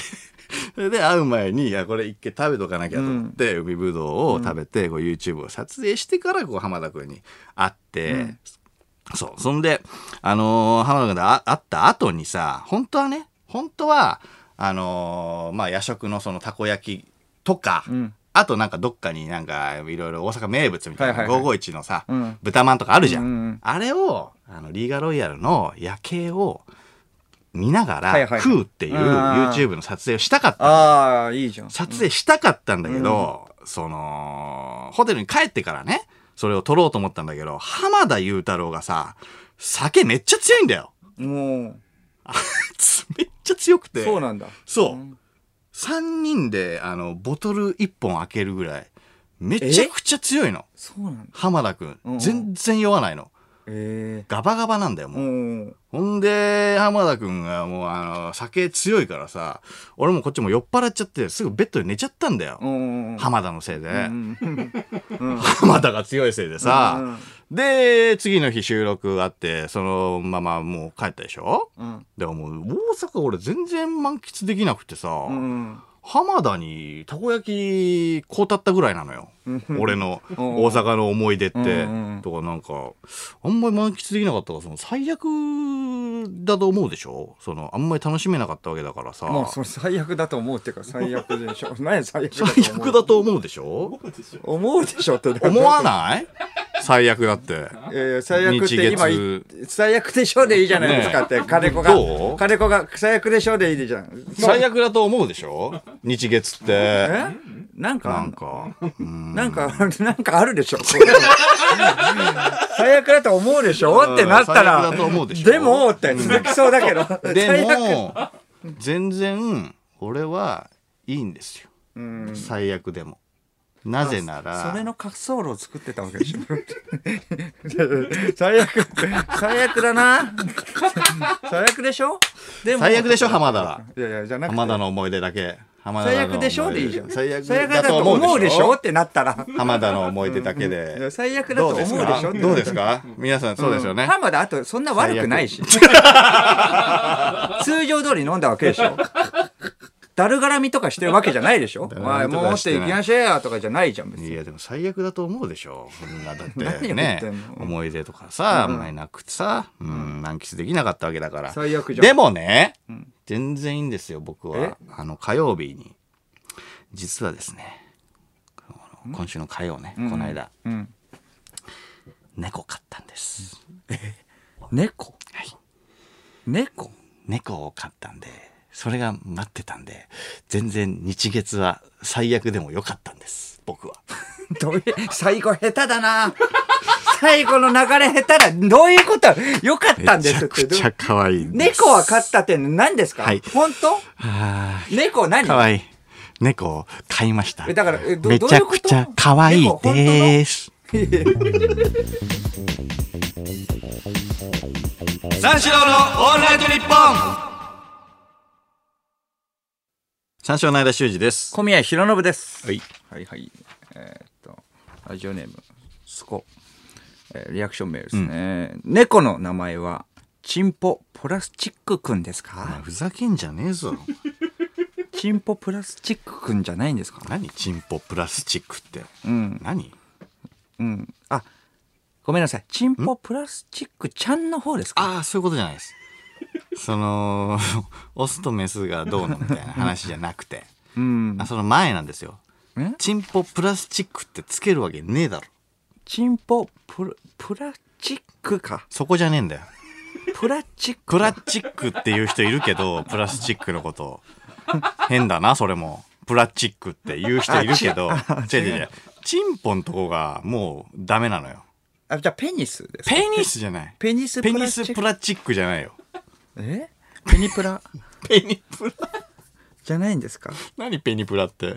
Speaker 1: それで会う前に、いや、これ一回食べとかなきゃと思って、海ぶどうを食べて、こう YouTube を撮影してから、こう浜田くんに会って、そう。そんで、あのー浜田くんとあ会った後にさ、本当はね、本当は、あのーまあ夜食のそのたこ焼きとか、
Speaker 2: ん
Speaker 1: あとなんかどっかになんかいろいろ大阪名物みたいな、
Speaker 2: はいはいは
Speaker 1: 551のさ、
Speaker 2: うん
Speaker 1: 豚まんとかあるじゃん。
Speaker 2: うんうん
Speaker 1: あれを、あの、リーガロイヤルの夜景を見なが
Speaker 2: はいはいは
Speaker 1: ら
Speaker 2: い
Speaker 1: 食うっていう
Speaker 2: うん
Speaker 1: YouTube の撮影をしたかった。
Speaker 2: ああ、いいじゃん。
Speaker 1: 撮影したかったんだけど、その、ホテルに帰ってからね、それを撮ろうと思ったんだけど、浜田雄太郎がさ、酒めっちゃ強いんだよ。
Speaker 2: もう、
Speaker 1: あつめっちゃ強くて。
Speaker 2: そうなんだ。
Speaker 1: そう
Speaker 2: うん
Speaker 1: 3人で、あの、ボトル1本開けるぐらい、めちゃくちゃ強いの。
Speaker 2: そうなんだ。
Speaker 1: 浜田く
Speaker 2: うんうん
Speaker 1: ん。全然酔わないの。
Speaker 2: え
Speaker 1: ガバガバなんだよ、
Speaker 2: え
Speaker 1: もう。
Speaker 2: もう、
Speaker 1: ほんで、浜田くんがもうあの、酒強いからさ、俺もこっちも酔っ払っちゃって、すぐベッドで寝ちゃったんだよ。
Speaker 2: うん。
Speaker 1: 浜田のせいで。
Speaker 2: うんうん
Speaker 1: 浜田が強いせいでさ。
Speaker 2: うん
Speaker 1: で、次の日収録あって、そのままもう帰ったでしょ
Speaker 2: うん
Speaker 1: でももう大阪俺全然満喫できなくてさ、
Speaker 2: うん。
Speaker 1: 浜田にたこ焼きこうたったぐらいなのよ。俺の大阪の思い出って。
Speaker 2: うんうん
Speaker 1: とかなんか、あんまり満喫できなかったから、その最悪だと思うでしょその、あんまり楽しめなかったわけだからさ。
Speaker 2: もう、それ最悪だと思うっていうか、最悪でしょ。何最悪だと思う
Speaker 1: 最悪だと思うでしょ
Speaker 2: 思うでしょって。
Speaker 1: 思わない最悪だって。
Speaker 2: えー、最悪っ
Speaker 1: 日
Speaker 2: て
Speaker 1: 月
Speaker 2: 今い最悪でしょうでいいじゃないですかって、金子が
Speaker 1: どう
Speaker 2: 金子が最悪でしょうでいいじゃん
Speaker 1: 最悪だと思うでしょ日月って。
Speaker 2: えなんかあ
Speaker 1: なんん
Speaker 2: の
Speaker 1: か、
Speaker 2: なんか なんかあるでしょ最悪だと思うでしょってなった
Speaker 1: 最
Speaker 2: ら
Speaker 1: 悪だと思うでしょ
Speaker 2: でもって続きそうだけど
Speaker 1: で
Speaker 2: 最悪
Speaker 1: も、全然、俺はいいんですよ、
Speaker 2: うん
Speaker 1: 最悪でもなぜなら
Speaker 2: それの滑走路を作ってたわけでしょ最悪最悪だな最悪でしょでも
Speaker 1: 最悪でしょ浜田はい
Speaker 2: やいやじゃなくて
Speaker 1: 浜田の思い出だけ浜田の
Speaker 2: 最
Speaker 1: 思
Speaker 2: 悪でしょでいいじゃん
Speaker 1: 最悪
Speaker 2: 最悪
Speaker 1: だ
Speaker 2: だ
Speaker 1: と
Speaker 2: と
Speaker 1: 思
Speaker 2: 思
Speaker 1: う
Speaker 2: う
Speaker 1: で
Speaker 2: で
Speaker 1: し
Speaker 2: しょ
Speaker 1: ょ
Speaker 2: ってなったら
Speaker 1: 浜田の思い出だけで
Speaker 2: 最悪だと
Speaker 1: ど
Speaker 2: 思
Speaker 1: う
Speaker 2: う
Speaker 1: で
Speaker 2: ですしょ
Speaker 1: か
Speaker 2: って
Speaker 1: どうですか皆さんそうですよね
Speaker 2: 浜田あとそんな悪 くないし通常通り飲んだわけでしょだるがらみとかしてるわけじゃない でしょお
Speaker 1: るがら
Speaker 2: 前
Speaker 1: みと
Speaker 2: も
Speaker 1: か
Speaker 2: う
Speaker 1: は
Speaker 2: っ
Speaker 1: して
Speaker 2: て
Speaker 1: ない
Speaker 2: いきましょうよとかじゃないじゃん別に
Speaker 1: いやでも最悪だと思うでしょそんなだって
Speaker 2: 何を言っ
Speaker 1: ね
Speaker 2: てんの
Speaker 1: 思い出とかさあんまりなくてさうん満喫できなかったわけだから
Speaker 2: 最悪じゃん
Speaker 1: でもね全然いいんですよ僕は
Speaker 2: え
Speaker 1: あの火曜日に実はですねこの今週の火曜ねこの間
Speaker 2: うん
Speaker 1: 猫飼ったんです
Speaker 2: 猫
Speaker 1: はい
Speaker 2: 猫
Speaker 1: 猫を飼ったんでそれが待ってたんで全然日月は最悪でも良かったんです僕は
Speaker 2: どういう最後下手だな最後の流れ下手だどういうことよかったんですってどう
Speaker 1: 可愛いんです
Speaker 2: 猫は飼ったって何ですか、
Speaker 1: はい
Speaker 2: 本当
Speaker 1: はあ
Speaker 2: 猫何
Speaker 1: 可愛い猫を飼いました
Speaker 2: えだからえど
Speaker 1: めちゃくちゃ可愛いです
Speaker 2: 三四郎のオールナイトニッポン
Speaker 1: 三章の間修二です
Speaker 2: 小宮弘信です、
Speaker 1: はい
Speaker 2: はいはいえーっとラジオネームスコ、えーリアクションメールですね、猫の名前はチンポプラスチックくんです
Speaker 1: お前
Speaker 2: か
Speaker 1: ふざけんじゃねえ ぞ
Speaker 2: チンポプラスチックくんじゃないんですか
Speaker 1: 何チンポプラスチックって
Speaker 2: うん
Speaker 1: 何
Speaker 2: うんあごめんなさいチンポプラスチックちゃんの方ですか
Speaker 1: ああそういうことじゃないですその オスとメスがどうのみたいな話じゃなくて
Speaker 2: うん
Speaker 1: あその前なんですよ
Speaker 2: え
Speaker 1: チンポプラスチックってつけるわけねえだろ
Speaker 2: チンポプラプラチックか
Speaker 1: そこじゃねえんだよ
Speaker 2: プラチック
Speaker 1: プラチックっていう人いるけ どプラスチックのこと変だなそれもプラチックって言う人いるけど違う違う違うチンポんとこがもうダメなのよ
Speaker 2: あじゃあペニスです
Speaker 1: ペニスじゃない
Speaker 2: ペニス
Speaker 1: ペ
Speaker 2: プラ
Speaker 1: ニ
Speaker 2: チッ
Speaker 1: ス
Speaker 2: ク
Speaker 1: プラチックじゃないよ
Speaker 2: えペニプラ
Speaker 1: ペニプラ
Speaker 2: じゃないんですか
Speaker 1: 何ペニプラって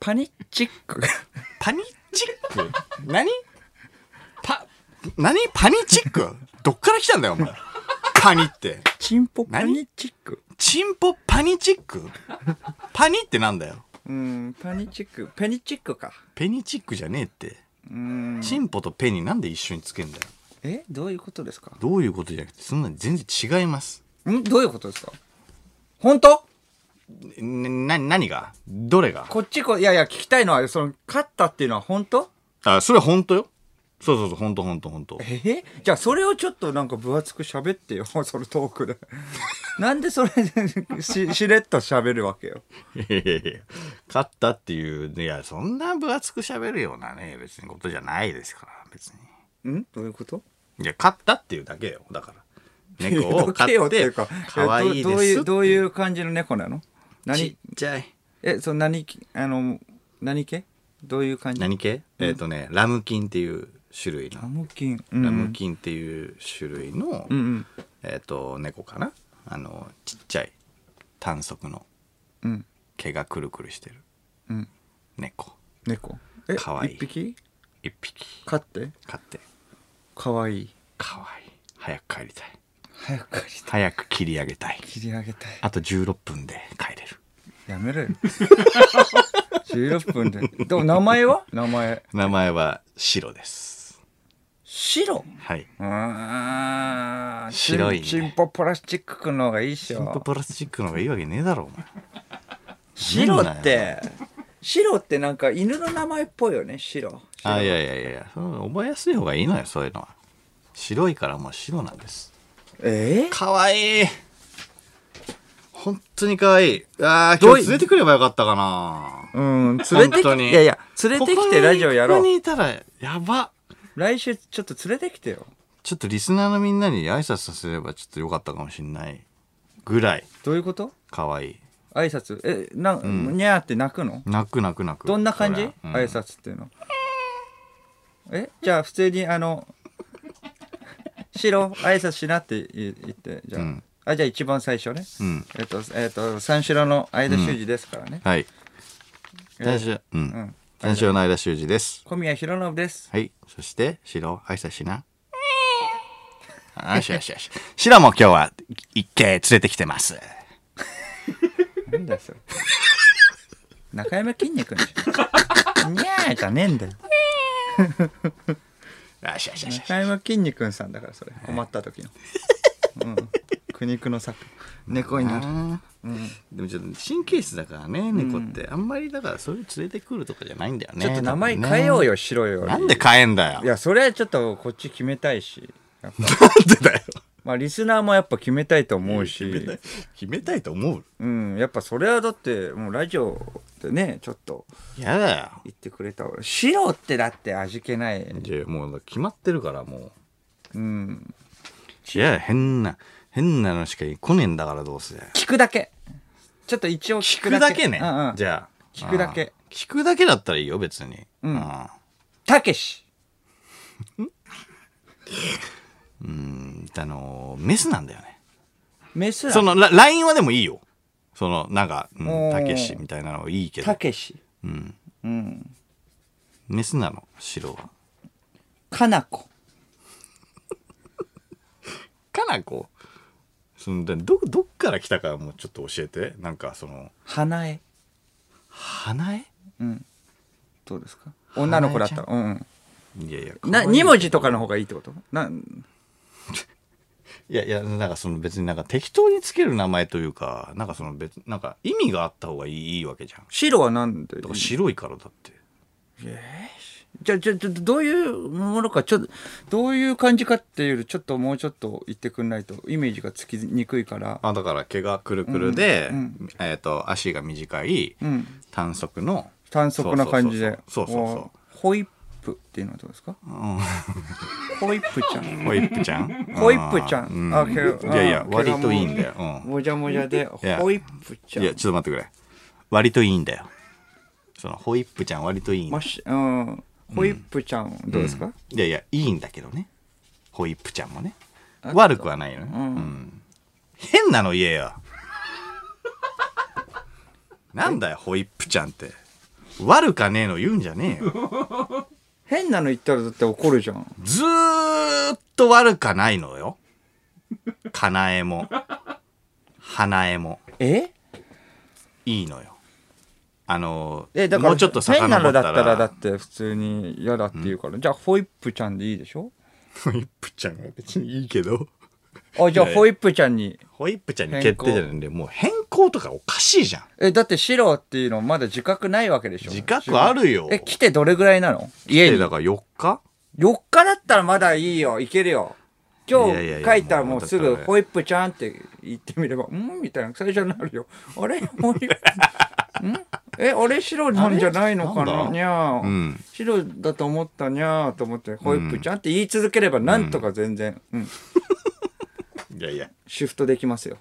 Speaker 2: パニチッ ク
Speaker 1: パニチック何パ何パニチックどっから来たんだよお前パニって
Speaker 2: チンポパ
Speaker 1: 何
Speaker 2: ニチック
Speaker 1: チンポパニチックパニってなんだよ
Speaker 2: うんパニチックペニチックか
Speaker 1: ペニチックじゃねえって
Speaker 2: うん
Speaker 1: チンポとペニなんで一緒につけんだよ
Speaker 2: えどういうことですか
Speaker 1: どういうことじゃなくてそんなの全然違います
Speaker 2: んどういうことですか本当
Speaker 1: ねな何がどれが
Speaker 2: こっちこいやいや聞きたいのはその勝ったっていうのは本当
Speaker 1: あそれは本当よそうそうそう本当本当本当
Speaker 2: えーじゃあそれをちょっとなんか分厚く喋ってよ そのトークでなんでそれで ししれっと喋るわけよ
Speaker 1: いやいやいや勝ったっていういやそんな分厚く喋るようなね別にことじゃないですから別に
Speaker 2: んどういうこと
Speaker 1: いや勝ったっていうだけよだから猫を飼
Speaker 2: どけ よ
Speaker 1: っ
Speaker 2: って
Speaker 1: て
Speaker 2: いうか
Speaker 1: 可愛い
Speaker 2: えどどうい
Speaker 1: です
Speaker 2: うどういう感じの猫なの
Speaker 1: ち
Speaker 2: 何
Speaker 1: っちゃい
Speaker 2: えその何きあの何系どういう感じ
Speaker 1: 何系、えっ、とねラムキンっていう種類の
Speaker 2: ラムキン、うん
Speaker 1: ラムキンっていう種類の、
Speaker 2: うんうん
Speaker 1: えっ、と猫かなあのちっちゃい短足の
Speaker 2: うん
Speaker 1: 毛がくるくるしてる
Speaker 2: うん
Speaker 1: 猫
Speaker 2: 猫え
Speaker 1: かわいい
Speaker 2: 一匹
Speaker 1: 一匹
Speaker 2: 飼って
Speaker 1: 飼って
Speaker 2: かわいい
Speaker 1: 可愛い早く帰りたい
Speaker 2: 早く帰りたい
Speaker 1: 早く切り上げたい
Speaker 2: 切り上げたい
Speaker 1: あと16分で帰れる
Speaker 2: やめろよ 16分ででも名前は名前
Speaker 1: 名前は白です
Speaker 2: 白
Speaker 1: はい
Speaker 2: うん
Speaker 1: 白いね
Speaker 2: チンポプラスチックくんの方がいいっし
Speaker 1: チンポ
Speaker 2: ょ
Speaker 1: プラスチックの方がいいわけねえだろお前
Speaker 2: 白って白ってなんか犬の名前っぽいよね白
Speaker 1: あいやいやいやいやその覚えやすい方がいいのよそういうのは白いからもう白なんです
Speaker 2: え
Speaker 1: 可愛い本当に可愛いあー今
Speaker 2: どうい
Speaker 1: 日連れてくればよかったかな
Speaker 2: うん連れて
Speaker 1: 本当
Speaker 2: き
Speaker 1: に
Speaker 2: ていやいや連れてきてラジオやろ
Speaker 1: こ
Speaker 2: う
Speaker 1: こにいたらやば
Speaker 2: 来週ちょっと連れてきてよ
Speaker 1: ちょっとリスナーのみんなに挨拶させればちょっとよかったかもしんないぐらい
Speaker 2: どういうこと
Speaker 1: 可愛い
Speaker 2: 挨拶えな、ん、にゃーって泣くの
Speaker 1: 泣く泣く泣く
Speaker 2: どんな感じ、
Speaker 1: そりゃうん
Speaker 2: 挨拶っていうのえじゃあ普通にあの「白挨拶しな」って言言ってじゃあ、
Speaker 1: うん
Speaker 2: あ、じゃあ一番最初ね。
Speaker 1: うん。
Speaker 2: えっと、えっと、三四郎の間修二ですからね。
Speaker 1: はい。
Speaker 2: えー
Speaker 1: 男子、う
Speaker 2: うんん。
Speaker 1: 男子の間修二です。
Speaker 2: 小宮浩信です。
Speaker 1: はい。そして、白、挨拶しな。あよしよしよし。白も今日は、一軒連れてきてます。
Speaker 2: なんだよそれ。中山筋肉に。 にゃーじゃねえんだよ。
Speaker 1: よしよしよしよし。
Speaker 2: 中山筋肉さんだから、それ。困った時の。うん。苦 肉の策。猫になる。
Speaker 1: あーでもちょっと神経質だからね、猫って。あんまりだからそれ連れてくるとかじゃないんだよね。
Speaker 2: ちょっと名前変えよう
Speaker 1: よ。
Speaker 2: よ、白より。
Speaker 1: なんで変えんだよ。
Speaker 2: いや、それはちょっとこっち決めたいし。やっぱ
Speaker 1: なんでだよ。
Speaker 2: まあ、リスナーもやっぱ決めたいと思う
Speaker 1: 決めた
Speaker 2: し
Speaker 1: い。、決めたいと思う
Speaker 2: うん、やっぱそれはだって、もうラジオでね、ちょっと
Speaker 1: いやだよ。
Speaker 2: 言ってくれた方が白ってだって味気ない。
Speaker 1: じゃあもう決まってるからも
Speaker 2: うん。
Speaker 1: う。いや、変な、変なのしか来ねえんだからどうせ。
Speaker 2: 聞くだけ。ちょっと一応聞
Speaker 1: 聞
Speaker 2: く
Speaker 1: く
Speaker 2: だ
Speaker 1: だ
Speaker 2: け。
Speaker 1: けね。
Speaker 2: うんうん。
Speaker 1: じゃあ。
Speaker 2: 聞くだけ
Speaker 1: あー。聞くだけだったらいいよ、別に。
Speaker 2: うん
Speaker 1: あ
Speaker 2: たけし。
Speaker 1: ーうん。あのー、メスなんだよね。
Speaker 2: メス
Speaker 1: そ
Speaker 2: なの
Speaker 1: の、ラ LINE はでもいいよ。その、なんか、うん
Speaker 2: おー
Speaker 1: たけしみたいなのはいいけ
Speaker 2: た
Speaker 1: ど。
Speaker 2: けし。
Speaker 1: うん。
Speaker 2: うん。
Speaker 1: メスなの、白は。
Speaker 2: かなこ。
Speaker 1: かなこその、でど、どっから来たかもうちょっと教えて。なんか、その、
Speaker 2: 花江。
Speaker 1: 花絵
Speaker 2: うん。どうですか女の子だったら。うん。
Speaker 1: いやいや、
Speaker 2: な、
Speaker 1: 可愛い
Speaker 2: 2文字とかの方がいいってことな、
Speaker 1: いやいや、なんかその別になんか適当につける名前というか、なんかその別、なんか意味があった方がいいいいわけじゃん。
Speaker 2: 白はなんで
Speaker 1: だから白いからだって。
Speaker 2: じゃあ、じゃあ、ちょっとどういうものか、ちょっと、どういう感じかっていうより、ちょっともうちょっと言ってくんないと、イメージがつきにくいから。
Speaker 1: あだから毛がくるくるで、
Speaker 2: うん
Speaker 1: えっ、と、足が短い
Speaker 2: うん。
Speaker 1: 短足の、
Speaker 2: 短足な感じで。
Speaker 1: そうそうそうそうそうそう
Speaker 2: おホイップっていうのはどうですかホイップちゃん。
Speaker 1: ホイップちゃん
Speaker 2: ホイップちゃん
Speaker 1: あーうん
Speaker 2: あ毛が
Speaker 1: いやいや
Speaker 2: あ、ー
Speaker 1: 割といいんだよ。うん
Speaker 2: もじゃもじゃで、
Speaker 1: いや
Speaker 2: ホイップちゃ
Speaker 1: いや、
Speaker 2: ん。
Speaker 1: ちょっと待ってくれ。割といいんだよ。その、ホイップちゃん割といいんだ
Speaker 2: ま
Speaker 1: よ。
Speaker 2: し、うん。ホイップちゃん、どうですか
Speaker 1: いやいや、いいんだけどね。ホイップちゃんもね。悪くはないよね。
Speaker 2: ん
Speaker 1: うん変なの言えよ。なんだよ、ホイップちゃんって。悪かねえの言うんじゃねえよ。
Speaker 2: 変なの言ったらだって怒るじゃん。
Speaker 1: ずーっと悪かないのよ。かなえも、花えも、
Speaker 2: え
Speaker 1: いいのよ。あの
Speaker 2: え、だから、
Speaker 1: もうちょっと遡
Speaker 2: 変なの
Speaker 1: っ
Speaker 2: だ
Speaker 1: た
Speaker 2: ったら、だ
Speaker 1: ら
Speaker 2: っ、て普通に嫌だって言うから。じゃあ、ホイップちゃんでいいでしょ
Speaker 1: ホイップちゃんは別にいいけど。
Speaker 2: あ、じゃ
Speaker 1: いや
Speaker 2: あ、
Speaker 1: いや
Speaker 2: ホイップちゃんに。
Speaker 1: ホイップちゃんに決定じゃないんで、もう変更とかおかしいじゃん。
Speaker 2: え、だって白っていうのまだ自覚ないわけでしょ
Speaker 1: 自覚あるよ。
Speaker 2: え、来てどれぐらいなの家
Speaker 1: え
Speaker 2: に。
Speaker 1: だから4日
Speaker 2: 4日だったらまだいいよ、いけるよ。今
Speaker 1: いやいやい
Speaker 2: 日
Speaker 1: や
Speaker 2: 書いたらもうす
Speaker 1: もう
Speaker 2: ぐ
Speaker 1: だから
Speaker 2: ホイップちゃんって言ってみれば、うんみたいな最初になるよ。あれホイップ。ん え、あれ白なんじゃないのか
Speaker 1: あれな
Speaker 2: なん
Speaker 1: だ
Speaker 2: にゃ
Speaker 1: う
Speaker 2: ー。
Speaker 1: ん。
Speaker 2: 白だと思ったにゃーと思って、ホイップちゃんって言い続ければなんとか全然、うん、
Speaker 1: いやいや。
Speaker 2: シフトできますよ。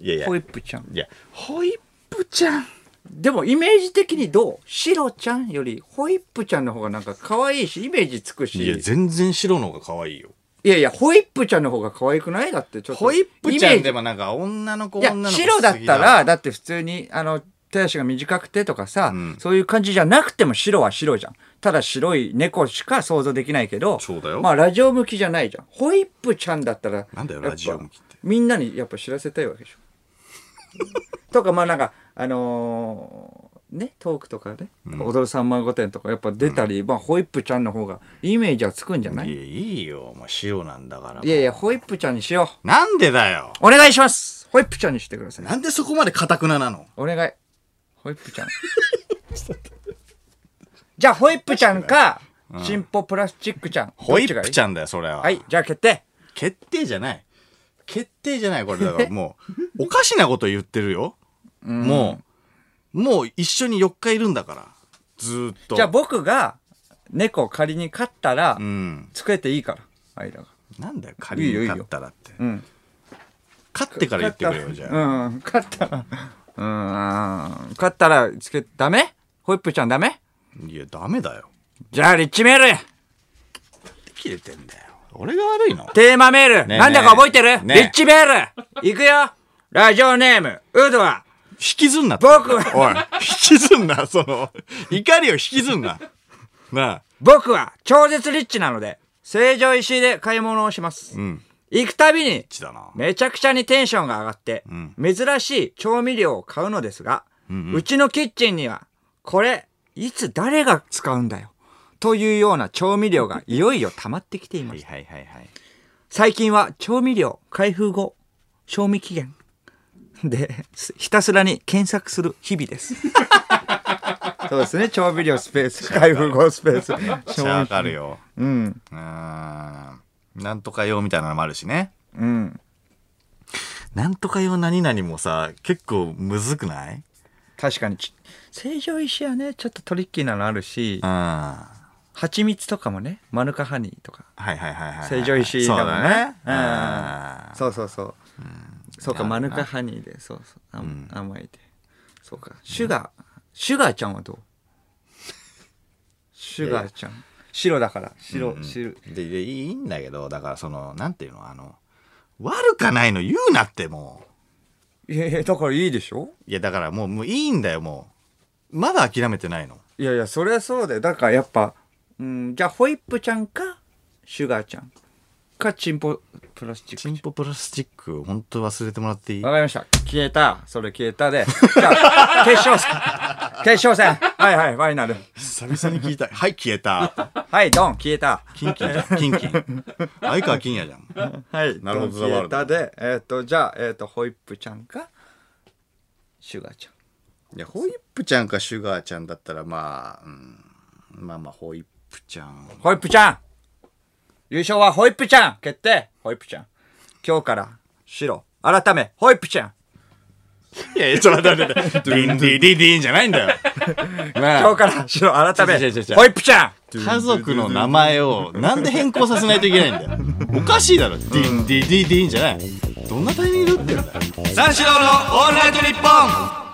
Speaker 1: いやいや。
Speaker 2: ホイ
Speaker 1: い
Speaker 2: ップちゃん。
Speaker 1: や、ホイップちゃん。
Speaker 2: でもイメージ的にどう白ちゃんよりホイップちゃんの方がなんか可愛いしイメージつくし
Speaker 1: いや、全然白の方が可愛いよ。
Speaker 2: いやいやホイップちゃんの方が可愛くないだってちょっと
Speaker 1: ホイップちゃ
Speaker 2: イメ
Speaker 1: ん
Speaker 2: ージ
Speaker 1: でもなんか女の子
Speaker 2: い
Speaker 1: 女
Speaker 2: や
Speaker 1: の子
Speaker 2: 白だった
Speaker 1: 好
Speaker 2: らだって普通にあの手足が短くてとかさ、
Speaker 1: うん
Speaker 2: そういう感じじゃなくても白は白じゃんただ白い猫しか想像できないけど
Speaker 1: そうだよ
Speaker 2: まあラジオ向きじゃないじゃんホイップちゃんだったら
Speaker 1: なんだよ
Speaker 2: やっぱ
Speaker 1: ラジオ向きって
Speaker 2: みんなにやっぱ知らせたいわけでしょ とかまあなんかあのーねトークとかね「踊るさんま御殿」とかやっぱ出たり、まあホイップちゃんの方がイメージはつくんじゃない
Speaker 1: きだ
Speaker 2: い
Speaker 1: いや、いいよ。もう白なんだから。
Speaker 2: やいやホイップちゃんにしよう
Speaker 1: なんでだよ。
Speaker 2: お願いしますホイップちゃんにしてください
Speaker 1: なんでそこまでかたくななの
Speaker 2: お願い。ホイッ プちゃん。じゃあ、ホイップちゃんか、チンポプラスチックちゃん。
Speaker 1: ホイップち
Speaker 2: ゃ
Speaker 1: ゃんだよ、それは。
Speaker 2: はい、じゃあ決定。
Speaker 1: 決定じゃない。決定じゃない、これ。だからもう、お かしなこと言ってるよ。もう、もう一緒に4日いるんだから。ずーっと。
Speaker 2: じゃあ僕が猫を仮に飼ったら
Speaker 1: う、ん。
Speaker 2: つけていいから、間が。
Speaker 1: なんだよ、仮に勝ったらって。
Speaker 2: うん。
Speaker 1: 勝ってから言ってくれよ、じゃあ。
Speaker 2: うん、飼ったら、うん、飼ったらつけ、ダメホイップちゃんダメ
Speaker 1: いや、ダメだよ。
Speaker 2: じゃあ、リッチメール
Speaker 1: 切れてんだよ。俺が悪いの
Speaker 2: テーマメール、
Speaker 1: ねえ
Speaker 2: なんだか覚えてる、
Speaker 1: ねえ
Speaker 2: リッチベールいくよラジオネーム、ウドは、
Speaker 1: 引きずんなって
Speaker 2: 僕は、
Speaker 1: おい引きずんなその怒りを引きずんななあ
Speaker 2: 僕は超絶リッチなので、成城石井で買い物をします。
Speaker 1: うん
Speaker 2: 行くたびに、
Speaker 1: ちだな
Speaker 2: めちゃくちゃにテンションが上がって、珍しい調味料を買うのですが、うちのキッチンには、これ、いつ誰が使うんだよ。というような調味料がいよいよ溜まってきていま
Speaker 1: は
Speaker 2: す
Speaker 1: い。はいはいはい
Speaker 2: 最近は調味料開封後賞味期限 でひひたすらに検索する日々です そうですね調味料スペース 開封後スペース
Speaker 1: じゃあわかるよ
Speaker 2: うん
Speaker 1: うーんなんとか用みたいなのもあるしね
Speaker 2: うん
Speaker 1: なんとか用何々もさ結構むずくない
Speaker 2: 確かにち成城石井はねちょっとトリッキーなのあるし
Speaker 1: うんは
Speaker 2: 蜂蜜とかもねマヌカハニーとか
Speaker 1: いはいはいはいはい
Speaker 2: 成城石井
Speaker 1: そ
Speaker 2: だ
Speaker 1: う
Speaker 2: もん
Speaker 1: だ
Speaker 2: ね
Speaker 1: ね
Speaker 2: うんそうそうそうそうか
Speaker 1: な
Speaker 2: マ
Speaker 1: る
Speaker 2: ヌ
Speaker 1: な
Speaker 2: カハニーでそうそうあ甘いでそうかシュガーシュガーちゃんはどうシュガーちゃん白だから白白
Speaker 1: うんででいいんだけどだからそのなんていうのあの悪かないの言うなってもう
Speaker 2: いやいやだからいいでしょ
Speaker 1: いやだからもうもういいんだよもうまだ諦めてないの
Speaker 2: いやいやそりゃそうだよだからやっぱうんじゃあホイップちゃんかシュガーちゃんかチンポプラスチック
Speaker 1: チンポプラスチック本当忘れてもらっていい
Speaker 2: わかりました。消えた。それ消えたで。じゃあ、 決勝戦。決勝戦。はいはい、ファイナル。
Speaker 1: 久々に聞いた はい消えた
Speaker 2: はい、ドン、消えた。
Speaker 1: キンキンじゃんキンキン相川金也じゃん
Speaker 2: はい、
Speaker 1: なるほど
Speaker 2: 消えたで、えっ、と、じゃあ、えっ、と、ホイップちゃんか、シュガーちゃん。
Speaker 1: いやホイップちゃんかシュガーちゃんだったらまあ、うん、まあまあホイップちゃん
Speaker 2: ホイップちゃん優勝はホイップちゃん決定ホイップちゃん。今日から、白。改め、ホイップちゃん。
Speaker 1: いやいやちょっと待って待ってディンディディディンじゃないんだよ
Speaker 2: 今日から、白。改め、
Speaker 1: 違う違う違う違う
Speaker 2: ホイップちゃん
Speaker 1: 家族の名前をなんで変更させないといけないんだよおかしいだろディンディディディンじゃないどんなタイミングで打ってるんだよ
Speaker 2: 三四郎のオールナイトニッポン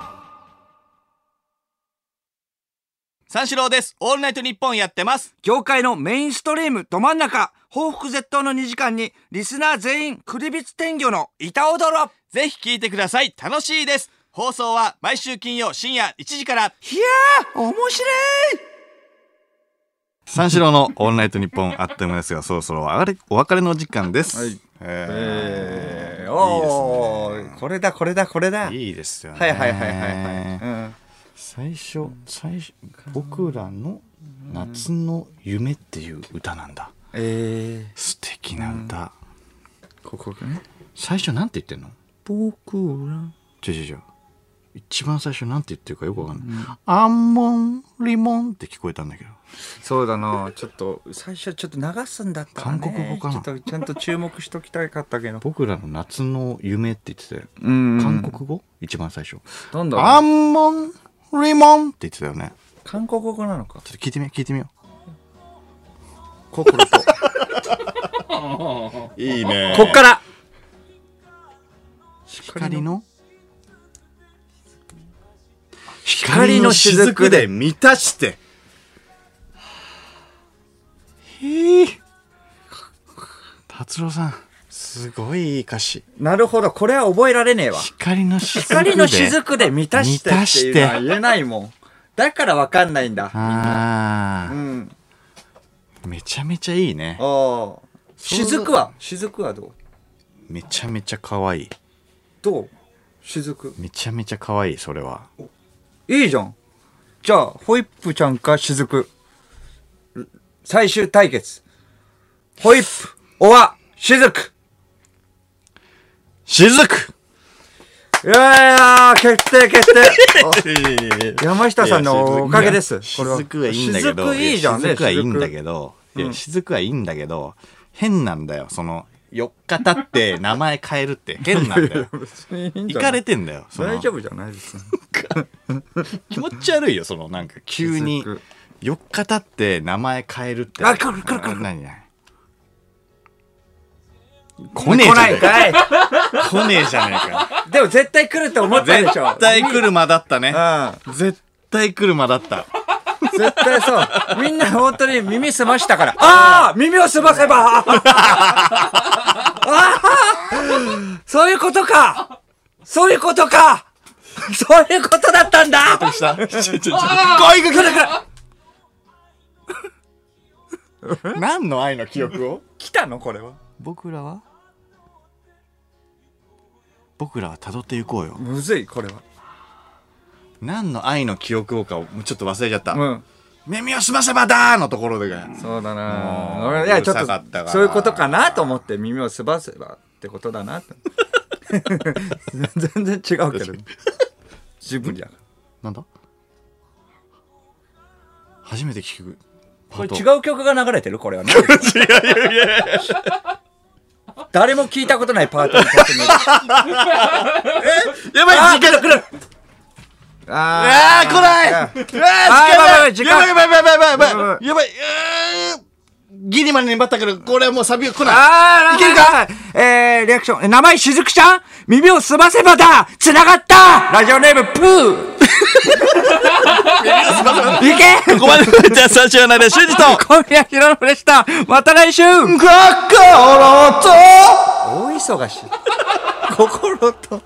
Speaker 1: 三四郎ですオールナイトニッポンやってます
Speaker 2: 業界のメインストリームど真ん中、報復絶倒の2時間に、リスナー全員、クリビツ天魚の板踊ろ
Speaker 1: ぜひ聞いてください楽しいです放送は毎週金曜深夜1時から
Speaker 2: いやー面白い
Speaker 1: 三四郎のオールナイトニッポンあっという間ですがそろそろあれお別れの時間です、
Speaker 2: はい
Speaker 1: え
Speaker 2: えー、
Speaker 1: ー
Speaker 2: おー
Speaker 1: いいですね
Speaker 2: これだこれだこれだ
Speaker 1: いいですよね
Speaker 2: はいはいはいはいはい、うん、
Speaker 1: 最初最初僕らの夏の夢っていう歌なんだ
Speaker 2: え
Speaker 1: 素敵な歌、
Speaker 2: ー、ここね
Speaker 1: 最初なんて言ってんの
Speaker 2: 僕ら
Speaker 1: 違う違う違う一番最初なんて言ってるかよくわかんない、アンモンリモンって聞こえたんだけど
Speaker 2: そうだなちょっと最初ちょっと流すんだったら、ね、
Speaker 1: 韓国語かな
Speaker 2: ちょっとちゃんと注目しときたかったけど
Speaker 1: 僕らの夏の夢って言ってたよ、
Speaker 2: うん
Speaker 1: 韓国語一番最初
Speaker 2: なんだ
Speaker 1: ア
Speaker 2: ろう
Speaker 1: ンモンリモンって言ってたよね
Speaker 2: 韓国語なのか
Speaker 1: ちょっと聞いてみよう聞いてみよ
Speaker 2: 心とこ
Speaker 1: ういいね
Speaker 2: っから
Speaker 1: 光の
Speaker 2: 光の雫で
Speaker 1: 満たしてへえ達郎さんすごいいい歌詞
Speaker 2: なるほどこれは覚えられねえわ
Speaker 1: 光の雫で
Speaker 2: 光の雫で満たしてっていうの
Speaker 1: 満たし
Speaker 2: は
Speaker 1: て
Speaker 2: 言えないもんだからわかんないんだ
Speaker 1: ああ
Speaker 2: うん
Speaker 1: めちゃめちゃいいね
Speaker 2: ああ雫は雫はどう
Speaker 1: めちゃめちゃ可愛い
Speaker 2: どう雫
Speaker 1: めちゃめちゃ可愛いそれはい
Speaker 2: いじゃんじゃあホイップちゃんか雫最終対決ホイップおわ雫
Speaker 1: 雫
Speaker 2: いやー決定決定お山下さんのおかげですこれは
Speaker 1: 雫はいいんだけど
Speaker 2: 雫いいじゃんね
Speaker 1: 雫はいいんだけどいや雫はいいんだけど変なんだよその4日経って名前変えるって変なんだよ
Speaker 2: 行
Speaker 1: 行かれてんだよその
Speaker 2: 大丈夫じゃないです
Speaker 1: 気持ち悪いよそのなんか急に
Speaker 2: 雫
Speaker 1: 4日経って名前変えるって
Speaker 2: あ来る来る来る
Speaker 1: 何何来ねえ
Speaker 2: 来
Speaker 1: じゃ
Speaker 2: な
Speaker 1: ね
Speaker 2: い
Speaker 1: えか
Speaker 2: かい
Speaker 1: 来ねえじゃねえか
Speaker 2: でも絶対来ると思ったでしょ
Speaker 1: 絶対来る間だったね
Speaker 2: う
Speaker 1: 絶対来る間だった
Speaker 2: ん絶対そう。みんな本当に耳澄まし たから。ああ耳を澄ませばああそういうことかそういうことかそういうことだったんだ
Speaker 1: した。ちょちょちょ恋が来るか何の愛の記憶を
Speaker 2: 来たのこれは。
Speaker 1: 僕らは僕らは辿っていこうよ。
Speaker 2: むずい、これは。
Speaker 1: 何の愛の記憶をかをもうちょっと忘れちゃった。
Speaker 2: うん。
Speaker 1: 耳を澄ませばだーのところでが。
Speaker 2: そうだ
Speaker 1: もう
Speaker 2: な。いや、ちょ
Speaker 1: うるさか
Speaker 2: っ
Speaker 1: ったから
Speaker 2: と、そういうことかなと思って耳をすばせばってことだなと。 全然違うけど。ジブリだか
Speaker 1: なんだ初めて聞く。
Speaker 2: ら。これ違
Speaker 1: う
Speaker 2: う曲が流れてるこれ はね。誰も聞いたことないパートに立ってみる。
Speaker 1: やばい
Speaker 2: あ
Speaker 1: 時間来るあ
Speaker 2: あ
Speaker 1: ー来ないあー時間ない
Speaker 2: 時間ない
Speaker 1: やばいやばいやばいやばいやば
Speaker 2: やばい
Speaker 1: いやばいえーギリまで粘ったけど、これはもうサビが来ない
Speaker 2: あー、いけるかえー、リアクション。え名前しずくちゃん耳をすませばだ繋がったラジオネームプーいけ
Speaker 1: ここまでのじゃあ三四郎の間修二と
Speaker 2: 小宮宏信でしたまた来週
Speaker 1: 心と
Speaker 2: 大忙し。心と。